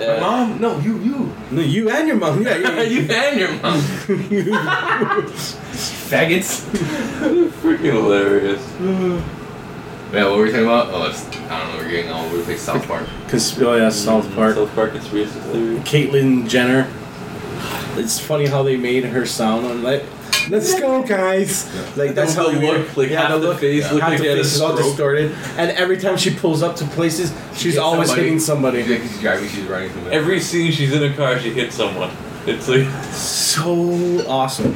Speaker 4: Yeah.
Speaker 1: Mom, no, you, you,
Speaker 5: No, you and your mom. Yeah, yeah,
Speaker 1: you and your mom,
Speaker 5: yeah.
Speaker 1: faggots.
Speaker 4: Freaking hilarious.
Speaker 1: Yeah, what were we talking about? Oh, it's, I don't know. We're getting all over the place. South Park.
Speaker 5: Because, oh yeah, South Park.
Speaker 4: South Park conspiracy theory.
Speaker 5: Caitlyn Jenner. It's funny how they made her sound on like, let's go, guys. Like that's
Speaker 4: The
Speaker 5: how they
Speaker 4: look, like half the face
Speaker 5: half
Speaker 4: looked like
Speaker 5: the
Speaker 4: they had a
Speaker 5: face is all
Speaker 4: stroke.
Speaker 5: distorted, and every time she pulls up to places, she's
Speaker 1: hits
Speaker 5: always
Speaker 1: somebody.
Speaker 5: hitting somebody.
Speaker 1: Yeah, 'cause she's driving. She's running through. the-
Speaker 3: Every scene she's in a car, she hits someone. It's like
Speaker 5: So awesome.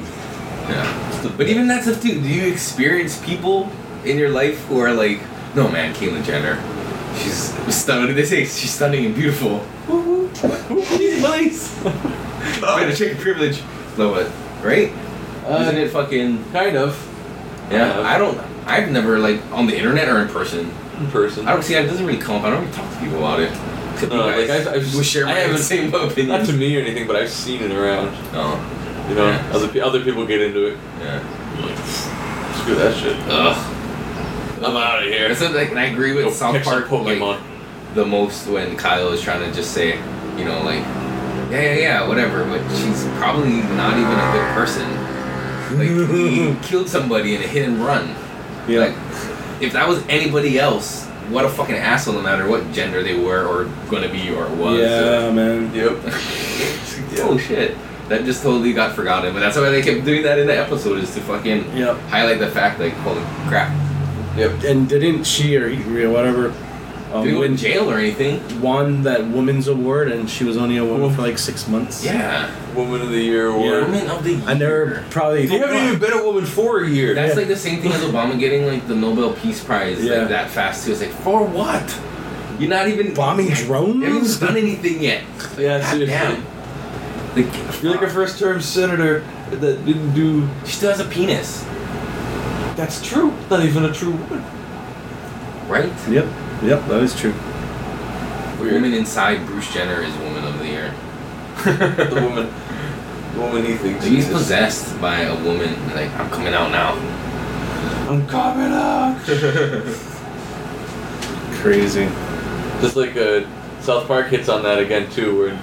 Speaker 1: Yeah. But even that stuff too. Do you experience people in your life who are like, no man, Caitlyn Jenner, she's stunning. What did they say? She's stunning and beautiful. Woo-hoo. she's nice. Man, a chicken privilege. No, but right? Isn't it Uh, fucking?
Speaker 4: Kind of.
Speaker 1: Yeah.
Speaker 4: Uh,
Speaker 1: I don't. I've never like on the internet or in person.
Speaker 4: In person.
Speaker 1: I don't see. It doesn't really come up. I don't really talk to people about it. Except you
Speaker 4: Uh, like,
Speaker 1: guys
Speaker 4: I've- I've-
Speaker 1: who share
Speaker 4: I
Speaker 1: my
Speaker 4: haven't-
Speaker 1: same opinion.
Speaker 4: Not to me or anything, but I've seen it around.
Speaker 1: No.
Speaker 4: You know,
Speaker 1: Yeah.
Speaker 4: other pe- other people get into it.
Speaker 1: Yeah.
Speaker 4: Screw that shit.
Speaker 1: Ugh.
Speaker 4: I'm out of here.
Speaker 1: That's what, like, and I agree with
Speaker 4: Go
Speaker 1: South
Speaker 4: catch some
Speaker 1: Park. like,
Speaker 4: Pokemon.
Speaker 1: the most when Kyle is trying to just say, you know, like, yeah, yeah, yeah, whatever, but she's probably not even a good person. Like, he killed somebody in a hit and run.
Speaker 5: Yeah.
Speaker 1: Like, if that was anybody else, what a fucking asshole, no matter what gender they were or gonna be or was. uh,
Speaker 5: yeah, man.
Speaker 4: Yep.
Speaker 1: Oh shit. That just totally got forgotten, but that's why they kept doing that in the episode is to fucking
Speaker 5: Yep.
Speaker 1: highlight the fact, like, holy crap.
Speaker 5: And didn't she or he or whatever
Speaker 1: Didn't
Speaker 5: um,
Speaker 1: go in
Speaker 5: win,
Speaker 1: jail or anything.
Speaker 5: won that woman's award, and she was only a woman for like six months.
Speaker 1: Yeah.
Speaker 4: Woman of the Year
Speaker 5: Yeah.
Speaker 4: award.
Speaker 1: Woman of the
Speaker 5: And they're
Speaker 1: year.
Speaker 5: probably
Speaker 4: You haven't even been a woman for a year.
Speaker 1: That's like the same thing as Obama getting like the Nobel Peace Prize
Speaker 5: Yeah.
Speaker 1: like that fast too. It's like for what? You're not even
Speaker 5: bombing
Speaker 1: You haven't
Speaker 5: drones.
Speaker 1: even done anything yet.
Speaker 4: yeah, seriously.
Speaker 1: Damn. Like
Speaker 4: You're like a first term senator that didn't do.
Speaker 1: she still has a penis,
Speaker 4: That's true. Not even a true woman.
Speaker 1: right?
Speaker 5: Yep, yep, that is true.
Speaker 1: Woman inside Bruce Jenner is woman of the year.
Speaker 4: The woman. The woman he thinks
Speaker 1: Like, he's
Speaker 4: she is.
Speaker 1: possessed by a woman. Like I'm coming out now.
Speaker 4: I'm coming out.
Speaker 5: Crazy.
Speaker 3: just like uh, South Park hits on that again too, where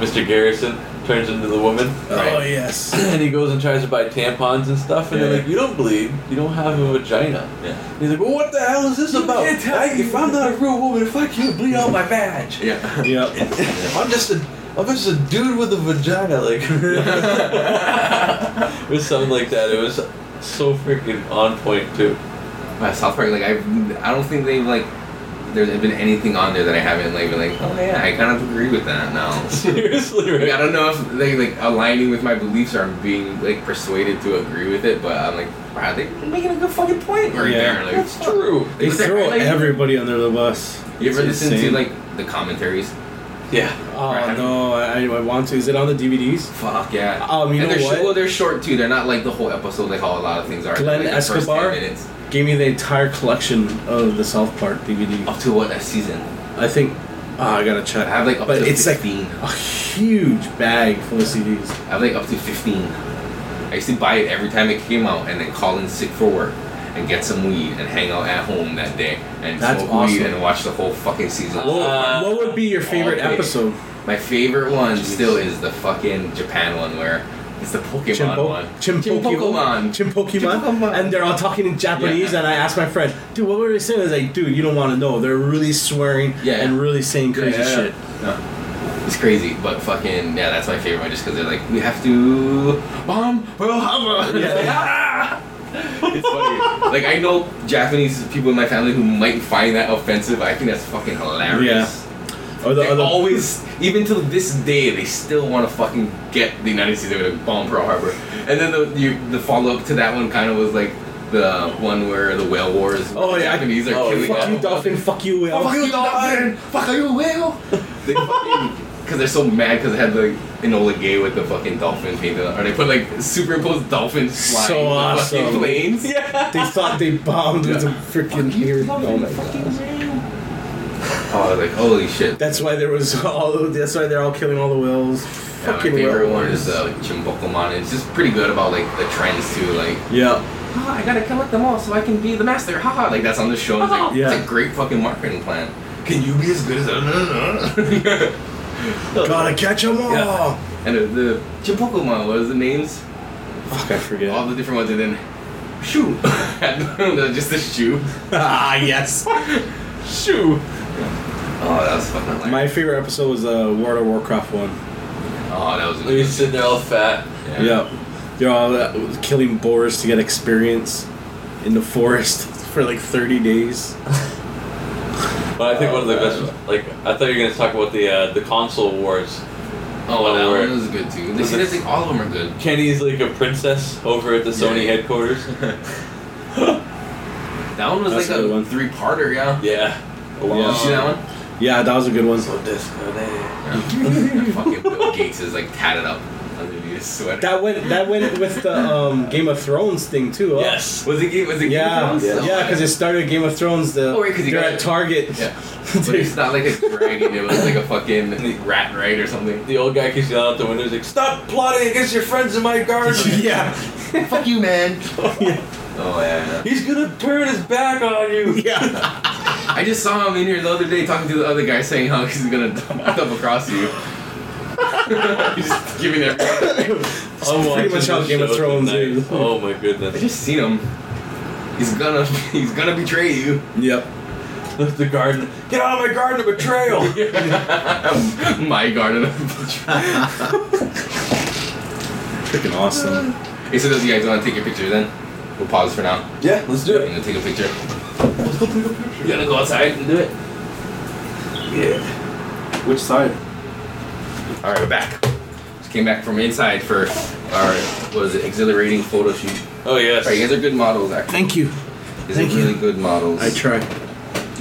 Speaker 3: Mr. Garrison turns into the woman.
Speaker 5: Oh
Speaker 1: Right.
Speaker 5: yes.
Speaker 3: and he goes and tries to buy tampons and stuff, and
Speaker 1: Yeah.
Speaker 3: they're like, "You don't bleed. You don't have a vagina."
Speaker 1: Yeah.
Speaker 3: He's like, "Well, what the hell is this about?
Speaker 4: can't tell
Speaker 3: I-
Speaker 4: me.
Speaker 3: if I'm not a real woman, if I can't bleed out my badge,
Speaker 1: Yeah.
Speaker 5: Yep.
Speaker 3: I'm just a, I'm just a dude with a vagina." Like, it was something like that. It was so freaking on point too.
Speaker 1: Wow, South Park. Like I, I don't think they've like there's been anything on there that I haven't like been like oh yeah I kind of agree with that now.
Speaker 3: Seriously,
Speaker 1: Like,
Speaker 3: right?
Speaker 1: I don't know if they like aligning with my beliefs or I'm being like persuaded to agree with it, but I'm like, wow, they're making a good fucking point right
Speaker 5: Yeah.
Speaker 1: there. Like,
Speaker 3: It's true.
Speaker 1: Like,
Speaker 5: They
Speaker 1: was that-
Speaker 5: throw
Speaker 1: like,
Speaker 5: everybody under the bus.
Speaker 1: You ever
Speaker 5: It's
Speaker 1: listen to
Speaker 5: insane.
Speaker 1: like the commentaries?
Speaker 3: Yeah.
Speaker 5: Oh no, I, I want to. Is it on the DVDs?
Speaker 1: Fuck yeah.
Speaker 5: Um, you
Speaker 1: and
Speaker 5: know
Speaker 1: they're
Speaker 5: what?
Speaker 1: Short, well, they're short too. They're not like the whole episode like how a lot of things are. They're,
Speaker 5: Glenn
Speaker 1: like, the first
Speaker 5: Escobar?
Speaker 1: 10 minutes.
Speaker 5: Gave me the entire collection of the South Park DVD.
Speaker 1: Up to what that season?
Speaker 5: I think. Oh, I gotta
Speaker 1: I
Speaker 5: check.
Speaker 1: have like up
Speaker 5: But
Speaker 1: to
Speaker 5: it's like-
Speaker 1: fifteen.
Speaker 5: A huge bag full of CDs.
Speaker 1: I have like up to fifteen. I used to buy it every time it came out, and then call in sick for work, and get some weed, and hang out at home that day, and
Speaker 5: That's
Speaker 1: smoke weed,
Speaker 5: awesome.
Speaker 1: and watch the whole fucking season.
Speaker 5: What,
Speaker 4: Uh,
Speaker 5: what would be your favorite
Speaker 1: okay.
Speaker 5: episode?
Speaker 1: My favorite one
Speaker 5: jeez.
Speaker 1: still is the fucking Japan one where it's the Pokemon one.
Speaker 5: Chim Pokemon.
Speaker 1: Pokemon.
Speaker 5: Chim Pokemon.
Speaker 1: Chimpokemon.
Speaker 5: And they're all talking in Japanese, and I asked my friend, dude, what were they saying? I was like, dude, you don't want to know. They're really swearing
Speaker 1: Yeah.
Speaker 5: and really saying crazy
Speaker 1: Yeah, yeah.
Speaker 5: shit.
Speaker 1: No, it's crazy, but fucking yeah, that's my favorite one just because they're like, we have to bomb Pearl Yeah. It's like, "Ah!" It's funny. like I know Japanese people in my family who might find that offensive. I think that's fucking hilarious.
Speaker 5: Or the
Speaker 1: They
Speaker 5: other.
Speaker 1: always, even till this day, they still want to fucking get the United States to bomb Pearl Harbor. And then the you, the follow up to that one kind of was like the one where the whale wars.
Speaker 5: Oh, yeah.
Speaker 1: Japanese are
Speaker 4: Oh,
Speaker 1: killing
Speaker 5: fuck
Speaker 1: all-
Speaker 5: you, dolphin. Fuck you, whale.
Speaker 1: Fuck you, dolphin! Fuck you, whale! They fucking. Because they're so mad because they had the Enola Gay with the fucking dolphin painted on. Or they put like superimposed dolphins flying
Speaker 5: So
Speaker 1: the
Speaker 5: awesome.
Speaker 1: fucking planes. Yeah.
Speaker 5: They thought they bombed with a
Speaker 1: Yeah.
Speaker 5: freaking weird. Oh my god.
Speaker 1: Oh, I was like, holy shit.
Speaker 5: That's why there was all. That's why they're all killing all the whales.
Speaker 1: yeah, my
Speaker 5: Fucking
Speaker 1: favorite
Speaker 5: whale
Speaker 1: one
Speaker 5: wars.
Speaker 1: is uh, Chimbokomon. It's just pretty good about like the trends too. Like,
Speaker 5: Yeah.
Speaker 1: ah, I gotta collect them all so I can be the master. Haha. Like that's on the show. It's like,
Speaker 5: Yeah.
Speaker 1: it's a great fucking marketing plan. Can you be as good as? uh,
Speaker 5: Gotta catch 'em all.
Speaker 1: Yeah. and the, the Chimbokomon. What is the names?
Speaker 5: Fuck, I forget.
Speaker 1: all the different ones, and then shoe, just the shoe,
Speaker 5: ah, yes.
Speaker 1: shoe. Oh, that was fucking. Hilarious.
Speaker 5: My favorite episode was the uh, World of Warcraft one.
Speaker 1: oh, that was. a
Speaker 4: He's
Speaker 1: good
Speaker 4: sitting there all fat.
Speaker 1: one.
Speaker 5: Yeah. They're all uh, killing boars to get experience in the forest for like 30 days.
Speaker 4: But I think one of the best was like I thought you were gonna talk about the uh, the console wars.
Speaker 1: Oh, that
Speaker 4: Oh,
Speaker 1: one
Speaker 4: word.
Speaker 1: was good too. They said it's like all of them are good.
Speaker 4: Kenny's like a princess over at the Sony
Speaker 1: Yeah.
Speaker 4: headquarters.
Speaker 1: That one was
Speaker 5: That's
Speaker 1: like
Speaker 5: a
Speaker 1: a,
Speaker 5: good one.
Speaker 1: three-parter, yeah.
Speaker 4: yeah.
Speaker 1: Did you see that one?
Speaker 5: Yeah, that was a good one.
Speaker 1: Yeah. fucking Bill Gates is like tatted up underneath his sweater.
Speaker 5: That went that went with the um, Game of Thrones thing too. Huh?
Speaker 4: Yes.
Speaker 1: was it? Ga- Was it? Game
Speaker 5: Yeah,
Speaker 1: of Thrones?
Speaker 5: yeah, because it started Game of Thrones. The
Speaker 1: Oh, right, 'cause you
Speaker 5: they're
Speaker 1: got it.
Speaker 5: at Target.
Speaker 1: Yeah. But it's not like a dragon. It was like a fucking rat, right, or something.
Speaker 4: The old guy keeps yelling out the window. He's like, "Stop plotting against your friends in my garden.
Speaker 5: yeah,
Speaker 1: Fuck you, man. Oh yeah.
Speaker 4: He's gonna turn his back on you."
Speaker 5: yeah.
Speaker 1: I just saw him in here the other day talking to the other guy saying how he's gonna double, double cross you. he's just giving
Speaker 4: I'm
Speaker 1: everyone.
Speaker 5: pretty
Speaker 4: watching
Speaker 5: much how
Speaker 4: this
Speaker 5: Game of
Speaker 4: show
Speaker 5: Thrones
Speaker 4: tonight.
Speaker 5: is.
Speaker 4: Oh my
Speaker 1: I
Speaker 4: goodness.
Speaker 1: just seen him. He's gonna he's gonna betray you.
Speaker 5: Yep.
Speaker 4: the garden. Get out of my garden of betrayal.
Speaker 1: My garden of betray.
Speaker 5: Freaking awesome.
Speaker 1: Hey, so those you guys wanna take your picture then? We'll pause for now.
Speaker 4: yeah, let's do
Speaker 1: I'm
Speaker 4: it.
Speaker 1: gonna take a picture. You gotta go outside and do it.
Speaker 2: Which side?
Speaker 1: Alright, we're back. Just came back from inside for our what is it, exhilarating photo shoot.
Speaker 4: Oh yes.
Speaker 1: Alright, you guys are good models actually.
Speaker 5: Thank you.
Speaker 1: These
Speaker 5: thank
Speaker 1: are
Speaker 5: you.
Speaker 1: really good models.
Speaker 5: I try.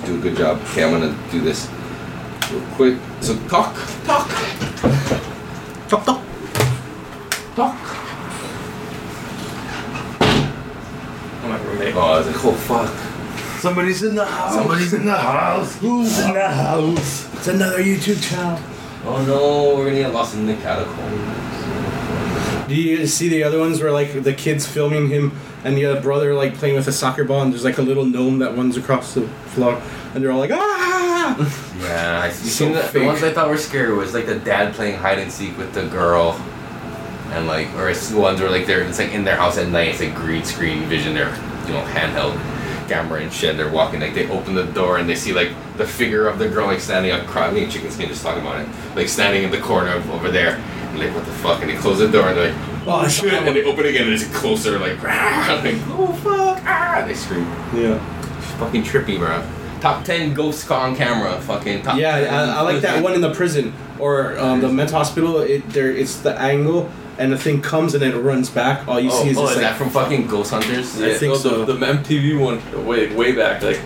Speaker 1: do a good job. Okay, I'm gonna do this real quick. So talk, talk,
Speaker 5: Top top.
Speaker 1: talk. Oh, I was like, oh fuck.
Speaker 5: Somebody's in the house. Somebody's in the house. Who's in the house? It's another YouTube channel.
Speaker 1: Oh no, we're gonna get lost in the catacombs.
Speaker 5: Do you see the other ones where like the kids filming him and the other brother like playing with a soccer ball and there's like a little gnome that runs across the floor and they're all like ah
Speaker 1: Yeah, I you
Speaker 5: So
Speaker 1: seen the, the
Speaker 5: fake.
Speaker 1: ones I thought were scary was like the dad playing hide and seek with the girl. And like, or it's the ones where like they're it's like in their house at night. It's like green screen vision. They're you know handheld camera and shit. They're walking like they open the door and they see like the figure of the girl like standing up, crying. Me and Chicken Skin just talking about it, like standing in the corner of, over there. And like what the fuck? And they close the door and they're like, oh shit! And they open again and it's closer. Like, rah, like oh fuck! Ah! They scream.
Speaker 5: yeah
Speaker 1: Fucking trippy, bro. Top ten ghosts caught on camera. Fucking top.
Speaker 5: yeah
Speaker 1: 10
Speaker 5: I, I like that one in the prison or um, the mental hospital it there it's the angle and the thing comes and it runs back all you
Speaker 1: Oh,
Speaker 5: see is
Speaker 1: oh,
Speaker 5: just
Speaker 1: is
Speaker 5: like
Speaker 1: that from fucking Ghost Hunters?
Speaker 5: I
Speaker 4: Yeah,
Speaker 5: think
Speaker 4: no,
Speaker 5: so.
Speaker 4: The, the MTV one, way way back, like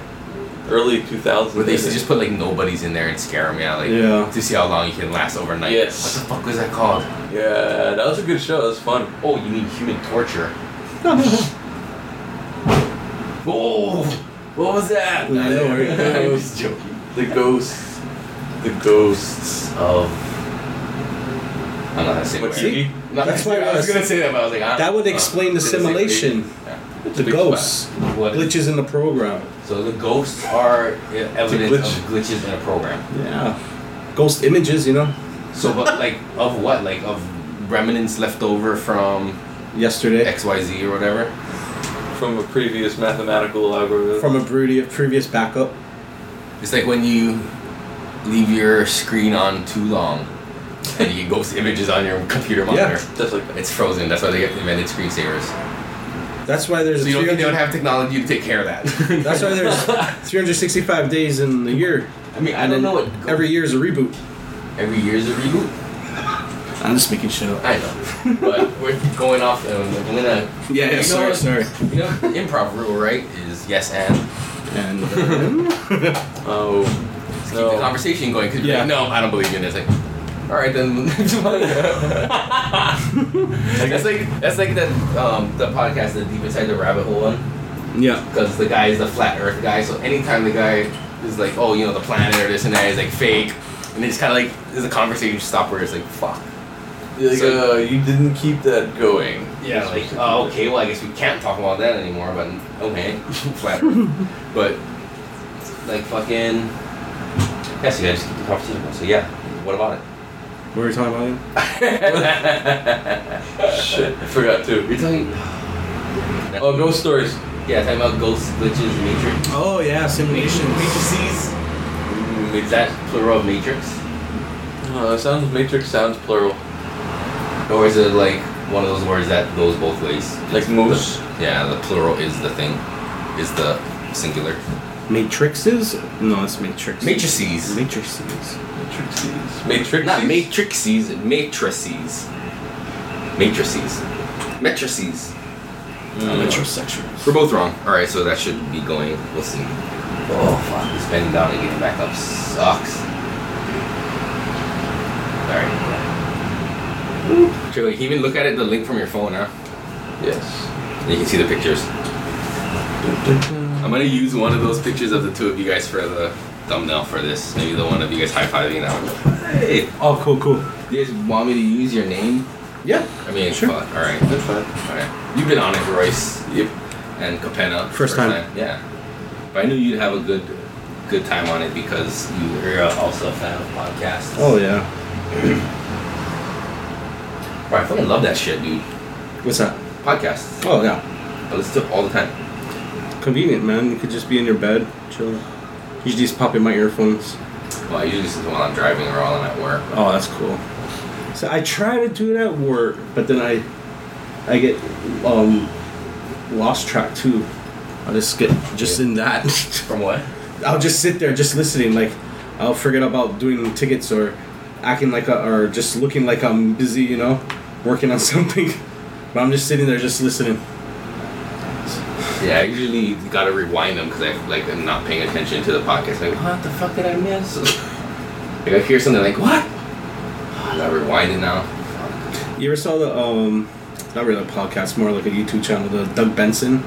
Speaker 4: early 2000s.
Speaker 1: Where they
Speaker 4: I
Speaker 1: used to
Speaker 4: think.
Speaker 1: just put like nobodies in there and scare them, yeah, like
Speaker 5: Yeah.
Speaker 1: to see how long you can last overnight.
Speaker 4: Yes.
Speaker 1: What the fuck was that called?
Speaker 4: Yeah, that was a good show. That was fun.
Speaker 1: Oh, you mean human torture? oh, what was that?
Speaker 5: No, don't worry.
Speaker 1: I'm just joking.
Speaker 4: The ghosts, the ghosts of
Speaker 1: I'm not gonna say
Speaker 4: what
Speaker 1: where.
Speaker 4: TV?
Speaker 5: That's why
Speaker 1: I was gonna say that, but I was like, ah,
Speaker 5: That would
Speaker 1: uh,
Speaker 5: explain the
Speaker 1: didn't say
Speaker 5: simulation.
Speaker 1: reading. Yeah.
Speaker 5: The ghosts,
Speaker 7: What?
Speaker 5: glitches in the program.
Speaker 7: So the ghosts are uh, evidence
Speaker 5: glitch.
Speaker 7: of glitches in a program.
Speaker 5: Yeah, ghost images. You know,
Speaker 1: So, but like, of what? Like, of remnants left over from
Speaker 5: yesterday
Speaker 1: X Y Z or whatever.
Speaker 4: from a previous mathematical algorithm.
Speaker 5: from a broody- previous backup.
Speaker 1: It's like when you leave your screen on too long, and you get ghost images on your computer monitor.
Speaker 4: Just like that.
Speaker 1: It's frozen. That's why they get invented screensavers.
Speaker 5: That's why there's
Speaker 1: So
Speaker 5: a
Speaker 1: you don't, think they
Speaker 5: 300
Speaker 1: don't have technology to take care of that.
Speaker 5: That's why there's 365 days in the year.
Speaker 1: I mean, I
Speaker 5: And
Speaker 1: don't
Speaker 5: then
Speaker 1: know what
Speaker 5: every year is a reboot.
Speaker 1: every year's a reboot.
Speaker 5: I'm just making shit up.
Speaker 1: I know, but we're going off. Um, I'm gonna.
Speaker 5: Yeah, yeah,
Speaker 1: You know
Speaker 5: sorry,
Speaker 1: what?
Speaker 5: sorry.
Speaker 1: You know, the improv rule, right? Is yes and.
Speaker 5: And uh,
Speaker 4: Oh,
Speaker 1: Let's keep the
Speaker 4: No.
Speaker 1: conversation going. Cause you're
Speaker 5: Yeah.
Speaker 1: like, no, I don't believe you. And it's like, all right then. that's like that's like that um, the podcast, the Deep Inside the Rabbit Hole one.
Speaker 5: yeah,
Speaker 1: because the guy is the flat Earth guy. So anytime the guy is like, oh, you know, the planet or this and that is like fake, and it's kind of like there's a conversation stop where it's like, fuck.
Speaker 4: like,
Speaker 1: So-
Speaker 4: uh, you didn't keep that going.
Speaker 1: Yeah, like, oh, okay, well, I guess we can't talk about that anymore, but okay, flat Earth. But like fucking, yeah, so you gotta just keep the conversation going. So yeah, what about it?
Speaker 5: what were we talking about? again?
Speaker 4: Shit, I forgot too.
Speaker 1: You're talking,
Speaker 4: Oh, ghost stories.
Speaker 1: yeah, talking about ghosts, glitches, matrix,
Speaker 5: Oh yeah, simulations.
Speaker 1: matrices. mm, Is that plural of matrix?
Speaker 4: Uh, sounds Matrix sounds plural.
Speaker 1: Or is it like one of those words that goes both ways?
Speaker 4: Like moose.
Speaker 1: Yeah, the plural is the thing, is the singular.
Speaker 5: Matrixes? No, it's Matrix.
Speaker 1: Matrices.
Speaker 5: Matrices.
Speaker 4: Matrices. Matrix.
Speaker 1: Not matrices, matrices. Matrices. Matrices.
Speaker 4: Hmm.
Speaker 5: Oh.
Speaker 2: Metrosexuals.
Speaker 1: We're both wrong. Alright, so that should be going. We'll see. Oh, fuck. It's bending down and getting back up sucks. Alright. True, like, even look at it, the link from your phone, huh?
Speaker 4: Yes.
Speaker 1: You can see the pictures. I'm gonna use one of those pictures of the two of you guys for the thumbnail for this. Maybe the one of you guys high fiving that one. Hey,
Speaker 5: Oh, cool, cool.
Speaker 1: you guys want me to use your name?
Speaker 5: Yeah.
Speaker 1: I mean,
Speaker 5: Sure.
Speaker 1: fuck. All right, all
Speaker 4: That's fine.
Speaker 1: right. You've been on it, Royce
Speaker 4: Yep.
Speaker 1: and Capenna.
Speaker 5: First time.
Speaker 1: Yeah, but I knew you'd have a good, good time on it because you
Speaker 7: You're uh, also a fan of podcasts.
Speaker 5: Oh yeah.
Speaker 1: Bro, I fucking love that shit, dude.
Speaker 5: What's that?
Speaker 1: Podcasts.
Speaker 5: Oh yeah.
Speaker 1: I listen to it all the time.
Speaker 5: Convenient, man. You could just be in your bed, chill. You should just pop in my earphones.
Speaker 1: Well, I usually listen to it while I'm driving or while I'm at work.
Speaker 5: Oh, that's cool. So I try to do that work, but then I, I get um, lost track too. I'll just get just in that.
Speaker 1: From what?
Speaker 5: I'll just sit there, just listening. Like I'll forget about doing tickets or acting like a, or just looking like I'm busy, you know, working on something. But I'm just sitting there, just listening.
Speaker 1: Yeah, I usually gotta rewind them because I like I'm not paying attention to the podcast. Like, what the fuck did I miss? like I hear something like, what? I gotta rewind it now.
Speaker 5: You ever saw the um, not really a podcast, more like a YouTube channel, the Doug Benson,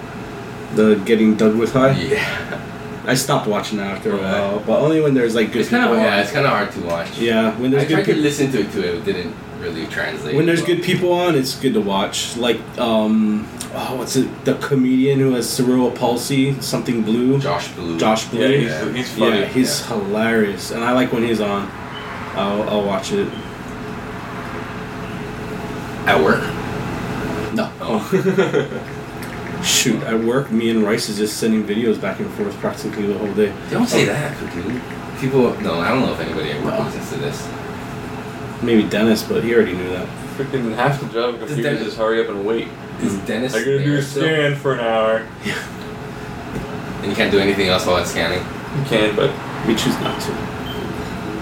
Speaker 5: the Getting Doug with High.
Speaker 1: Yeah,
Speaker 5: I stopped watching that after a while, but only when there's like good
Speaker 1: it's kind of
Speaker 5: people. on.
Speaker 1: yeah, it's kind of hard to watch.
Speaker 5: Yeah, when there's
Speaker 1: I tried
Speaker 5: good
Speaker 1: to
Speaker 5: people,
Speaker 1: listen to it too. It didn't really translate.
Speaker 5: when there's
Speaker 1: well.
Speaker 5: good people on, it's good to watch. Like um, oh, what's it? The comedian who has cerebral palsy, something blue.
Speaker 1: Josh Blue.
Speaker 5: Josh
Speaker 4: Yeah, he's,
Speaker 1: Yeah.
Speaker 5: Blue.
Speaker 4: he's
Speaker 5: Yeah,
Speaker 4: funny.
Speaker 5: he's hilarious, and I like when he's on. I'll, I'll watch it.
Speaker 1: at work.
Speaker 5: No.
Speaker 1: Oh.
Speaker 5: Shoot, at work, me and Rice is just sending videos back and forth practically the whole day.
Speaker 1: don't say that, dude. People. No, I don't know if anybody at work listens to this.
Speaker 5: Maybe Dennis, but he already knew that.
Speaker 4: Freaking half the job of
Speaker 1: Does
Speaker 4: computers
Speaker 1: that-
Speaker 4: is hurry up and wait.
Speaker 1: Is Dennis
Speaker 4: I gotta do
Speaker 1: there
Speaker 4: a
Speaker 1: still?
Speaker 4: scan for an hour.
Speaker 1: And you can't do anything else while it's scanning.
Speaker 4: You can, but
Speaker 5: We choose not to.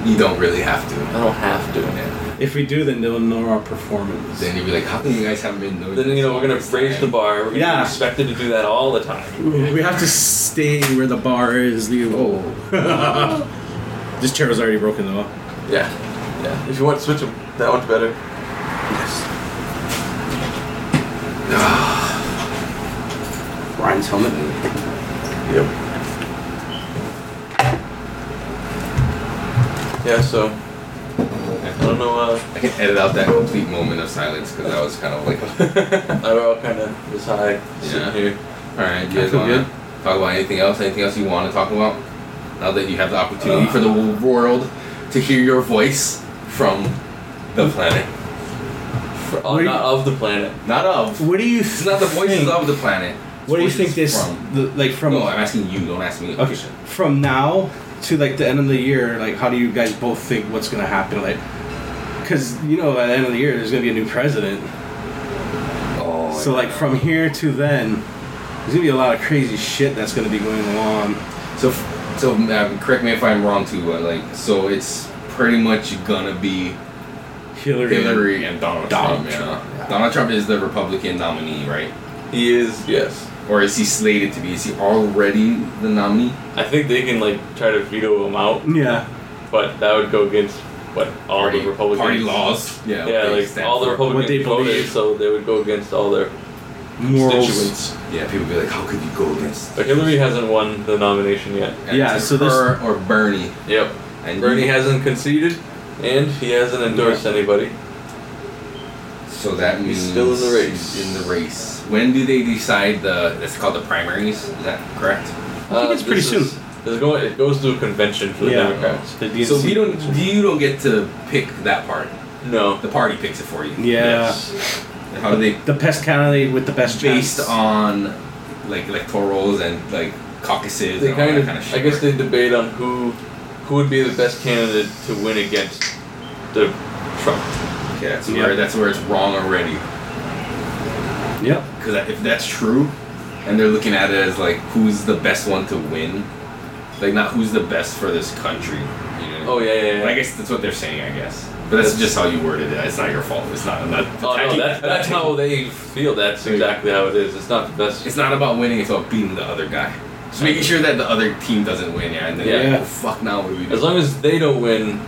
Speaker 1: You don't really have to.
Speaker 4: I don't have to.
Speaker 1: Yeah.
Speaker 5: If we do, then they'll know our performance.
Speaker 1: Then you'd be like, how come you guys haven't been doing
Speaker 4: Then
Speaker 1: this
Speaker 4: you know
Speaker 1: all
Speaker 4: we're gonna
Speaker 1: this
Speaker 4: raise the
Speaker 1: time?"
Speaker 4: bar. We're gonna
Speaker 5: Yeah.
Speaker 4: be expected to do that all the time.
Speaker 5: We have to stay where the bar is. Leave. Oh. this chair was already broken though.
Speaker 4: Yeah. Yeah. If you want, switch 'em. That one's better.
Speaker 1: Ryan's helmet.
Speaker 4: Yep. Yeah, so. I don't know
Speaker 3: to. Uh,
Speaker 1: I can edit out that complete moment of silence because that was kind of like.
Speaker 3: I were all kind of just high
Speaker 1: Yeah.
Speaker 3: sitting here.
Speaker 1: All right, do you
Speaker 3: I
Speaker 1: guys
Speaker 3: feel
Speaker 1: want
Speaker 3: good.
Speaker 1: to talk about anything else? Anything else you want to talk about? Now that you have the opportunity for the world to hear your voice from the planet,
Speaker 3: For,
Speaker 4: uh,
Speaker 3: oh,
Speaker 5: Wait.
Speaker 3: not of the planet.
Speaker 1: not of.
Speaker 5: What do you?
Speaker 1: It's not the voices of the planet. It's
Speaker 5: What do you
Speaker 1: voices
Speaker 5: think this?
Speaker 1: From.
Speaker 2: The, like from
Speaker 1: No, I'm asking you. Don't ask me.
Speaker 2: Okay. From now to like the end of the year, like how do you guys both think what's gonna happen? Like, because you know at the end of the year there's gonna be a new president.
Speaker 1: Oh,
Speaker 2: So like from here to then, there's gonna be a lot of crazy shit that's gonna be going along.
Speaker 1: So, f- so um, correct me if I'm wrong too, but like, so it's pretty much gonna be
Speaker 2: Hillary.
Speaker 1: Hillary and Donald,
Speaker 2: Donald
Speaker 1: Trump.
Speaker 2: Trump,
Speaker 1: Yeah. Donald Trump is the Republican nominee, right?
Speaker 3: He is, yes.
Speaker 1: Or is he slated to be? Is he already the nominee?
Speaker 3: I think they can like try to veto him out,
Speaker 2: Yeah.
Speaker 3: but that would go against what all
Speaker 1: Party,
Speaker 3: the Republicans.
Speaker 1: party laws. Yeah.
Speaker 3: Yeah,
Speaker 1: they
Speaker 3: like
Speaker 1: stand
Speaker 3: all the
Speaker 1: for.
Speaker 3: Republicans
Speaker 2: What they
Speaker 3: voted,
Speaker 2: believe.
Speaker 3: so they would go against all their.
Speaker 2: Morals.
Speaker 3: Constituents.
Speaker 1: Yeah, people be like, how could you go against?
Speaker 3: But Hillary hasn't won the nomination yet.
Speaker 1: And
Speaker 2: Yeah,
Speaker 1: it's
Speaker 2: so this-
Speaker 1: her or Bernie.
Speaker 3: Yep.
Speaker 1: And
Speaker 3: Bernie hasn't conceded, and he hasn't endorsed anybody.
Speaker 1: So that means
Speaker 3: He's still in the race.
Speaker 1: he's In the race. When do they decide the? That's called the primaries. Is that correct?
Speaker 3: I
Speaker 2: it's pretty soon.
Speaker 3: It's going, it goes to a convention for the
Speaker 2: Yeah.
Speaker 3: Democrats.
Speaker 2: The DNC.
Speaker 1: So we don't. You don't get to pick that part.
Speaker 3: No.
Speaker 1: The party picks it for you.
Speaker 2: Yeah.
Speaker 3: Yes.
Speaker 1: How do they
Speaker 2: The best candidate with the best
Speaker 1: based
Speaker 2: chance.
Speaker 1: on like electorals and like caucuses
Speaker 3: They
Speaker 1: and all
Speaker 3: kind
Speaker 1: that
Speaker 3: of,
Speaker 1: kind of shit?
Speaker 3: I guess they debate on who who would be the best candidate to win against the Trump.
Speaker 1: okay, that's
Speaker 2: Yeah.
Speaker 1: where that's where it's wrong already.
Speaker 2: Yep.
Speaker 1: Because if that's true, and they're looking at it as like who's the best one to win, like not who's the best for this country. You know?
Speaker 3: Oh yeah, yeah, yeah.
Speaker 1: I guess that's what they're saying. I guess, but that's just how you worded it. It's not your fault. It's not. I'm not
Speaker 3: Oh no,
Speaker 1: attacking-
Speaker 3: that, that's how they feel. That's exactly how it is. It's not the best.
Speaker 1: It's not about winning. It's about beating the other guy. Just making sure that the other team doesn't win. Yeah, and then yeah.
Speaker 3: Yeah.
Speaker 1: Like, oh, fuck now what do we do?
Speaker 3: As long as they don't win,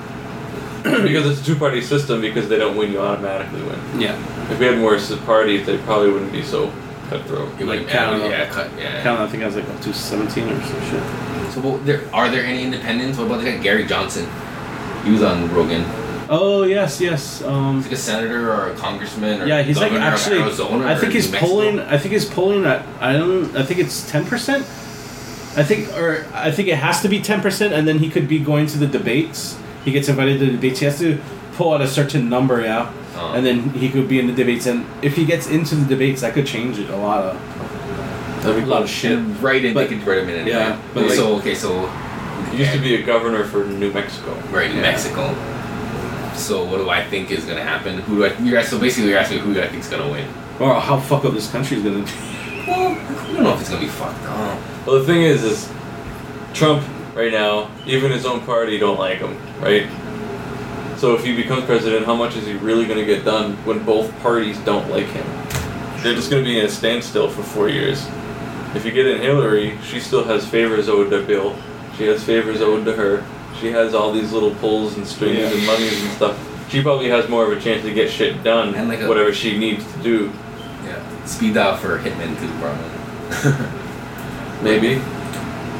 Speaker 3: because it's a two-party system. Because they don't win, you automatically win.
Speaker 2: Yeah.
Speaker 3: If we had more s- parties, they probably wouldn't be so cutthroat.
Speaker 1: It
Speaker 2: like,
Speaker 1: would-
Speaker 2: count-
Speaker 1: yeah, cut, yeah.
Speaker 2: Count, I think I was like up to 17 or some shit.
Speaker 1: So, what, there, are there any independents? What about the guy Gary Johnson? He was on Rogan.
Speaker 2: Oh yes, yes. Um,
Speaker 1: He's like a senator or a congressman or
Speaker 2: Yeah, he's like
Speaker 1: governor of
Speaker 2: actually.
Speaker 1: Arizona.
Speaker 2: I
Speaker 1: or
Speaker 2: think he's
Speaker 1: New Mexico.
Speaker 2: polling. I think he's polling at. I don't. I think it's ten percent. I think, or I think it has to be ten percent, and then he could be going to the debates. He gets invited to the debates. He has to pull out a certain number, yeah,
Speaker 1: Oh.
Speaker 2: and then he could be in the debates. And if he gets into the debates, that could change it a lot of.
Speaker 3: That'd
Speaker 2: A lot of shit.
Speaker 1: And right in,
Speaker 2: But-
Speaker 1: they could write him in. anyway.
Speaker 2: yeah, but like-
Speaker 1: so okay, so
Speaker 3: He used to be a governor for New Mexico.
Speaker 1: right in Mexico. So what do I think is gonna happen? Who do I? You're ask- so basically you're asking who do I think's gonna win?
Speaker 2: Or how fuck up this country's gonna be.
Speaker 1: Well, I don't know if it's gonna be fucked up.
Speaker 3: Well, the thing is, is Trump right now, even his own party don't like him, right? So if he becomes president, how much is he really going to get done when both parties don't like him? They're just going to be in a standstill for four years. If you get in Hillary, she still has favors owed to Bill. She has favors owed to her. She has all these little pulls and strings
Speaker 2: Yeah.
Speaker 3: and monies and stuff. She probably has more of a chance to get shit done,
Speaker 1: And like a-
Speaker 3: whatever she needs to do.
Speaker 1: Yeah, speed dial for Hitman too, probably.
Speaker 3: Maybe.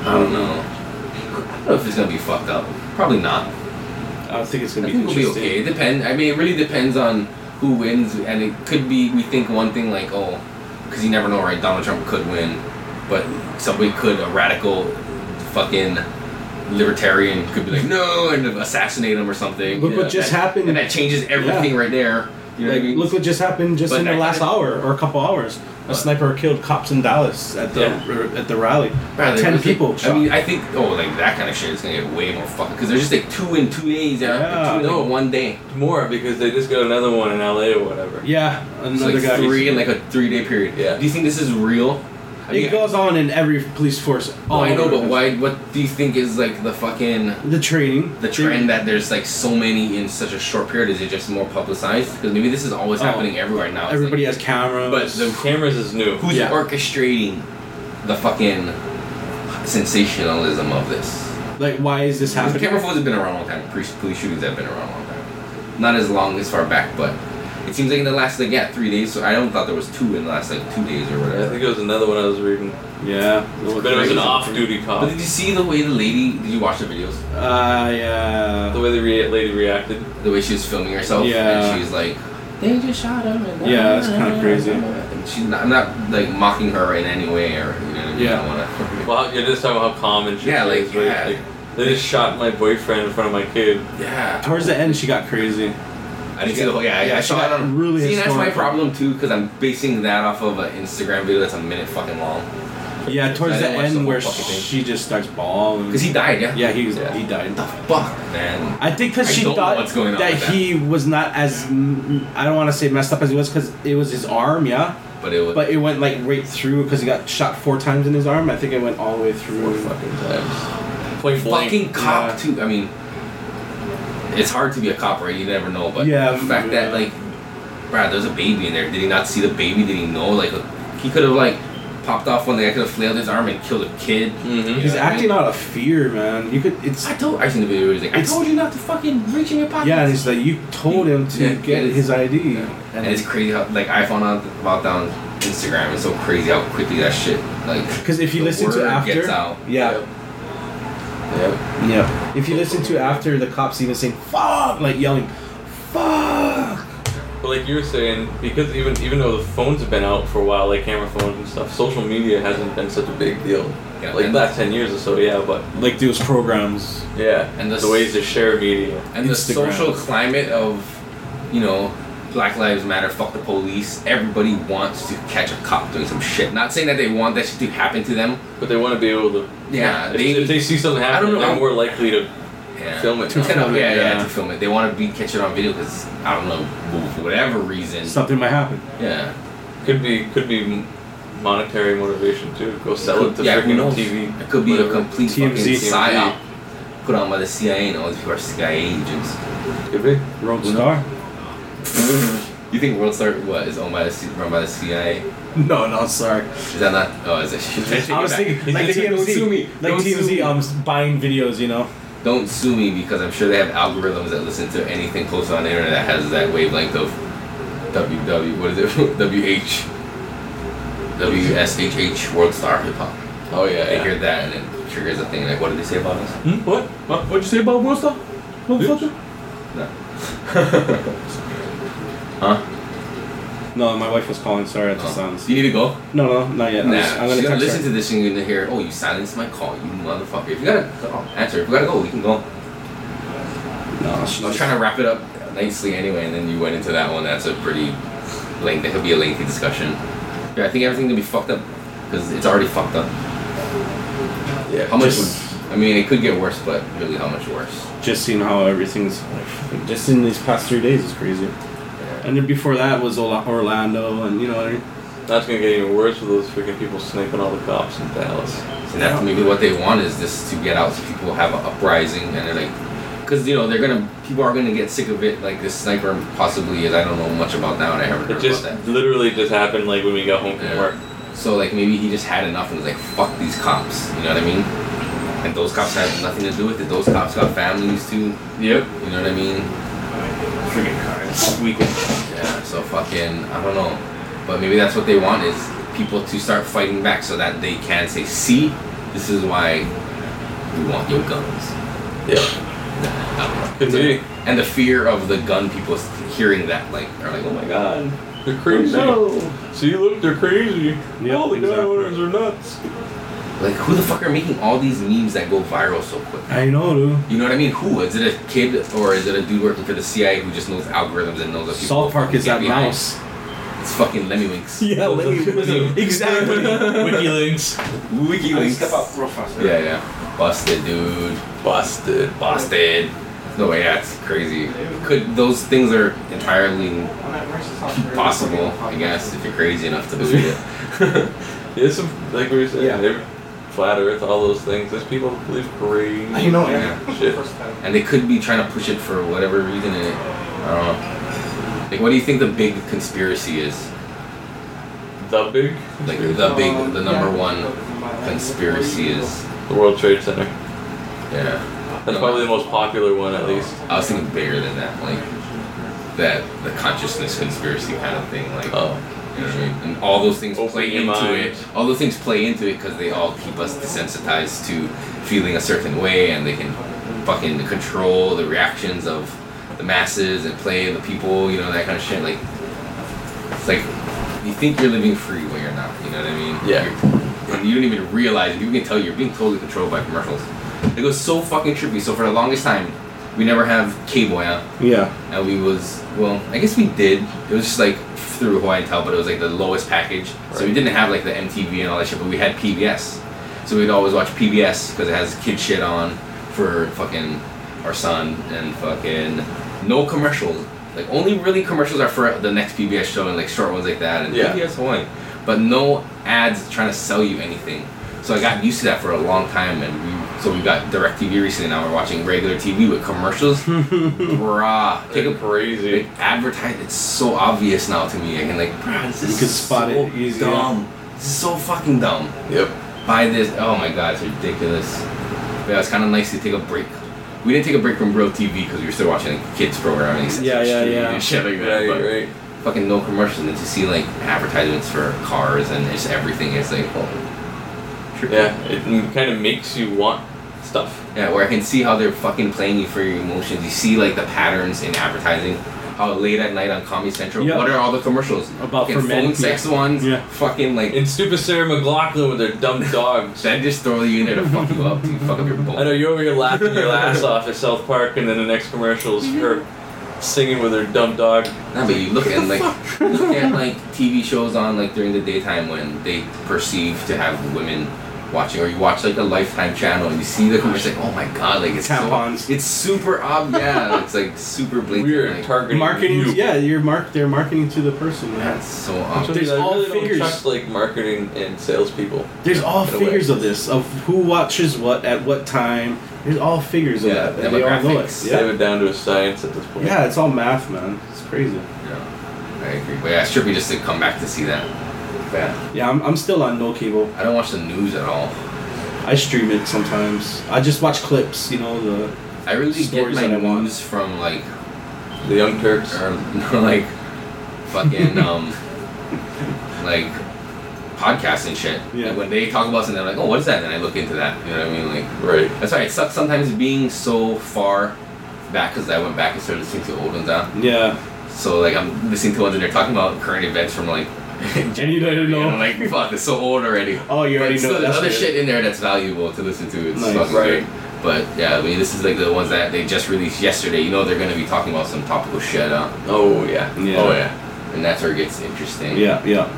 Speaker 1: I don't know. I don't know if it's gonna be fucked up. Probably not.
Speaker 2: I don't think it's
Speaker 1: I
Speaker 2: gonna be
Speaker 1: think it'll be
Speaker 2: interesting.
Speaker 1: okay. It depends. I mean, it really depends on who wins, and it could be we think one thing like oh, because you never know, right? Donald Trump could win, but somebody could a radical, fucking libertarian could be like no and assassinate him or something.
Speaker 2: Look
Speaker 3: Yeah,
Speaker 2: what just
Speaker 1: That-
Speaker 2: happened.
Speaker 1: and that changes everything right there. You know
Speaker 2: Like,
Speaker 1: what I mean?
Speaker 2: look what just happened just
Speaker 1: But
Speaker 2: in the
Speaker 1: that
Speaker 2: last
Speaker 1: kinda-
Speaker 2: hour or a couple hours. A
Speaker 1: What?
Speaker 2: sniper killed cops in Dallas at the
Speaker 3: Yeah.
Speaker 2: r- at the rally.
Speaker 1: Rather,
Speaker 2: Ten
Speaker 1: it's like-
Speaker 2: people.
Speaker 1: I
Speaker 2: shot.
Speaker 1: mean, I think oh, like that kind of shit is gonna get way more fucking because they're just like two in two days, yeah,
Speaker 2: Yeah.
Speaker 1: two in
Speaker 3: No.
Speaker 1: like, one day.
Speaker 3: More because they just got another one in LA or whatever.
Speaker 2: yeah,
Speaker 1: It's
Speaker 2: another
Speaker 1: like
Speaker 2: guy.
Speaker 1: three in like a three day period.
Speaker 3: Yeah.
Speaker 1: Do you think this is real? I
Speaker 2: It
Speaker 1: mean,
Speaker 2: goes on in every police force.
Speaker 1: Oh,
Speaker 2: all
Speaker 1: I know,
Speaker 2: over
Speaker 1: but
Speaker 2: the-
Speaker 1: why? What do you think is like the fucking
Speaker 2: The training.
Speaker 1: the trend that there's like so many in such a short period? Is it just more publicized? Because maybe this is always
Speaker 2: Oh.
Speaker 1: happening everywhere now. It's
Speaker 2: Everybody
Speaker 1: like,
Speaker 2: has cameras.
Speaker 1: But the-
Speaker 3: Cameras is new.
Speaker 1: who's
Speaker 2: yeah.
Speaker 1: orchestrating the fucking sensationalism of this?
Speaker 2: like, why is this
Speaker 1: Because
Speaker 2: happening?
Speaker 1: camera phones have been around a long time. Police, police shootings have been around a long time. Not as long as far back, but it's seems like in the last like yeah three days. So I don't thought there was two in the last like two days or
Speaker 3: I
Speaker 1: whatever.
Speaker 3: think it was another one I was reading.
Speaker 5: Yeah.
Speaker 3: But it was an off-duty
Speaker 1: But
Speaker 3: cop.
Speaker 1: did you see the way the lady? Did you watch the videos?
Speaker 5: Uh, yeah.
Speaker 3: The way the re- lady reacted.
Speaker 1: The way she was filming herself,
Speaker 5: Yeah.
Speaker 1: and she's like,
Speaker 2: They just shot him. And
Speaker 5: Yeah, that's kind of crazy.
Speaker 1: and she's not, I'm not like mocking her in any way or you know. what I mean?
Speaker 5: Yeah.
Speaker 1: I don't wanna,
Speaker 3: Well, you're just talking about how calm and shit
Speaker 1: Yeah,
Speaker 3: she
Speaker 1: like,
Speaker 3: is, right?
Speaker 1: yeah.
Speaker 3: Like, they just shot my boyfriend in front of my kid.
Speaker 1: yeah.
Speaker 5: Towards the end, she got crazy.
Speaker 1: I didn't see the whole. Yeah, yeah. I
Speaker 5: she
Speaker 1: saw it
Speaker 5: got
Speaker 1: on.
Speaker 5: really
Speaker 1: see, that's my
Speaker 5: historical.
Speaker 1: problem too, because I'm basing that off of an Instagram video that's a minute fucking long.
Speaker 5: Yeah, towards
Speaker 1: I
Speaker 5: the
Speaker 1: didn't watch the
Speaker 5: end
Speaker 1: whole
Speaker 5: where
Speaker 1: fucking thing.
Speaker 5: she just starts bawling.
Speaker 1: Because he died. Yeah.
Speaker 5: Yeah, he was.
Speaker 1: Yeah.
Speaker 5: He died.
Speaker 1: The fuck, man.
Speaker 5: I think because
Speaker 1: I
Speaker 5: she
Speaker 1: don't know
Speaker 5: thought
Speaker 1: what's going on
Speaker 5: that
Speaker 1: with that.
Speaker 5: he was not as mm, I don't want to say messed up as he was because it was his arm, yeah,
Speaker 1: But it was.
Speaker 5: but it went like right through because he got shot four times in his arm. I think it went all the way through.
Speaker 1: Mm.
Speaker 3: Point blank.
Speaker 1: fucking cop
Speaker 5: Yeah.
Speaker 1: too. I mean, it's hard to be a cop, right? You never know. But
Speaker 5: Yeah,
Speaker 1: the fact that
Speaker 5: yeah.
Speaker 1: like, Brad, there's a baby in there. Did he not see the baby? Did he know? Like, uh, he could have like popped off one. Like, I could have flailed his arm and killed a kid.
Speaker 3: Mhm.
Speaker 5: He's
Speaker 1: Yeah, I
Speaker 5: acting
Speaker 1: mean-
Speaker 5: out of fear, man. You could. It's
Speaker 1: I told. I seen the video. Where he's like, I
Speaker 5: It's-
Speaker 1: told you not to fucking reach in your pocket.
Speaker 5: yeah. And he's like, you told him to
Speaker 1: Yeah,
Speaker 5: get
Speaker 1: it's-
Speaker 5: his ID.
Speaker 1: and it's crazy how like I found out about that on Instagram. It's so crazy how quickly that shit like.
Speaker 5: because if you
Speaker 1: the
Speaker 5: listen to
Speaker 1: word
Speaker 5: after,
Speaker 1: gets out.
Speaker 5: yeah,
Speaker 3: Yep.
Speaker 5: yeah. If you listen to after, the cops even saying "fuck," like yelling "fuck."
Speaker 3: But like you were saying, because even even though the phones have been out for a while, like camera phones and stuff, social media hasn't been such a big deal.
Speaker 1: Yeah,
Speaker 3: like
Speaker 1: and-
Speaker 3: last ten years or so, yeah. But
Speaker 5: Like those programs.
Speaker 3: yeah,
Speaker 1: And the
Speaker 3: the ways to share media.
Speaker 1: and the
Speaker 5: Instagram.
Speaker 1: social climate of you know black lives matter fuck the police everybody wants to catch a cop doing some shit not saying that they want that shit to happen to them
Speaker 3: But they want to be able to.
Speaker 1: yeah
Speaker 3: If
Speaker 1: they,
Speaker 3: if they see something happen,
Speaker 1: I don't know.
Speaker 3: they're more likely to
Speaker 1: yeah.
Speaker 3: film it.
Speaker 1: to
Speaker 3: now.
Speaker 1: film it, yeah, yeah,
Speaker 5: yeah.
Speaker 1: to film it. They want to be catch it on video because I don't know, for whatever reason.
Speaker 5: Something might happen.
Speaker 1: Yeah,
Speaker 3: Could be could be monetary motivation too. Go sell it to
Speaker 1: yeah, who
Speaker 3: freaking
Speaker 1: knows?
Speaker 3: TV.
Speaker 1: It could be
Speaker 3: whatever.
Speaker 1: a complete
Speaker 5: TMZ.
Speaker 1: fucking psyop put on by the CIA and all these people are CIA agents.
Speaker 3: Could be.
Speaker 5: Rogue Star.
Speaker 1: You think World Star what is owned by the C- run by the CIA?
Speaker 5: No, no, sorry.
Speaker 1: Is that not? Oh, is it? Take it
Speaker 5: I was
Speaker 1: back.
Speaker 5: thinking like
Speaker 1: He's
Speaker 5: TMZ,
Speaker 1: don't sue me.
Speaker 5: like
Speaker 1: Don't sue me.
Speaker 5: TMZ, um, buying videos, you know.
Speaker 1: Don't sue me because I'm sure they have algorithms that listen to anything posted on the internet that has that wavelength of WW, what is it? WH. WSHH World Star Hip Hop.
Speaker 3: Oh yeah.
Speaker 1: They
Speaker 3: yeah.
Speaker 1: hear that and it triggers a thing like, what did they say about us?
Speaker 3: What? What? What'd you say about Worldstar?
Speaker 1: Huh?
Speaker 5: No, my wife was calling. Sorry, at the
Speaker 1: Oh.
Speaker 5: sounds.
Speaker 1: You need to go?
Speaker 5: No, no, not yet. I'm,
Speaker 1: Nah.
Speaker 5: just- I'm
Speaker 1: She's
Speaker 5: gonna
Speaker 1: gonna
Speaker 5: text
Speaker 1: listen
Speaker 5: her.
Speaker 1: to this and you're gonna hear, oh, you silenced my call, you motherfucker. If you gotta oh, answer, if we gotta go, we can go.
Speaker 5: no,
Speaker 1: I was
Speaker 5: she's
Speaker 1: trying to wrap it up nicely anyway, and then you went into that one. That's a pretty length. That could be a lengthy discussion. Yeah, I think everything's gonna be fucked up because it's already fucked up.
Speaker 3: Yeah.
Speaker 1: How much?
Speaker 5: Just-
Speaker 1: would, I mean, it could get worse, but really, how much worse?
Speaker 5: just seeing how everything's like, just in these past three days is crazy. And then before that was Ola- Orlando, and you know, what I mean?
Speaker 3: That's gonna get even worse with those freaking people sniping all the cops in Dallas.
Speaker 1: And that's maybe what they want is this to get out, so people have an uprising, and they're like, because you know they're gonna people are gonna get sick of it. Like this sniper possibly is. I don't know much about that. one. I haven't heard
Speaker 3: It just
Speaker 1: about that.
Speaker 3: literally just happened like when we got home from
Speaker 1: Yeah.
Speaker 3: work.
Speaker 1: So like maybe he just had enough and was like, fuck these cops. You know what I mean? And those cops have nothing to do with it. Those cops got families too.
Speaker 3: Yep.
Speaker 1: You know what I mean?
Speaker 5: freaking cars. Weekend.
Speaker 1: Yeah, so fucking, I don't know. But maybe that's what they want is people to start fighting back so that they can say, see, this is why we want your guns.
Speaker 3: Yeah.
Speaker 1: I don't know.
Speaker 3: Could be.
Speaker 1: And the fear of the gun people hearing that, like, are like, oh my god.
Speaker 3: They're crazy. See, look, they're crazy.
Speaker 5: Yep,
Speaker 3: all the gun
Speaker 5: exactly.
Speaker 3: owners are nuts.
Speaker 1: Like, who the fuck are making all these memes that go viral so quick?
Speaker 5: I know, dude.
Speaker 1: You know what I mean? Who? Is it a kid or is it a dude working for the CIA who just knows algorithms and knows that people
Speaker 5: Salt Park is
Speaker 1: get
Speaker 5: that
Speaker 1: behind?
Speaker 5: mouse.
Speaker 1: It's fucking Lemmywinks.
Speaker 5: Yeah, Lemmywinks. exactly. WikiLinks.
Speaker 1: WikiLeaks.
Speaker 5: real fast.
Speaker 1: Yeah, yeah. Busted, dude.
Speaker 3: Busted.
Speaker 1: Busted. No way, yeah, it's crazy. Could those things are entirely possible, I guess, if you're crazy enough to believe it.
Speaker 3: Yeah, some like we were saying,
Speaker 5: Yeah.
Speaker 3: every- flat Earth, all those things. There's people who believe crazy
Speaker 5: I know, Oh, yeah.
Speaker 1: Yeah.
Speaker 3: shit.
Speaker 1: And they could be trying to push it for whatever reason and it I don't know. Like what do you think the big conspiracy is?
Speaker 3: The big,
Speaker 1: Like the big the number one conspiracy is
Speaker 3: the World Trade Center.
Speaker 1: yeah.
Speaker 3: That's probably the most popular one, at least.
Speaker 1: I was thinking bigger than that, like that the consciousness conspiracy kind of thing. Like,
Speaker 3: Oh,
Speaker 1: you know what I mean? And all those things
Speaker 3: Open
Speaker 1: play
Speaker 3: your
Speaker 1: into
Speaker 3: mind.
Speaker 1: it. All those things play into it because they all keep us desensitized to feeling a certain way, and they can fucking control the reactions of the masses and play the people. You know that kind of shit. Like, it's like you think you're living free when you're not. You know what I mean?
Speaker 3: Yeah.
Speaker 1: You're, and you don't even realize. and You can tell you're being totally controlled by commercials. It goes so fucking trippy. So for the longest time, we never have cable out
Speaker 5: Yeah.
Speaker 1: and we was well i guess we did it was just like through hawaiian tel but it was like the lowest package so we didn't have like the mtv and all that shit but we had pbs so we'd always watch pbs because it has kid shit on for fucking our son and fucking no commercials like only really commercials are for the next pbs show and like short ones like that and
Speaker 3: Yeah.
Speaker 1: pbs hawaiian but no ads trying to sell you anything so i got used to that for a long time and we so we got direct tv recently now we're watching regular tv with commercials bruh take a
Speaker 3: They're crazy.
Speaker 1: like advertise it's so obvious now to me. I can like bruh, this is
Speaker 2: You could spot
Speaker 1: so
Speaker 2: it easy, yeah.
Speaker 1: dumb. This is so fucking dumb.
Speaker 3: Yep.
Speaker 1: Buy this oh my god, it's ridiculous. But yeah, it's kinda nice to take a break. We didn't take a break from real TV because we were still watching like, kids programming and
Speaker 2: Yeah, yeah,
Speaker 1: Street
Speaker 2: yeah.
Speaker 1: and shit like that.
Speaker 3: Right,
Speaker 1: but
Speaker 3: right.
Speaker 1: Fucking no commercials and to see like advertisements for cars and just everything is like oh, trippy.
Speaker 3: Yeah, it kind of makes you want stuff.
Speaker 1: Yeah, where I can see how they're fucking playing you for your emotions. You see like the patterns in advertising. How late at night on Comedy Central.
Speaker 2: Yeah.
Speaker 1: What are all the commercials
Speaker 2: About
Speaker 1: fucking
Speaker 2: for men,
Speaker 1: phone sex ones?
Speaker 2: Yeah.
Speaker 1: Fucking like
Speaker 3: And stupid Sarah McLaughlin with their dumb dogs.
Speaker 1: that just throw you in there to fuck you up, to fuck up your
Speaker 3: I know
Speaker 1: bowl.
Speaker 3: you're over here laughing your ass off at South Park, and then the next commercial
Speaker 1: Mm-hmm.
Speaker 3: is her singing with her dumb dog.
Speaker 1: Nah, but you look at like look at like TV shows on like during the daytime when they perceive to have women watching, or you watch like the Lifetime channel and you see the commercial, like oh my god, like it's
Speaker 2: Tampons.
Speaker 1: so it's super ob yeah, it's like super blatant.
Speaker 3: We are
Speaker 1: like,
Speaker 3: targeting
Speaker 2: Marketing,
Speaker 3: you.
Speaker 2: yeah, you're mark. They're marketing to the person. man.
Speaker 1: that's so obvious.
Speaker 2: There's
Speaker 3: I
Speaker 2: all
Speaker 3: really don't
Speaker 2: figures.
Speaker 3: trust, like marketing and salespeople.
Speaker 5: There's all
Speaker 3: In a way.
Speaker 5: figures of this, of who watches what at what time. There's all figures of
Speaker 1: Yeah,
Speaker 5: that. and They all know it.
Speaker 1: demographics.
Speaker 3: They have
Speaker 5: Yeah.
Speaker 3: it down to a science at this point.
Speaker 5: yeah, it's all math, man. It's crazy.
Speaker 1: Yeah, I agree. But yeah, it's trippy just to come back to see that. Yeah.
Speaker 5: Yeah, I'm, I'm still on no cable.
Speaker 1: I don't watch the news at all.
Speaker 5: I stream it sometimes. I just watch clips, you know, the
Speaker 1: I really
Speaker 5: Stories
Speaker 1: get
Speaker 5: that
Speaker 1: my
Speaker 5: I want.
Speaker 1: news from like,
Speaker 3: The Young Turks.
Speaker 1: or, like, fucking um, like podcasts and shit.
Speaker 5: Yeah.
Speaker 1: Like, when they talk about something, I'm like, oh, what is that? And I look into that. You know what I mean? Like,
Speaker 3: Right.
Speaker 1: that's why it sucks sometimes being so far back because I went back and started listening to old ones out.
Speaker 5: Yeah.
Speaker 1: So like, I'm listening to ones and they're talking about current events from like.
Speaker 5: And you don't
Speaker 1: And
Speaker 5: know.
Speaker 1: I'm like, fuck, it's so old already.
Speaker 5: Oh, you
Speaker 1: But
Speaker 5: already
Speaker 1: still,
Speaker 5: know.
Speaker 1: there's
Speaker 5: That's
Speaker 1: other
Speaker 5: good.
Speaker 1: shit in there that's valuable to listen to. It's
Speaker 5: Nice.
Speaker 1: fucking
Speaker 3: Right.
Speaker 1: great. But yeah, I mean, this is like the ones that they just released yesterday. You know, they're gonna be talking about some topical shit. Huh?
Speaker 3: Oh yeah.
Speaker 5: Yeah.
Speaker 1: Oh yeah. And that's where it gets interesting.
Speaker 5: Yeah, yeah.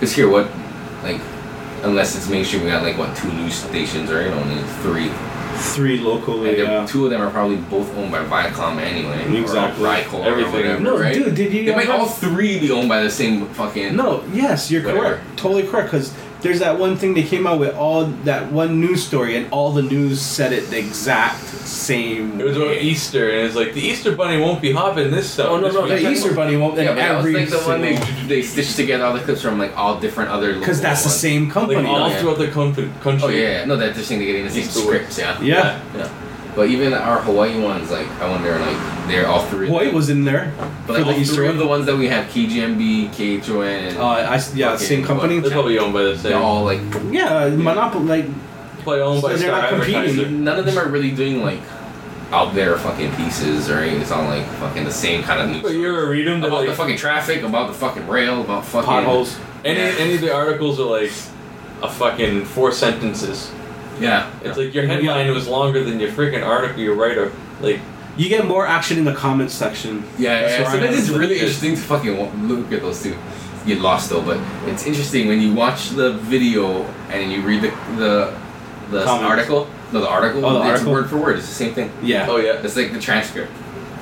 Speaker 1: Cause here, what, like, unless it's mainstream, we got like what two news stations or you know, only three.
Speaker 5: Three
Speaker 1: and
Speaker 5: locally,
Speaker 1: they're-
Speaker 5: yeah.
Speaker 1: Two of them are probably both owned by Viacom anyway.
Speaker 5: Exactly.
Speaker 1: Or Viacom
Speaker 3: Everything.
Speaker 1: Or whatever,
Speaker 5: No,
Speaker 1: right?
Speaker 5: dude, did you
Speaker 1: They might
Speaker 5: ever-
Speaker 1: all three be owned by the same fucking.
Speaker 5: No, yes, you're
Speaker 1: Whatever.
Speaker 5: correct. Totally correct. Because there's that one thing they came out with all that one news story, and all the news said it the exact same.
Speaker 3: It was about Easter, and it's like the Easter Bunny won't be hopping this stuff.
Speaker 1: Oh, no,
Speaker 3: this
Speaker 1: no,
Speaker 3: week."
Speaker 1: they-
Speaker 5: the Easter Bunny won't.
Speaker 1: Yeah, but that was
Speaker 5: every
Speaker 1: like the one they,
Speaker 5: single-
Speaker 1: they stitched together all the clips from like all different other.
Speaker 5: Because
Speaker 1: local
Speaker 5: that's the
Speaker 1: ones.
Speaker 5: same company.
Speaker 3: like all
Speaker 1: yeah.
Speaker 3: throughout the country. country.
Speaker 1: Oh yeah, yeah. no, that's interesting. They get in the same
Speaker 3: Easter
Speaker 1: scripts, yeah.
Speaker 5: yeah.
Speaker 1: But even our Hawaii ones, like I wonder, like they're all three.
Speaker 5: Hawaii was in there
Speaker 1: but
Speaker 5: for
Speaker 1: like,
Speaker 5: the
Speaker 1: all
Speaker 5: Easter
Speaker 1: three of the
Speaker 5: one.
Speaker 1: ones that we have KGMB, KHON, and
Speaker 5: Uh, I s- yeah,
Speaker 1: Fucking
Speaker 5: same company.
Speaker 3: They're probably owned by the same.
Speaker 1: they're all like
Speaker 5: Yeah, Monopoly. Like,
Speaker 3: Probably owned by
Speaker 5: They're
Speaker 3: Star
Speaker 5: not competing.
Speaker 3: Advertiser.
Speaker 1: none of them are really doing like out there fucking pieces or anything. It's all like fucking the same kind of news.
Speaker 3: But you ever read them? They're
Speaker 1: about the
Speaker 3: like
Speaker 1: fucking traffic, about the fucking rail, about fucking
Speaker 5: potholes.
Speaker 3: any
Speaker 1: Yeah.
Speaker 3: any of the articles are like a fucking four sentences.
Speaker 1: Yeah,
Speaker 3: It's like your headline was longer than your freaking article you write. Or like
Speaker 5: You get more action in the comments section.
Speaker 1: Yeah,
Speaker 5: That's
Speaker 1: yeah.
Speaker 5: where
Speaker 1: So
Speaker 5: I
Speaker 1: that
Speaker 5: am.
Speaker 1: is really interesting to fucking wa- look at those two. You get lost though, but it's interesting when you watch the video and you read the the, the
Speaker 5: Comments.
Speaker 1: article. No, the article.
Speaker 5: Oh, the
Speaker 1: it's
Speaker 5: article?
Speaker 1: word for word. It's the same thing.
Speaker 5: Yeah.
Speaker 3: oh yeah,
Speaker 1: It's like the transcript.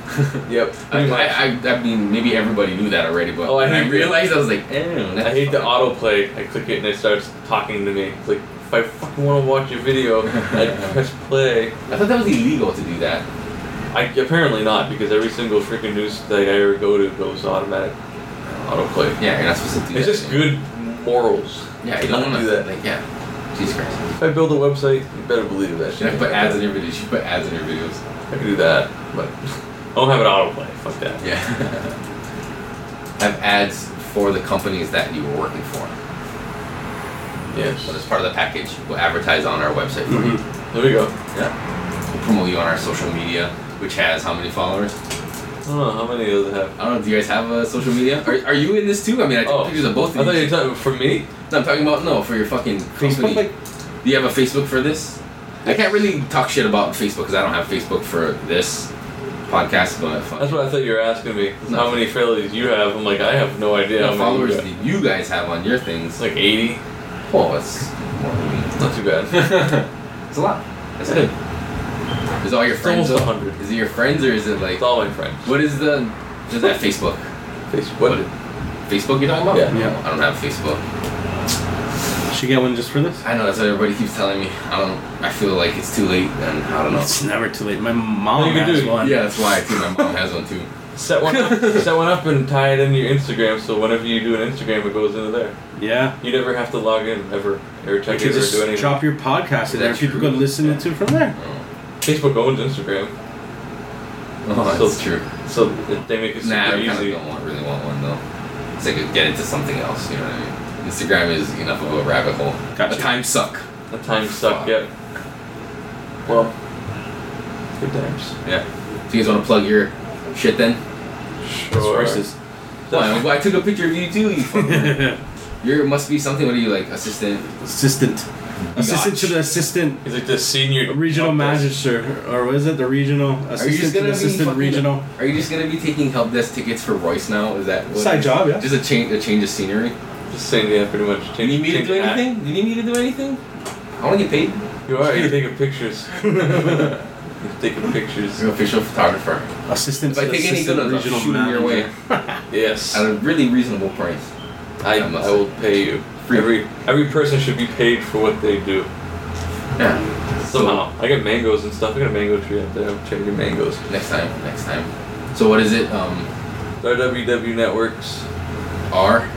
Speaker 3: yep.
Speaker 1: I,
Speaker 3: pretty much.
Speaker 1: I, I, I mean, maybe everybody knew that already, but
Speaker 3: Oh, I
Speaker 1: when I
Speaker 3: hate-
Speaker 1: realized I was like, eh,
Speaker 3: I hate the autoplay. I click it and it starts talking to me. It's like if I fucking want to watch your video, I press play.
Speaker 1: I thought that was illegal to do that.
Speaker 3: I apparently not because every single freaking news site I ever go to goes automatic autoplay.
Speaker 1: Yeah, you're not supposed to do
Speaker 3: It's
Speaker 1: that.
Speaker 3: just good morals.
Speaker 1: Yeah, you don't
Speaker 3: Don't
Speaker 1: want to
Speaker 3: do that.
Speaker 1: Like, yeah. Jesus Christ.
Speaker 3: If I build a website, you better believe that
Speaker 1: Should
Speaker 3: shit.
Speaker 1: I put ads in your videos? You should put ads in your videos.
Speaker 3: I can do that, but I don't have an autoplay. Fuck that.
Speaker 1: Yeah. Have ads for the companies that you were working for. So
Speaker 3: Yes.
Speaker 1: as part of the package, we'll advertise on our website for you.
Speaker 3: There we go. Mm-hmm.
Speaker 1: We'll promote you on our social media, which has how many followers?
Speaker 3: I don't know how many does it have.
Speaker 1: I don't know. Do you guys have uh, social media? Are, are you in this too? I mean, I took
Speaker 3: Oh.
Speaker 1: pictures of both
Speaker 3: I
Speaker 1: of
Speaker 3: thought you
Speaker 1: you.
Speaker 3: were talking for me.
Speaker 1: no, I'm talking about no for your fucking company. Do you have a Facebook for this? I can't really talk shit about Facebook because I don't have Facebook for this podcast, but fuck.
Speaker 3: That's what I thought you were asking me. is
Speaker 1: No.
Speaker 3: How many failures you have? I'm like, I have no idea.
Speaker 1: How
Speaker 3: how
Speaker 1: many
Speaker 3: many you
Speaker 1: followers
Speaker 3: got.
Speaker 1: do you guys have on your things?
Speaker 3: It's like 80.
Speaker 1: oh, it's more than me.
Speaker 3: Not too bad.
Speaker 1: it's a lot. That's good. Is all your
Speaker 3: It's
Speaker 1: friends?
Speaker 3: almost
Speaker 1: though?
Speaker 3: 100.
Speaker 1: Is it your friends or is it like
Speaker 3: It's all my friends.
Speaker 1: what is the? Is that Facebook?
Speaker 3: Facebook. What?
Speaker 1: Facebook you're talking about?
Speaker 3: Yeah.
Speaker 9: Yeah.
Speaker 1: I don't have Facebook.
Speaker 5: Should get one just for this?
Speaker 1: I know that's what everybody keeps telling me. I don't. I feel like it's too late, and I don't know.
Speaker 5: It's never too late. My mom
Speaker 3: you
Speaker 5: has
Speaker 3: do.
Speaker 5: one.
Speaker 1: Yeah, that's why too. My mom has one too.
Speaker 3: Set one up. set one up and tie it into your Instagram. So whenever you do an Instagram, it goes into there.
Speaker 5: Yeah.
Speaker 3: You never have to log in ever or
Speaker 5: You
Speaker 3: check
Speaker 5: could
Speaker 3: it or
Speaker 5: just
Speaker 3: do anything.
Speaker 5: drop your podcast in there.
Speaker 1: That's
Speaker 5: People
Speaker 1: true.
Speaker 5: could listen to it from there.
Speaker 3: Facebook owns Instagram,
Speaker 1: Oh,
Speaker 3: So-
Speaker 1: that's true.
Speaker 3: so they make it super
Speaker 1: Nah, I kind of
Speaker 3: easy.
Speaker 1: don't want, really want one though. It's like a- get into something else. You know what I mean? Instagram is enough of a rabbit hole.
Speaker 5: Gotcha.
Speaker 1: A time suck.
Speaker 3: The time suck. Yep. Well, good times.
Speaker 1: Yeah. So you guys want to plug your shit then?
Speaker 3: Sure.
Speaker 5: Versus.
Speaker 1: Why? Well, I took a picture of you too. You fucker. You're must be something. What are you like, assistant?
Speaker 5: assistant. Assistant to the assistant
Speaker 3: He's like the senior
Speaker 5: regional manager, or what is it? The regional
Speaker 1: Are you
Speaker 5: assistant
Speaker 1: just
Speaker 5: to
Speaker 1: gonna
Speaker 5: the
Speaker 1: be
Speaker 5: assistant
Speaker 1: fucking-
Speaker 5: regional.
Speaker 1: Are you just gonna be taking help desk tickets for Royce now? Is that what
Speaker 5: Side job, yeah.
Speaker 1: Just a change, a change of scenery.
Speaker 3: Just saying, yeah, pretty much.
Speaker 1: Do you need me to
Speaker 3: Change
Speaker 1: do
Speaker 3: your hat.
Speaker 1: anything? Do you need me to do anything? I want to get paid.
Speaker 3: You are. You're taking pictures. You're taking pictures.
Speaker 1: I'm an official photographer.
Speaker 5: Assistant
Speaker 1: If I
Speaker 5: to the
Speaker 1: take any good
Speaker 5: assistant
Speaker 1: ones, I'll
Speaker 5: regional
Speaker 1: shoot 'em your way
Speaker 5: manager.
Speaker 3: Yes.
Speaker 1: at a really reasonable price.
Speaker 3: I,
Speaker 1: I must
Speaker 3: I will pay you.
Speaker 1: Free.
Speaker 3: Every every person should be paid for what they do.
Speaker 1: Yeah.
Speaker 3: Somehow. I got mangoes and stuff. I got a mango tree out there. I'm checking mangoes.
Speaker 1: Next time. Next time. So what is it? Um,
Speaker 3: RWW Networks.
Speaker 1: R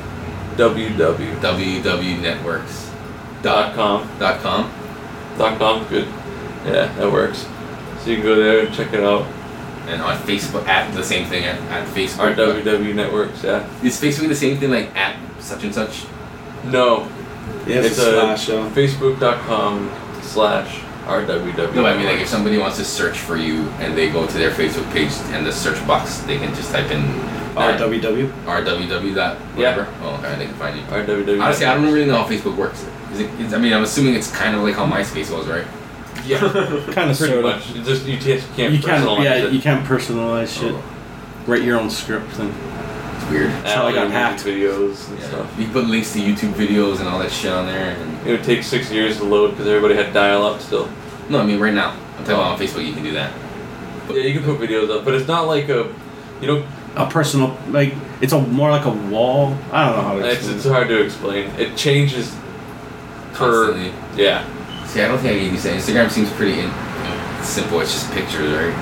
Speaker 3: WW.
Speaker 1: W W Networks. Dot
Speaker 3: Dot com.
Speaker 1: dot com.
Speaker 3: Dot com. Good. Yeah, that works. So you can go there and check it out.
Speaker 1: And on Facebook at the same thing at, at Facebook.
Speaker 3: RWW Networks. Yeah.
Speaker 1: Is Facebook the same thing like at such and such?
Speaker 3: No.
Speaker 5: Yeah, it's,
Speaker 3: It's
Speaker 5: a
Speaker 3: a-
Speaker 5: slash,
Speaker 1: uh,
Speaker 5: yeah.
Speaker 3: Facebook.com slash RWW.
Speaker 1: No, I mean like if somebody wants to search for you and they go to their Facebook page and the search box, they can just type in uh, that-
Speaker 5: RWW.
Speaker 1: RWW dot
Speaker 3: Yeah.
Speaker 1: whatever. Oh, okay, they can find you. Honestly, I
Speaker 3: RWW. Networks.
Speaker 1: don't really know how Facebook works. Is it, is, I mean, I'm assuming it's kind of like how MySpace was, right?
Speaker 3: Yeah,
Speaker 5: Kind of
Speaker 3: pretty
Speaker 5: sort
Speaker 3: much.
Speaker 5: of.
Speaker 3: You just you just can't
Speaker 5: You
Speaker 3: personalize
Speaker 5: can't, yeah,
Speaker 3: it.
Speaker 5: you can't personalize shit.
Speaker 1: Oh,
Speaker 5: Write your own script and
Speaker 1: it's weird.
Speaker 3: Add
Speaker 5: how I
Speaker 3: all your
Speaker 5: got hacked.
Speaker 3: music Videos and
Speaker 1: Yeah.
Speaker 3: stuff.
Speaker 1: You can put links to YouTube videos and all that shit on there. And,
Speaker 3: It would take six years to load because everybody had dial-up still.
Speaker 1: no, I mean right now. I'm talking about on Facebook. You can do that. But-
Speaker 3: Yeah, you can put videos up, but it's not like a, you know,
Speaker 5: a personal like it's a more like a wall. I don't know how to
Speaker 3: it's,
Speaker 5: explain.
Speaker 3: it's
Speaker 5: it.
Speaker 3: hard to explain. It changes per
Speaker 1: Constantly.
Speaker 3: yeah
Speaker 1: See, I don't think I can use that. Instagram seems pretty in, in- simple. It's just pictures, right?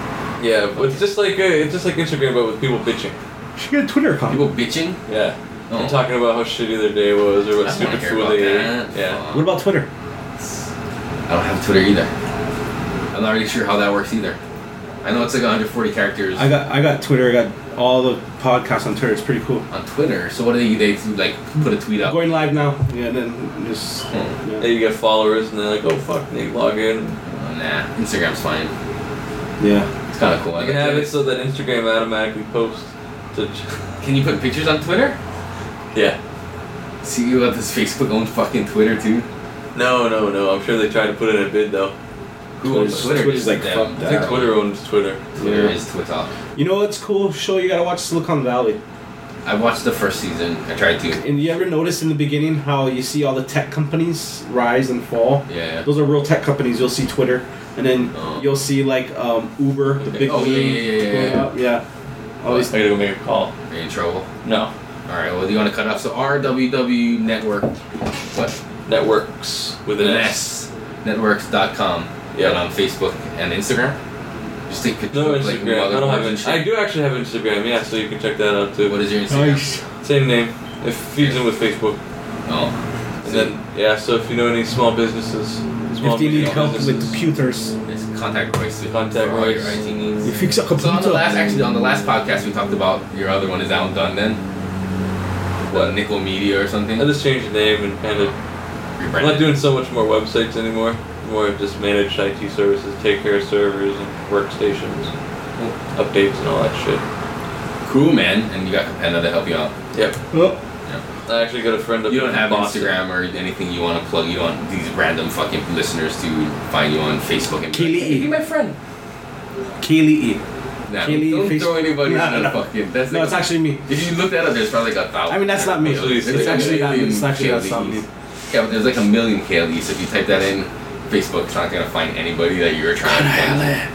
Speaker 3: yeah. But it's just like uh it's just like Instagram, but with people bitching.
Speaker 5: Should get a Twitter account.
Speaker 1: People bitching.
Speaker 3: Yeah,
Speaker 1: Oh.
Speaker 3: and talking about how shitty their day was
Speaker 1: I
Speaker 3: or what
Speaker 1: don't wanna
Speaker 3: stupid
Speaker 1: hear
Speaker 3: food
Speaker 1: about
Speaker 3: they
Speaker 1: that.
Speaker 3: ate. Yeah,
Speaker 1: Fuck.
Speaker 5: What about Twitter?
Speaker 1: I don't have Twitter either. I'm not really sure how that works either. I know it's like 140 characters
Speaker 5: I got I got Twitter. I got all the podcasts on Twitter. It's pretty cool.
Speaker 1: on Twitter. So what do they they like put a tweet out?
Speaker 5: Going live now. Yeah, then just
Speaker 1: Hmm.
Speaker 5: yeah.
Speaker 3: Then you get followers, and they're like, oh fuck, and they log in.
Speaker 1: Oh, nah, Instagram's fine.
Speaker 5: yeah.
Speaker 1: It's kind of cool. I
Speaker 3: You can
Speaker 1: like
Speaker 3: have
Speaker 1: that.
Speaker 3: it so that Instagram automatically posts to.
Speaker 1: Can you put pictures on Twitter?
Speaker 3: Yeah.
Speaker 1: See, you got this Facebook owned fucking Twitter too.
Speaker 3: No, no, no. I'm sure they tried to put in a bid though.
Speaker 1: Who owns
Speaker 5: Twitter's-
Speaker 1: Twitter?
Speaker 5: Twitter's
Speaker 1: Just
Speaker 5: like,
Speaker 1: them.
Speaker 5: fuck
Speaker 3: I think
Speaker 5: Yeah.
Speaker 3: Twitter owns Twitter.
Speaker 1: Twitter
Speaker 5: Yeah.
Speaker 1: is Twitter.
Speaker 5: You know what's cool show you gotta watch Silicon Valley.
Speaker 1: I watched the first season. I tried to.
Speaker 5: And you ever notice in the beginning how you see all the tech companies rise and fall?
Speaker 1: Yeah.
Speaker 5: Those are real tech companies. You'll see Twitter, and then
Speaker 1: Oh.
Speaker 5: you'll see like um, Uber, the big
Speaker 1: Oh, yeah,
Speaker 5: balloon
Speaker 1: yeah, yeah, yeah,
Speaker 5: going
Speaker 1: yeah.
Speaker 5: up. Yeah. All
Speaker 3: I
Speaker 5: these-
Speaker 3: gotta go make a call.
Speaker 1: Are you in trouble?
Speaker 3: No.
Speaker 1: All right. Well, do you want to cut off? So RWW Network. What?
Speaker 3: Networks with an S.
Speaker 1: Networks.com.
Speaker 3: Yeah.
Speaker 1: And on Facebook and Instagram. Just take pictures.
Speaker 3: No
Speaker 1: of, like,
Speaker 3: Instagram. I don't have
Speaker 1: motherboards and
Speaker 3: Instagram.
Speaker 1: shit.
Speaker 3: I do actually have Instagram, yeah, so you can check that out too.
Speaker 1: What is your Instagram?
Speaker 3: Same name. It feeds in with Facebook.
Speaker 1: Oh.
Speaker 3: And then, yeah, so if you know any small businesses, small
Speaker 5: If they need
Speaker 3: medium
Speaker 5: help with
Speaker 3: businesses,
Speaker 5: computers,
Speaker 1: It's contact Royce. to-
Speaker 3: Contact
Speaker 1: for all your
Speaker 3: Royce.
Speaker 1: IT needs.
Speaker 5: You fix
Speaker 1: So
Speaker 5: a
Speaker 1: on
Speaker 5: computer.
Speaker 1: the last, actually, on the last podcast we talked about your other one is Alan Dunn then, what Nickel Media or something.
Speaker 3: I just changed the name and kind of. I'm not doing so much more websites anymore. More of just managed IT services, take care of servers and workstations, updates and all that shit.
Speaker 1: cool, man, and you got Capenna to help you out.
Speaker 3: Yep.
Speaker 5: Oh,
Speaker 3: I actually got a friend up
Speaker 1: You
Speaker 3: in
Speaker 1: don't have
Speaker 3: Boston.
Speaker 1: Instagram or anything you want to plug. You don't want these random fucking listeners to find you on Facebook and be
Speaker 5: Keely
Speaker 1: like, hey,
Speaker 5: E.
Speaker 1: be my friend.
Speaker 5: Keely E.
Speaker 1: Nah,
Speaker 5: Keely
Speaker 1: don't
Speaker 5: Face-
Speaker 1: throw anybody
Speaker 5: No,
Speaker 1: on
Speaker 5: no,
Speaker 1: the
Speaker 5: no.
Speaker 1: fucking. That's
Speaker 5: No,
Speaker 1: like-
Speaker 5: it's actually me.
Speaker 1: If you look that up, there's probably like a thousand.
Speaker 5: I mean, that's not me.
Speaker 1: Actually,
Speaker 5: It's actually not me. It's actually not
Speaker 1: Kaylees.
Speaker 5: something.
Speaker 1: Yeah, but there's like a million Kaylees. If you type that in, Facebook's not gonna find anybody that you're trying to find.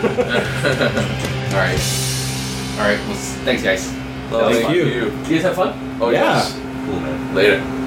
Speaker 1: All right, all right. Well, thanks, guys.
Speaker 3: Oh,
Speaker 5: Thank you.
Speaker 2: You guys have fun?
Speaker 3: Oh,
Speaker 5: Yeah.
Speaker 3: yes.
Speaker 2: Cool, man.
Speaker 3: Later.